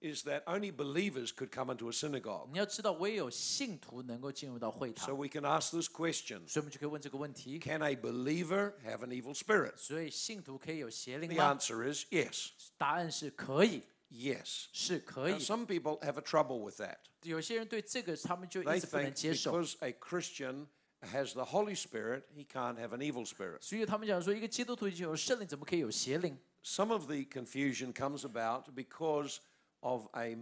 Speaker 1: is that only believers could come into a synagogue.
Speaker 2: 你要知道，唯有信徒能够进入到会堂
Speaker 1: So，we can ask this question
Speaker 2: 所以我们就可以问这个问题：
Speaker 1: Can a believer have an evil spirit?
Speaker 2: 所以信徒可以有邪灵
Speaker 1: The
Speaker 2: 吗？
Speaker 1: answer is yes.
Speaker 2: 答案是可以，
Speaker 1: Yes.
Speaker 2: 是可
Speaker 1: Now,
Speaker 2: 以。
Speaker 1: some people have a trouble with that.
Speaker 2: 有些人对这个他们就一
Speaker 1: They
Speaker 2: 直不能
Speaker 1: think
Speaker 2: 接受，
Speaker 1: because a Christian has the Holy Spirit, he can't have an evil spirit.
Speaker 2: 所以他们讲说，一个基督徒已经有圣灵，怎么可以有邪灵？
Speaker 1: Some of the confusion comes about because of a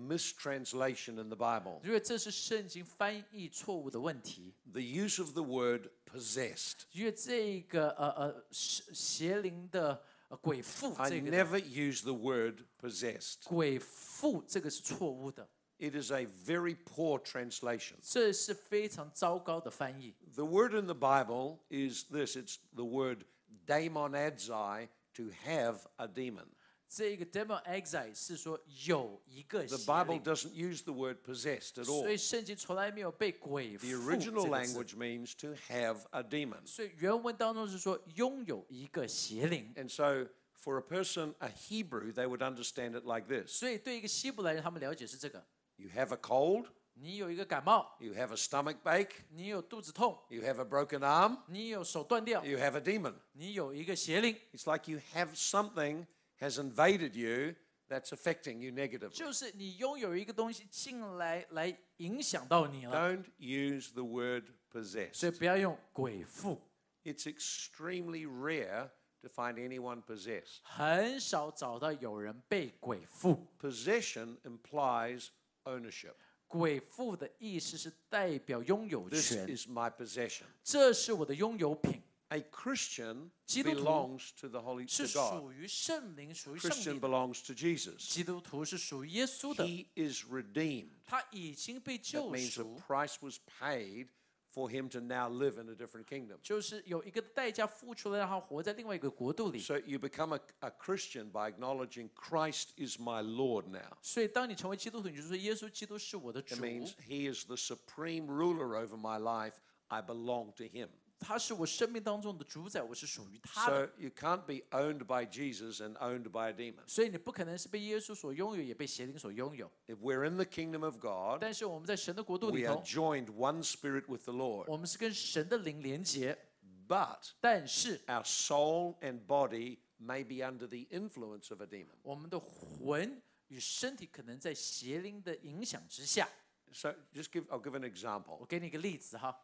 Speaker 1: mistranslation in the Bible,
Speaker 2: 因为这是圣经翻译错误的问题。
Speaker 1: the use of the word possessed.
Speaker 2: 因为这个呃呃邪邪灵的、呃、鬼父
Speaker 1: I
Speaker 2: 这个
Speaker 1: never use the word possessed.
Speaker 2: 鬼父这个是错误的，
Speaker 1: It is a very poor translation.
Speaker 2: 这是非常糟糕的翻译。
Speaker 1: The word in the Bible is this it's the word daemonadzai, to have a demon.
Speaker 2: 这个 demon exile 是说有一个
Speaker 1: The
Speaker 2: 邪
Speaker 1: Bible
Speaker 2: 灵，
Speaker 1: doesn't use the word possessed at all.
Speaker 2: 所以圣经从来没有被鬼父
Speaker 1: The
Speaker 2: 这
Speaker 1: original
Speaker 2: 个字。
Speaker 1: language means to have a demon.
Speaker 2: 所以原文当中是说拥有一个邪灵，
Speaker 1: And so, for a person, a Hebrew, they would understand it like this
Speaker 2: 所以对一个希伯来人，他们了解是这个：
Speaker 1: You have a cold,
Speaker 2: 你有一个感冒，
Speaker 1: you have a stomach ache,
Speaker 2: 你有肚子痛，
Speaker 1: you have a broken arm,
Speaker 2: 你有手断掉，
Speaker 1: you have a demon.
Speaker 2: 你有一个邪灵。
Speaker 1: It's like you have something has invaded you that's affecting you negatively.
Speaker 2: 就是你拥有一个东西进来来影响到你了，
Speaker 1: Don't use the word possessed.
Speaker 2: 所以不要用鬼父，
Speaker 1: It's extremely rare to find anyone possessed.
Speaker 2: 很少找到有人被鬼附。
Speaker 1: Possession implies ownership.
Speaker 2: 鬼父的意思是代表拥有
Speaker 1: This
Speaker 2: 权，
Speaker 1: is my possession.
Speaker 2: 这是我的拥有品，
Speaker 1: A Christian
Speaker 2: 基督徒
Speaker 1: belongs to the Holy
Speaker 2: 是
Speaker 1: to God.
Speaker 2: 属于圣灵，属于圣
Speaker 1: Christian
Speaker 2: 灵。
Speaker 1: belongs to Jesus.
Speaker 2: 基督徒是属于耶稣的，
Speaker 1: He is redeemed.
Speaker 2: 他已经被
Speaker 1: That
Speaker 2: 救
Speaker 1: means the
Speaker 2: 赎，
Speaker 1: price was paid for him to now live in a different kingdom.
Speaker 2: 就是有一个代价付出了，让他活在另外一个国度里。
Speaker 1: So you become a, a Christian by acknowledging Christ is my Lord now.
Speaker 2: 所以，当你成为基督徒，你就说耶稣基督是我的主
Speaker 1: It，means he is the supreme ruler over my life. I belong to him.
Speaker 2: 他是我生命当中的主宰，我是属于他的。
Speaker 1: So you can't be owned by Jesus and owned by a demon.
Speaker 2: 所以你不可能是被耶稣所拥有，也被邪灵所拥有。
Speaker 1: If we're in the kingdom of God,
Speaker 2: 但是我们在神的国度里
Speaker 1: we are
Speaker 2: 头，
Speaker 1: joined one spirit with the Lord.
Speaker 2: 我们是跟神的灵连结，
Speaker 1: But
Speaker 2: 但是
Speaker 1: our soul and body may be under the influence of a demon.
Speaker 2: 我们的魂与身体可能在邪灵的影响之下。
Speaker 1: So just give I'll give an
Speaker 2: 我
Speaker 1: example.
Speaker 2: 给你一个例子哈，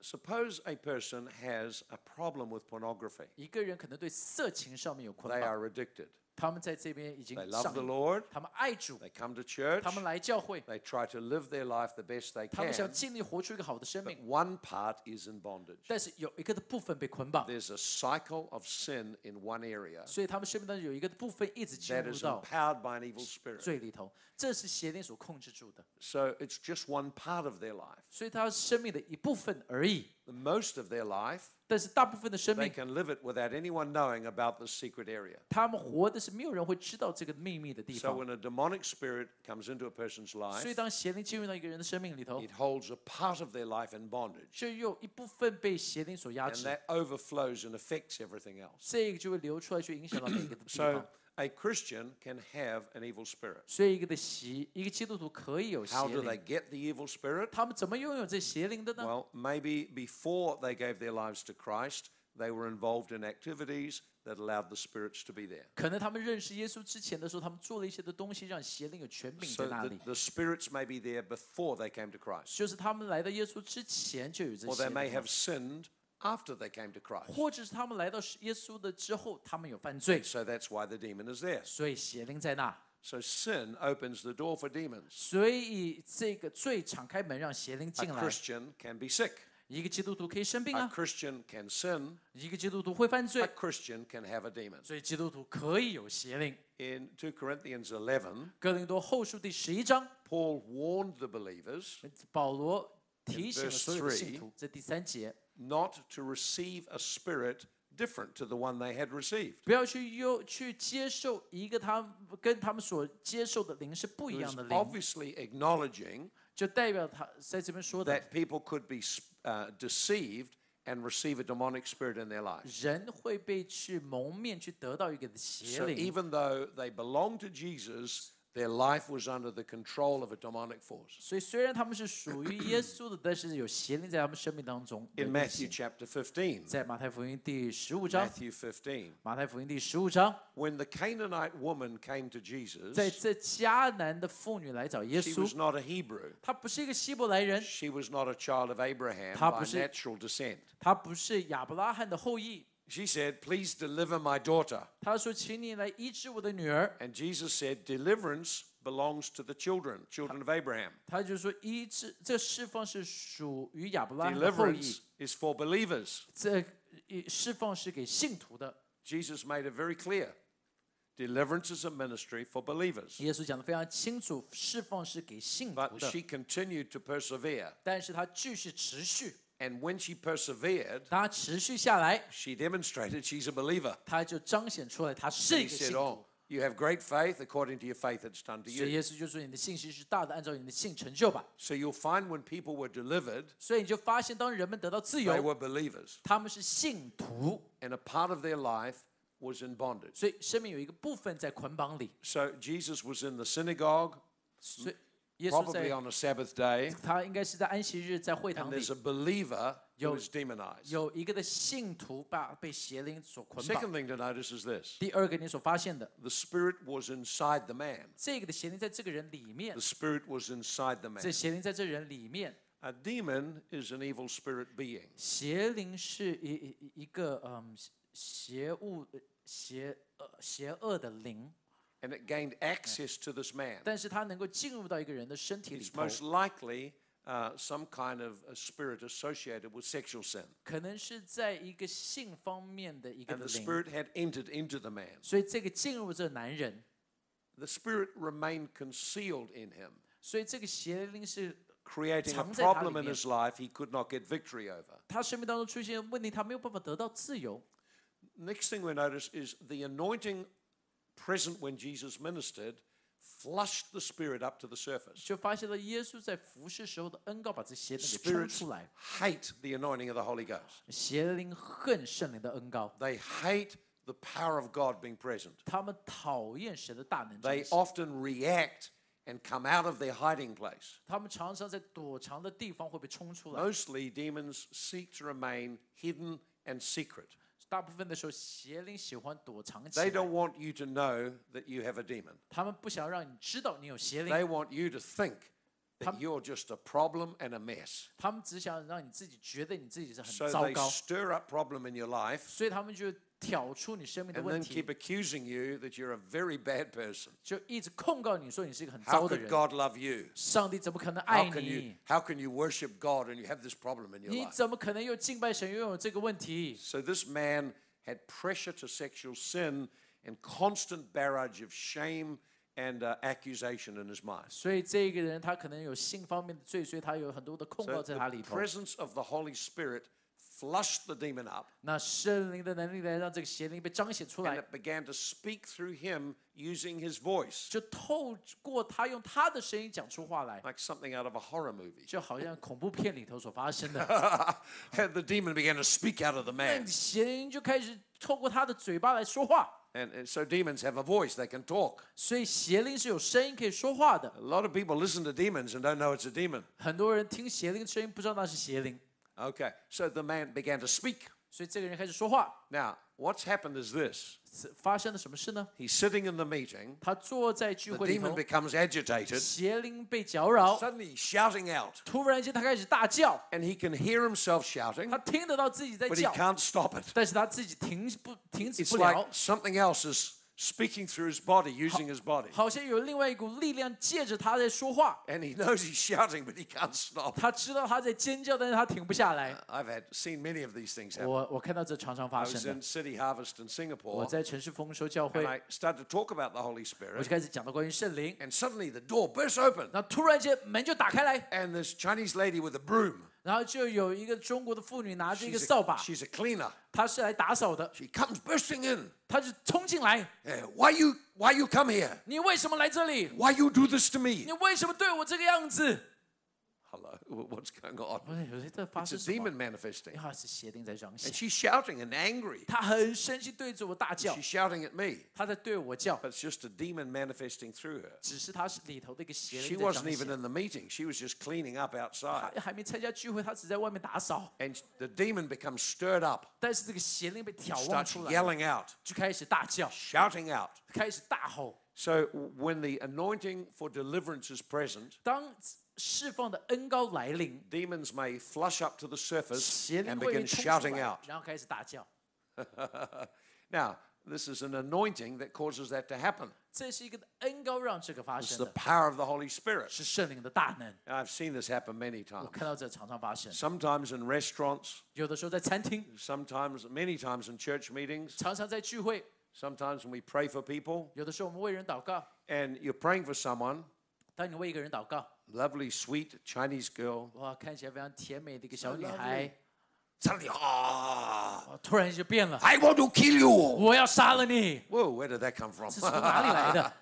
Speaker 1: Suppose a person has a problem with pornography.
Speaker 2: 一个人可能对色情上面有困
Speaker 1: They
Speaker 2: 扰，
Speaker 1: are addicted.
Speaker 2: 他们在这边已经
Speaker 1: They love
Speaker 2: 上
Speaker 1: the
Speaker 2: 瘾，
Speaker 1: Lord.
Speaker 2: 他们爱主，
Speaker 1: They come to church.
Speaker 2: 他们来教会，
Speaker 1: They try to live their life the best they
Speaker 2: 他
Speaker 1: can.
Speaker 2: 们想尽力活出一个好的生
Speaker 1: But
Speaker 2: 命，
Speaker 1: one part is in bondage.
Speaker 2: 但是有一个的部分被捆绑，
Speaker 1: There's a cycle of sin in one area
Speaker 2: 所以他们生命当中有一个部分一直进
Speaker 1: that
Speaker 2: 入
Speaker 1: is
Speaker 2: 到
Speaker 1: empowered by an evil spirit.
Speaker 2: 罪里头，这是邪灵所控制住的。
Speaker 1: So it's just one part of their life.
Speaker 2: 所以它是生命的一部分而已。
Speaker 1: The most of their life,
Speaker 2: 但是大部分的生
Speaker 1: they
Speaker 2: 命，
Speaker 1: can live it without anyone knowing about the secret area.
Speaker 2: 他们活的是没有人会知道这个秘密的地
Speaker 1: So
Speaker 2: 方。
Speaker 1: when a demonic spirit comes into a person's
Speaker 2: 所以
Speaker 1: life,
Speaker 2: 当邪灵进入到一个人的生命里头，
Speaker 1: it holds a part of their life in bondage,
Speaker 2: 就又一部分被邪灵所压
Speaker 1: and *clears throat*
Speaker 2: 制，
Speaker 1: that overflows and affects everything else.
Speaker 2: 这个就会流出来，去影响到每一个的地
Speaker 1: So
Speaker 2: 方。
Speaker 1: a Christian can have an evil spirit.
Speaker 2: 所以一个的邪，一个基督徒可以有邪
Speaker 1: How do they
Speaker 2: 灵，
Speaker 1: get the evil spirit?
Speaker 2: 他们怎么拥有这邪灵的呢？
Speaker 1: Well, maybe before they gave their lives to Christ, they were involved in activities that allowed the spirits to be there.
Speaker 2: 可能他们认识耶稣之前的时候，他们做了一些的东西，让邪灵有权柄
Speaker 1: So
Speaker 2: 在那
Speaker 1: the,
Speaker 2: 里。
Speaker 1: the spirits may be there before they came to Christ,
Speaker 2: 就是他们来到耶稣之前就有这
Speaker 1: or
Speaker 2: 些
Speaker 1: they may
Speaker 2: 灵，
Speaker 1: have sinned after they came to Christ.
Speaker 2: 或者是他们来到耶稣的之后，他们有犯罪，
Speaker 1: So that's why the demon is there.
Speaker 2: 所以邪灵在那，
Speaker 1: So sin opens the door for demons.
Speaker 2: 所以这个罪敞开门让邪灵
Speaker 1: A
Speaker 2: 进来。
Speaker 1: Christian can be sick.
Speaker 2: 一个基督徒可以生病
Speaker 1: A
Speaker 2: 啊，
Speaker 1: Christian can sin.
Speaker 2: 一个基督徒会犯
Speaker 1: A
Speaker 2: 罪，
Speaker 1: Christian can have a demon.
Speaker 2: 所以基督徒可以有邪灵。
Speaker 1: In 2 Corinthians 11,
Speaker 2: 哥林多后书第十一章，
Speaker 1: Paul warned the believers
Speaker 2: 保罗提醒了
Speaker 1: verse
Speaker 2: 所有的信
Speaker 1: three-
Speaker 2: 徒，这第三节，
Speaker 1: not to receive a spirit different to the one they had received.
Speaker 2: 不要去又去接受一个他们跟他们所接受的灵是不一
Speaker 1: He
Speaker 2: 样
Speaker 1: was
Speaker 2: 的灵，
Speaker 1: obviously acknowledging
Speaker 2: 就代表他在这边说的，
Speaker 1: that people could be s- uh, deceived and receive a demonic spirit in their lives.
Speaker 2: 人会被去蒙面去得到一个邪
Speaker 1: So
Speaker 2: 灵，
Speaker 1: even though they belonged to Jesus, their life was under the control of a demonic force.
Speaker 2: 所以虽然他们是属于耶
Speaker 1: *clears throat*
Speaker 2: 稣的，但是有邪灵在他们生命当中的
Speaker 1: In
Speaker 2: 运
Speaker 1: Matthew
Speaker 2: 行。
Speaker 1: chapter 15,
Speaker 2: 在马太福音第十五章，
Speaker 1: Matthew 15,
Speaker 2: 马太福音第十五章，
Speaker 1: when the Canaanite woman came to
Speaker 2: 在
Speaker 1: Jesus,
Speaker 2: 这迦南的妇女来找耶
Speaker 1: she
Speaker 2: 稣
Speaker 1: was，not a Hebrew.
Speaker 2: 她不是一个希伯来人，
Speaker 1: She was not a child of Abraham
Speaker 2: 她
Speaker 1: by
Speaker 2: 不是-
Speaker 1: natural descent.
Speaker 2: 她不是亚伯拉罕的后裔。
Speaker 1: She said, Please deliver my daughter.
Speaker 2: 她说：“请你来医治我的女儿。
Speaker 1: And Jesus said, Deliverance belongs to the children, children of Abraham. ”
Speaker 2: 她就说：“医治这释放是属于亚伯拉罕的后裔
Speaker 1: Deliverance，is for believers.
Speaker 2: 这一释放是给信徒的。
Speaker 1: Jesus made it very clear. Deliverance is a ministry for believers. ”
Speaker 2: 耶稣讲的非常清楚，释放是给信徒
Speaker 1: But
Speaker 2: 的，
Speaker 1: she continued to persevere.
Speaker 2: 但是她继续持续，
Speaker 1: And when she persevered,
Speaker 2: 她持续下来，
Speaker 1: she demonstrated she's a believer.
Speaker 2: 她就彰显出来她是
Speaker 1: He
Speaker 2: 一个信
Speaker 1: said,
Speaker 2: 徒
Speaker 1: Oh,。you have great faith. According to your faith, it's done to
Speaker 2: 所以
Speaker 1: you.
Speaker 2: 耶稣就说：“你的信心是大的，按照你的信成就吧。
Speaker 1: So you'll find when people were delivered, ”
Speaker 2: 所以你就发现，当人们得到自
Speaker 1: they
Speaker 2: 由，
Speaker 1: were believers.
Speaker 2: 他们是信徒，
Speaker 1: And a part of their life was in bondage.
Speaker 2: 所以生命有一个部分在捆绑里。
Speaker 1: So Jesus was in the synagogue,
Speaker 2: 所以耶稣
Speaker 1: probably
Speaker 2: 在
Speaker 1: on a Sabbath day.
Speaker 2: 他应该是在安息日在会
Speaker 1: and
Speaker 2: 堂里
Speaker 1: there's a believer who
Speaker 2: Yo-
Speaker 1: is demonized.
Speaker 2: 有一个的信徒把被邪灵所捆绑。
Speaker 1: Second thing to notice is this
Speaker 2: 第二个，你所发现的，
Speaker 1: the spirit was inside the man.
Speaker 2: 这个的邪灵在这个人里面
Speaker 1: The，spirit was inside the man.
Speaker 2: 这邪灵在这人里面，
Speaker 1: A demon is an evil spirit being.
Speaker 2: 邪灵是一一一个嗯邪物呃邪恶邪恶的灵。
Speaker 1: And it gained access to this man.
Speaker 2: 但是它能够进入到一个人的身体里
Speaker 1: It's
Speaker 2: 头，
Speaker 1: most likely uh, some kind of a spirit associated with sexual sin.
Speaker 2: 可能是在一个性方面的一个
Speaker 1: And
Speaker 2: 的
Speaker 1: the
Speaker 2: 灵，
Speaker 1: spirit had entered into the man.
Speaker 2: 所以这个进入这男人，
Speaker 1: The spirit remained concealed in him,
Speaker 2: 所以这个邪灵是
Speaker 1: creating a
Speaker 2: 藏在他里
Speaker 1: problem
Speaker 2: 面。
Speaker 1: in his life he could not get victory over.
Speaker 2: 他生命当中出现问题，他没有办法得到自由。
Speaker 1: Next thing we notice is the anointing present when Jesus ministered flushed the spirit up to the surface.
Speaker 2: 就发现了耶稣在服侍时候的恩告，把这邪灵给冲
Speaker 1: Spirits
Speaker 2: 出来。
Speaker 1: hate the anointing of the Holy Ghost.
Speaker 2: 邪灵恨圣灵的恩告，
Speaker 1: They hate the power of God being present.
Speaker 2: 他们讨厌神的大能彰
Speaker 1: They
Speaker 2: 显，
Speaker 1: often react and come out of their hiding place.
Speaker 2: 他们常常在躲藏的地方会被冲出来。
Speaker 1: Mostly demons seek to remain hidden and secret.
Speaker 2: 大部分的时候，邪灵喜欢躲藏起
Speaker 1: They
Speaker 2: 来，
Speaker 1: don't want you to know that you have a demon.
Speaker 2: 他们不想让你知道你有邪灵。
Speaker 1: They want you to think that you're just a problem and a mess.
Speaker 2: 他们只想让你自己觉得你自己是很
Speaker 1: So
Speaker 2: 糟
Speaker 1: they
Speaker 2: 糕，
Speaker 1: stir up problem in your life
Speaker 2: 所以他们就挑出你生命的
Speaker 1: and
Speaker 2: 问
Speaker 1: then
Speaker 2: 题
Speaker 1: keep，accusing you that you're a very bad person.
Speaker 2: 就一直控告你说你是一个很
Speaker 1: How
Speaker 2: 糟的
Speaker 1: could
Speaker 2: 人。
Speaker 1: God love you?
Speaker 2: 上帝怎么可能
Speaker 1: How
Speaker 2: 爱
Speaker 1: can you
Speaker 2: 你？
Speaker 1: how can you worship God and you have this problem in your
Speaker 2: 你
Speaker 1: life?
Speaker 2: 怎么可能又敬拜神又有这个问题？
Speaker 1: So this man had pressure to sexual sin and constant barrage of shame and uh, accusation in his mind.
Speaker 2: 所以这个人他可能有性方面的罪，所以他有很多的控
Speaker 1: So
Speaker 2: 告在他里
Speaker 1: the
Speaker 2: 头。
Speaker 1: presence of the Holy Spirit flushed the demon up
Speaker 2: 那圣灵的能力来让这个邪灵被彰显出
Speaker 1: and
Speaker 2: 来，
Speaker 1: it began to speak through him using his voice
Speaker 2: 就透过他用他的声音讲出话来，
Speaker 1: like something out of a horror movie. *laughs*
Speaker 2: 就好像恐怖片里头所发生的。
Speaker 1: and the demon began to speak out of the man.
Speaker 2: 邪灵就开始透过他的嘴巴来说话。
Speaker 1: And, and so demons have a voice, they can talk.
Speaker 2: 所以邪灵是有声音可以说话的。
Speaker 1: A lot of people listen to demons and don't know it's a demon.
Speaker 2: 很多人听邪灵的声音不知道那是邪灵，
Speaker 1: Okay, so the man began to speak.
Speaker 2: 所以这个人开始说话，
Speaker 1: Now, what's happened is this
Speaker 2: 此发生了什么事呢？
Speaker 1: he's sitting in the meeting,
Speaker 2: 他坐在聚
Speaker 1: the
Speaker 2: 会里
Speaker 1: demon
Speaker 2: 头，
Speaker 1: becomes agitated,
Speaker 2: 邪灵被搅扰，
Speaker 1: suddenly he's shouting out,
Speaker 2: 突然间他开始大叫，
Speaker 1: and he can hear himself shouting,
Speaker 2: 他听得到自己在
Speaker 1: but he
Speaker 2: 叫，
Speaker 1: can't stop it.
Speaker 2: 但是他自己停不停止
Speaker 1: It's
Speaker 2: 不了
Speaker 1: like，something else is speaking through his body, using his body.
Speaker 2: 好像有另外一股力量借着他在说话。
Speaker 1: And he *laughs* knows he's shouting, but he can't stop.
Speaker 2: 他知道他在尖叫，但是他停不下来。
Speaker 1: I've had seen many of these things happen.
Speaker 2: 我我看到这常常
Speaker 1: I
Speaker 2: 发生
Speaker 1: was
Speaker 2: 的。
Speaker 1: in City Harvest in
Speaker 2: 我
Speaker 1: Singapore,
Speaker 2: 在城市丰收教会
Speaker 1: and，I started to talk about the Holy
Speaker 2: 我就
Speaker 1: Spirit,
Speaker 2: 开始讲到关于圣灵，
Speaker 1: and suddenly the door bursts open,
Speaker 2: 然后突然间门就打开来，
Speaker 1: and this Chinese lady with a broom,
Speaker 2: 然后就有一个中国的妇女拿着一个
Speaker 1: she's
Speaker 2: 扫
Speaker 1: a,
Speaker 2: 把，
Speaker 1: she's a cleaner,
Speaker 2: 她是来打扫的，
Speaker 1: she comes bursting in.
Speaker 2: 她就冲进来，
Speaker 1: "Eh, why you why you come here?
Speaker 2: 你为什么来这里？
Speaker 1: Why you do this to me?
Speaker 2: 你为什么对我这个样子？
Speaker 1: Hello, *laughs* w- what's going on?
Speaker 2: 我说有些这发
Speaker 1: It's a
Speaker 2: 生什么？
Speaker 1: demon manifesting,
Speaker 2: 你好像是邪灵在彰
Speaker 1: and
Speaker 2: 显，
Speaker 1: she's shouting and angry.
Speaker 2: 她很生气，对着我大叫
Speaker 1: She's，shouting at me,
Speaker 2: 她在对我叫，
Speaker 1: but it's just a demon manifesting through her.
Speaker 2: 只是她是里头的一个邪
Speaker 1: She
Speaker 2: 灵在
Speaker 1: wasn't
Speaker 2: 彰
Speaker 1: even
Speaker 2: 显。
Speaker 1: in the meeting. She was just cleaning up
Speaker 2: 她
Speaker 1: outside.
Speaker 2: 还没参加聚会，她只在外面打扫，
Speaker 1: And the demon becomes stirred up,
Speaker 2: 但是这个邪灵被挑望
Speaker 1: starts
Speaker 2: 出来，
Speaker 1: yelling out,
Speaker 2: 就开始大叫，
Speaker 1: shouting out.
Speaker 2: 开始大吼。
Speaker 1: So when the anointing for deliverance is present,
Speaker 2: 当释放的恩高来临，
Speaker 1: demons may flush up to the surface
Speaker 2: 邪灵
Speaker 1: and
Speaker 2: 会
Speaker 1: begin
Speaker 2: 被冲出
Speaker 1: shouting
Speaker 2: 来
Speaker 1: out.，
Speaker 2: 然后开始大叫。
Speaker 1: Now, this is an anointing that causes that to happen.
Speaker 2: 这是一个恩高让这个发
Speaker 1: It's
Speaker 2: 生
Speaker 1: the
Speaker 2: 的，
Speaker 1: power of the Holy Spirit.
Speaker 2: 是圣灵的大能。
Speaker 1: And I've seen this happen many
Speaker 2: 我
Speaker 1: times.
Speaker 2: 看到这常常发生，
Speaker 1: Sometimes in restaurants,
Speaker 2: 有的时候在餐厅，
Speaker 1: sometimes, many times in church meetings,
Speaker 2: 常常在聚会，
Speaker 1: sometimes when we pray for people.
Speaker 2: 有的时候我们为人祷告。
Speaker 1: And you're praying for someone,
Speaker 2: 当你为一个人祷告，
Speaker 1: lovely, sweet Chinese girl.
Speaker 2: 哇，看起来非常甜美的一个小女
Speaker 1: lovely
Speaker 2: 孩，
Speaker 1: Suddenly, ah,
Speaker 2: 哇，突然就变了，
Speaker 1: I want to kill you.
Speaker 2: 我要杀了你，
Speaker 1: Whoa, where did that come from?
Speaker 2: 这是从哪里来的？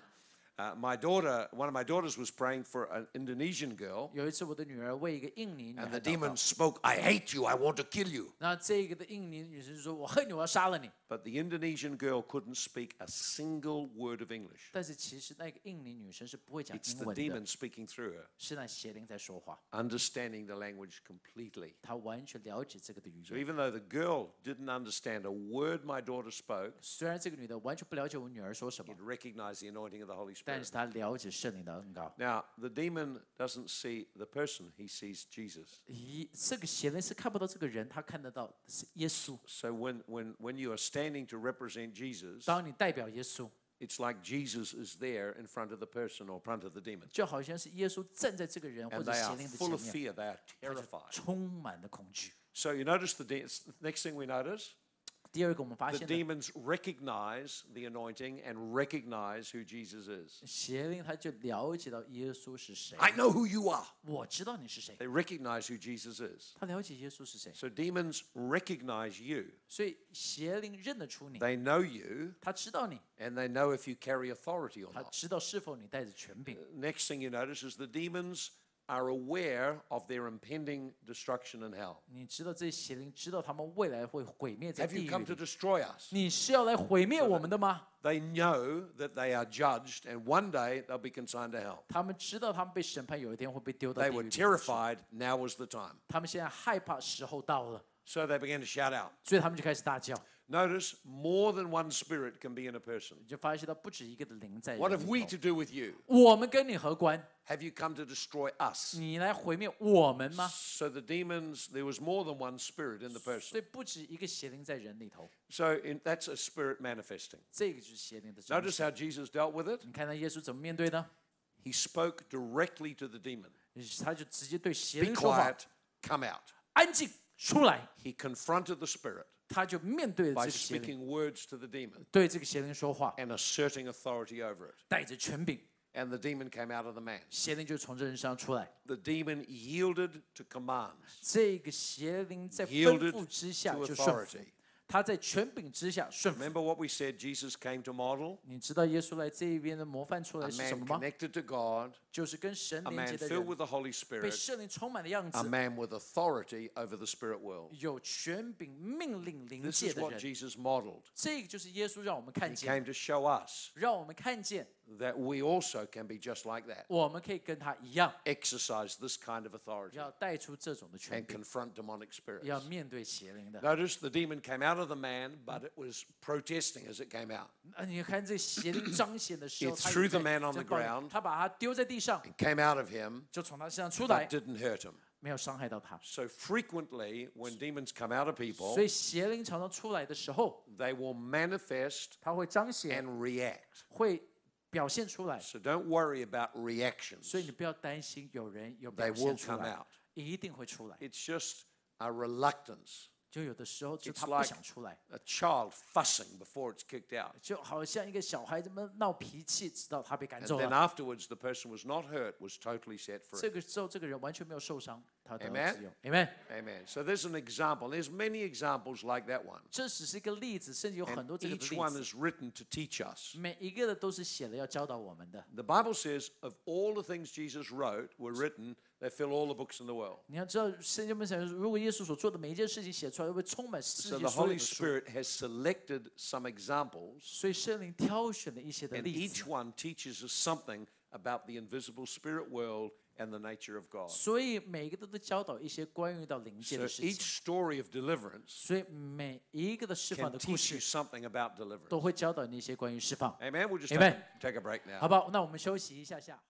Speaker 1: Uh, my daughter, one of my daughters was praying for an Indonesian girl,
Speaker 2: 有一次我的女儿为一个印尼女
Speaker 1: and the
Speaker 2: 孩祷告
Speaker 1: demon，spoke, I hate you, I want to kill you.
Speaker 2: 那这个的印尼女生就说：“我恨你，我要杀了你。
Speaker 1: But the Indonesian girl couldn't speak a single word of ” English.
Speaker 2: 但是其实那个印尼女生是不会讲
Speaker 1: It's
Speaker 2: 英
Speaker 1: the
Speaker 2: 文的，
Speaker 1: demon speaking through her,
Speaker 2: 是那邪灵在说话。
Speaker 1: understanding the language completely.
Speaker 2: 他完全了解这个的语
Speaker 1: So
Speaker 2: 言。
Speaker 1: even though the girl didn't understand a word my daughter spoke,
Speaker 2: 虽然这个女的完全不了解我女儿说什么
Speaker 1: it，recognized the anointing of the Holy
Speaker 2: 但
Speaker 1: Spirit.
Speaker 2: 是她了解圣灵的恩膏。
Speaker 1: Now, the demon doesn't see the person, he sees Jesus.
Speaker 2: 咦，这个邪灵是看不到这个人，他看得到的是耶稣。
Speaker 1: So when, when, when you are standing to represent Jesus,
Speaker 2: 当你代表耶稣，
Speaker 1: it's like Jesus is there in front of the person or in front of the demon.
Speaker 2: 就好像是耶稣站在这个人或
Speaker 1: And
Speaker 2: 者
Speaker 1: they
Speaker 2: 邪
Speaker 1: are
Speaker 2: 灵的
Speaker 1: full of
Speaker 2: 前
Speaker 1: fear,
Speaker 2: 面，
Speaker 1: they are terrified.
Speaker 2: 充满了恐惧。
Speaker 1: So you notice the de- next thing we notice
Speaker 2: 第二个，我们发
Speaker 1: the
Speaker 2: 现呢
Speaker 1: demons recognize the anointing and recognize who Jesus is.
Speaker 2: 邪灵他就了解到耶稣是谁。
Speaker 1: I know who you are.
Speaker 2: 我知道你是谁，
Speaker 1: They recognize who Jesus is.
Speaker 2: 他了解耶稣是谁，
Speaker 1: So demons recognize you.
Speaker 2: 所以邪灵认得出你，
Speaker 1: They Oh. know you
Speaker 2: 他知道你，
Speaker 1: and they know if you carry authority or
Speaker 2: 他
Speaker 1: not.
Speaker 2: 知道是否你带着权柄。
Speaker 1: Next thing you notice is the demons are aware of their impending destruction in hell.
Speaker 2: 你知道这些邪灵知道他们未来会毁灭在
Speaker 1: Have
Speaker 2: 地
Speaker 1: you
Speaker 2: 狱
Speaker 1: come
Speaker 2: 里
Speaker 1: to destroy us?
Speaker 2: 你是要来毁灭我们的吗？
Speaker 1: They know that they are judged and one day they'll be consigned to hell.
Speaker 2: 他们知道他们被审判，有一天会被丢到
Speaker 1: They
Speaker 2: 地狱
Speaker 1: were
Speaker 2: 里面去。
Speaker 1: terrified. Now was the time.
Speaker 2: 他们现在害怕时候到了，
Speaker 1: So they began to shout out.
Speaker 2: 所以他们就开始大叫。
Speaker 1: Notice more than one spirit can be in a person.
Speaker 2: 你就发现到不止一个的灵在人
Speaker 1: What
Speaker 2: 里
Speaker 1: have we to
Speaker 2: 头。
Speaker 1: do with you?
Speaker 2: 我们跟你何关？
Speaker 1: Have you come to destroy us?
Speaker 2: 你来毁灭我们吗？
Speaker 1: So the demons, there was more than one spirit in the
Speaker 2: 所
Speaker 1: person.
Speaker 2: 以不止一个邪灵在人里头，
Speaker 1: So in, that's a spirit manifesting.
Speaker 2: 这个就是邪灵的真实。
Speaker 1: Notice how Jesus dealt with it.
Speaker 2: 你看他耶稣怎么面对呢？
Speaker 1: He spoke directly to the demon.
Speaker 2: 他就直接对邪
Speaker 1: Be
Speaker 2: 灵说话
Speaker 1: quiet, come out.：“
Speaker 2: 安静，出来
Speaker 1: He confronted the spirit！”
Speaker 2: 他就面对着这
Speaker 1: by
Speaker 2: 个邪灵，
Speaker 1: speaking words to the demon
Speaker 2: 对这个邪灵说话，
Speaker 1: and asserting authority over it.
Speaker 2: 带着权柄，
Speaker 1: And the demon came out of the man.
Speaker 2: 邪灵就从这人身上出来。
Speaker 1: The demon yielded to commands,
Speaker 2: 这个邪灵在吩
Speaker 1: yielded
Speaker 2: 咐之下
Speaker 1: to
Speaker 2: 就顺服，
Speaker 1: authority.
Speaker 2: 他在权柄之下顺服。
Speaker 1: Remember what we said Jesus came to model?
Speaker 2: 你知道耶稣来这一边的模范出来
Speaker 1: A
Speaker 2: 是什
Speaker 1: man
Speaker 2: 么吗？
Speaker 1: connected to God,
Speaker 2: 就是跟神
Speaker 1: a
Speaker 2: 连
Speaker 1: man
Speaker 2: 接的
Speaker 1: filled
Speaker 2: 人，
Speaker 1: with the Holy
Speaker 2: 被
Speaker 1: Spirit,
Speaker 2: 圣灵充满的样
Speaker 1: a
Speaker 2: 子，
Speaker 1: man with authority over the spirit world.
Speaker 2: 有权柄命令灵
Speaker 1: This
Speaker 2: 界
Speaker 1: is
Speaker 2: 的
Speaker 1: what
Speaker 2: 人。
Speaker 1: Jesus modeled.
Speaker 2: 这个就是耶稣让我们看
Speaker 1: He
Speaker 2: 见，
Speaker 1: came to show us
Speaker 2: 让我们看见
Speaker 1: that we also can be just like that.
Speaker 2: 我们可以跟他一样，
Speaker 1: Exercise this kind of authority
Speaker 2: 要带出这种的权
Speaker 1: and
Speaker 2: 柄，
Speaker 1: confront demonic spirits.
Speaker 2: 要面对邪灵的。
Speaker 1: Notice the demon came out of the man, but it was protesting as it came out.
Speaker 2: 啊，你看这邪灵彰显的时
Speaker 1: It
Speaker 2: 候，他
Speaker 1: threw
Speaker 2: 也
Speaker 1: the
Speaker 2: 在
Speaker 1: man on
Speaker 2: 在
Speaker 1: the
Speaker 2: 抱怨
Speaker 1: ground.
Speaker 2: 他把他丢在地上，
Speaker 1: It came out of him,
Speaker 2: 就从他身上出来
Speaker 1: but，didn't hurt him.
Speaker 2: 没有伤害到他。
Speaker 1: So frequently, when demons come out of people,
Speaker 2: 所以邪灵常常出来的时候，
Speaker 1: they will manifest
Speaker 2: 他会彰显，
Speaker 1: and react.
Speaker 2: 会表现出来。
Speaker 1: So don't worry about reactions.
Speaker 2: 所以你不要担心有人有
Speaker 1: They
Speaker 2: 表
Speaker 1: will
Speaker 2: 现出
Speaker 1: come
Speaker 2: 来，
Speaker 1: out.
Speaker 2: 一定会出来。
Speaker 1: It's just a reluctance.
Speaker 2: 就有的时候就
Speaker 1: It's
Speaker 2: 他不
Speaker 1: like-
Speaker 2: 想出来，
Speaker 1: A child fussing before it's kicked out.
Speaker 2: 就好像一个小孩子们闹脾气，直到他被赶
Speaker 1: And
Speaker 2: 走
Speaker 1: then
Speaker 2: 了。
Speaker 1: afterwards, the person was not hurt, was totally set
Speaker 2: 这
Speaker 1: free.
Speaker 2: 个时候，这个人完全没有受伤，他得到
Speaker 1: Amen
Speaker 2: 自由。Amen。
Speaker 1: Amen. So there's an example. There's many examples like that one.
Speaker 2: 这只是一个例子，甚至有很
Speaker 1: And
Speaker 2: 多这个的
Speaker 1: each
Speaker 2: 例
Speaker 1: one
Speaker 2: 子。
Speaker 1: is written to teach us.
Speaker 2: 每一个的都是写了要教导我们的。
Speaker 1: The Bible says, of all the things Jesus wrote were written, they fill all the books in the world.
Speaker 2: 你要知道，圣经本身如果耶稣所做的每一件事情写出来，会充满世
Speaker 1: So
Speaker 2: 界
Speaker 1: the
Speaker 2: 所有
Speaker 1: Holy
Speaker 2: 的书。
Speaker 1: Spirit has selected some examples,
Speaker 2: 所以圣灵挑选了一些的
Speaker 1: and
Speaker 2: 例
Speaker 1: each
Speaker 2: 子，
Speaker 1: one teaches us something about the invisible spirit world and the nature of God.
Speaker 2: 所以每一个都都教导一些关于到灵界
Speaker 1: So
Speaker 2: 的事
Speaker 1: each
Speaker 2: 情。
Speaker 1: story of deliverance
Speaker 2: 所以每一个的释放
Speaker 1: can
Speaker 2: 的故
Speaker 1: teach you
Speaker 2: 事
Speaker 1: something about deliverance.
Speaker 2: 都会教导你一些关于释放。
Speaker 1: Amen. We'll just
Speaker 2: Amen.
Speaker 1: Take, a, take a break now.
Speaker 2: 好吧，那我们休息一下下。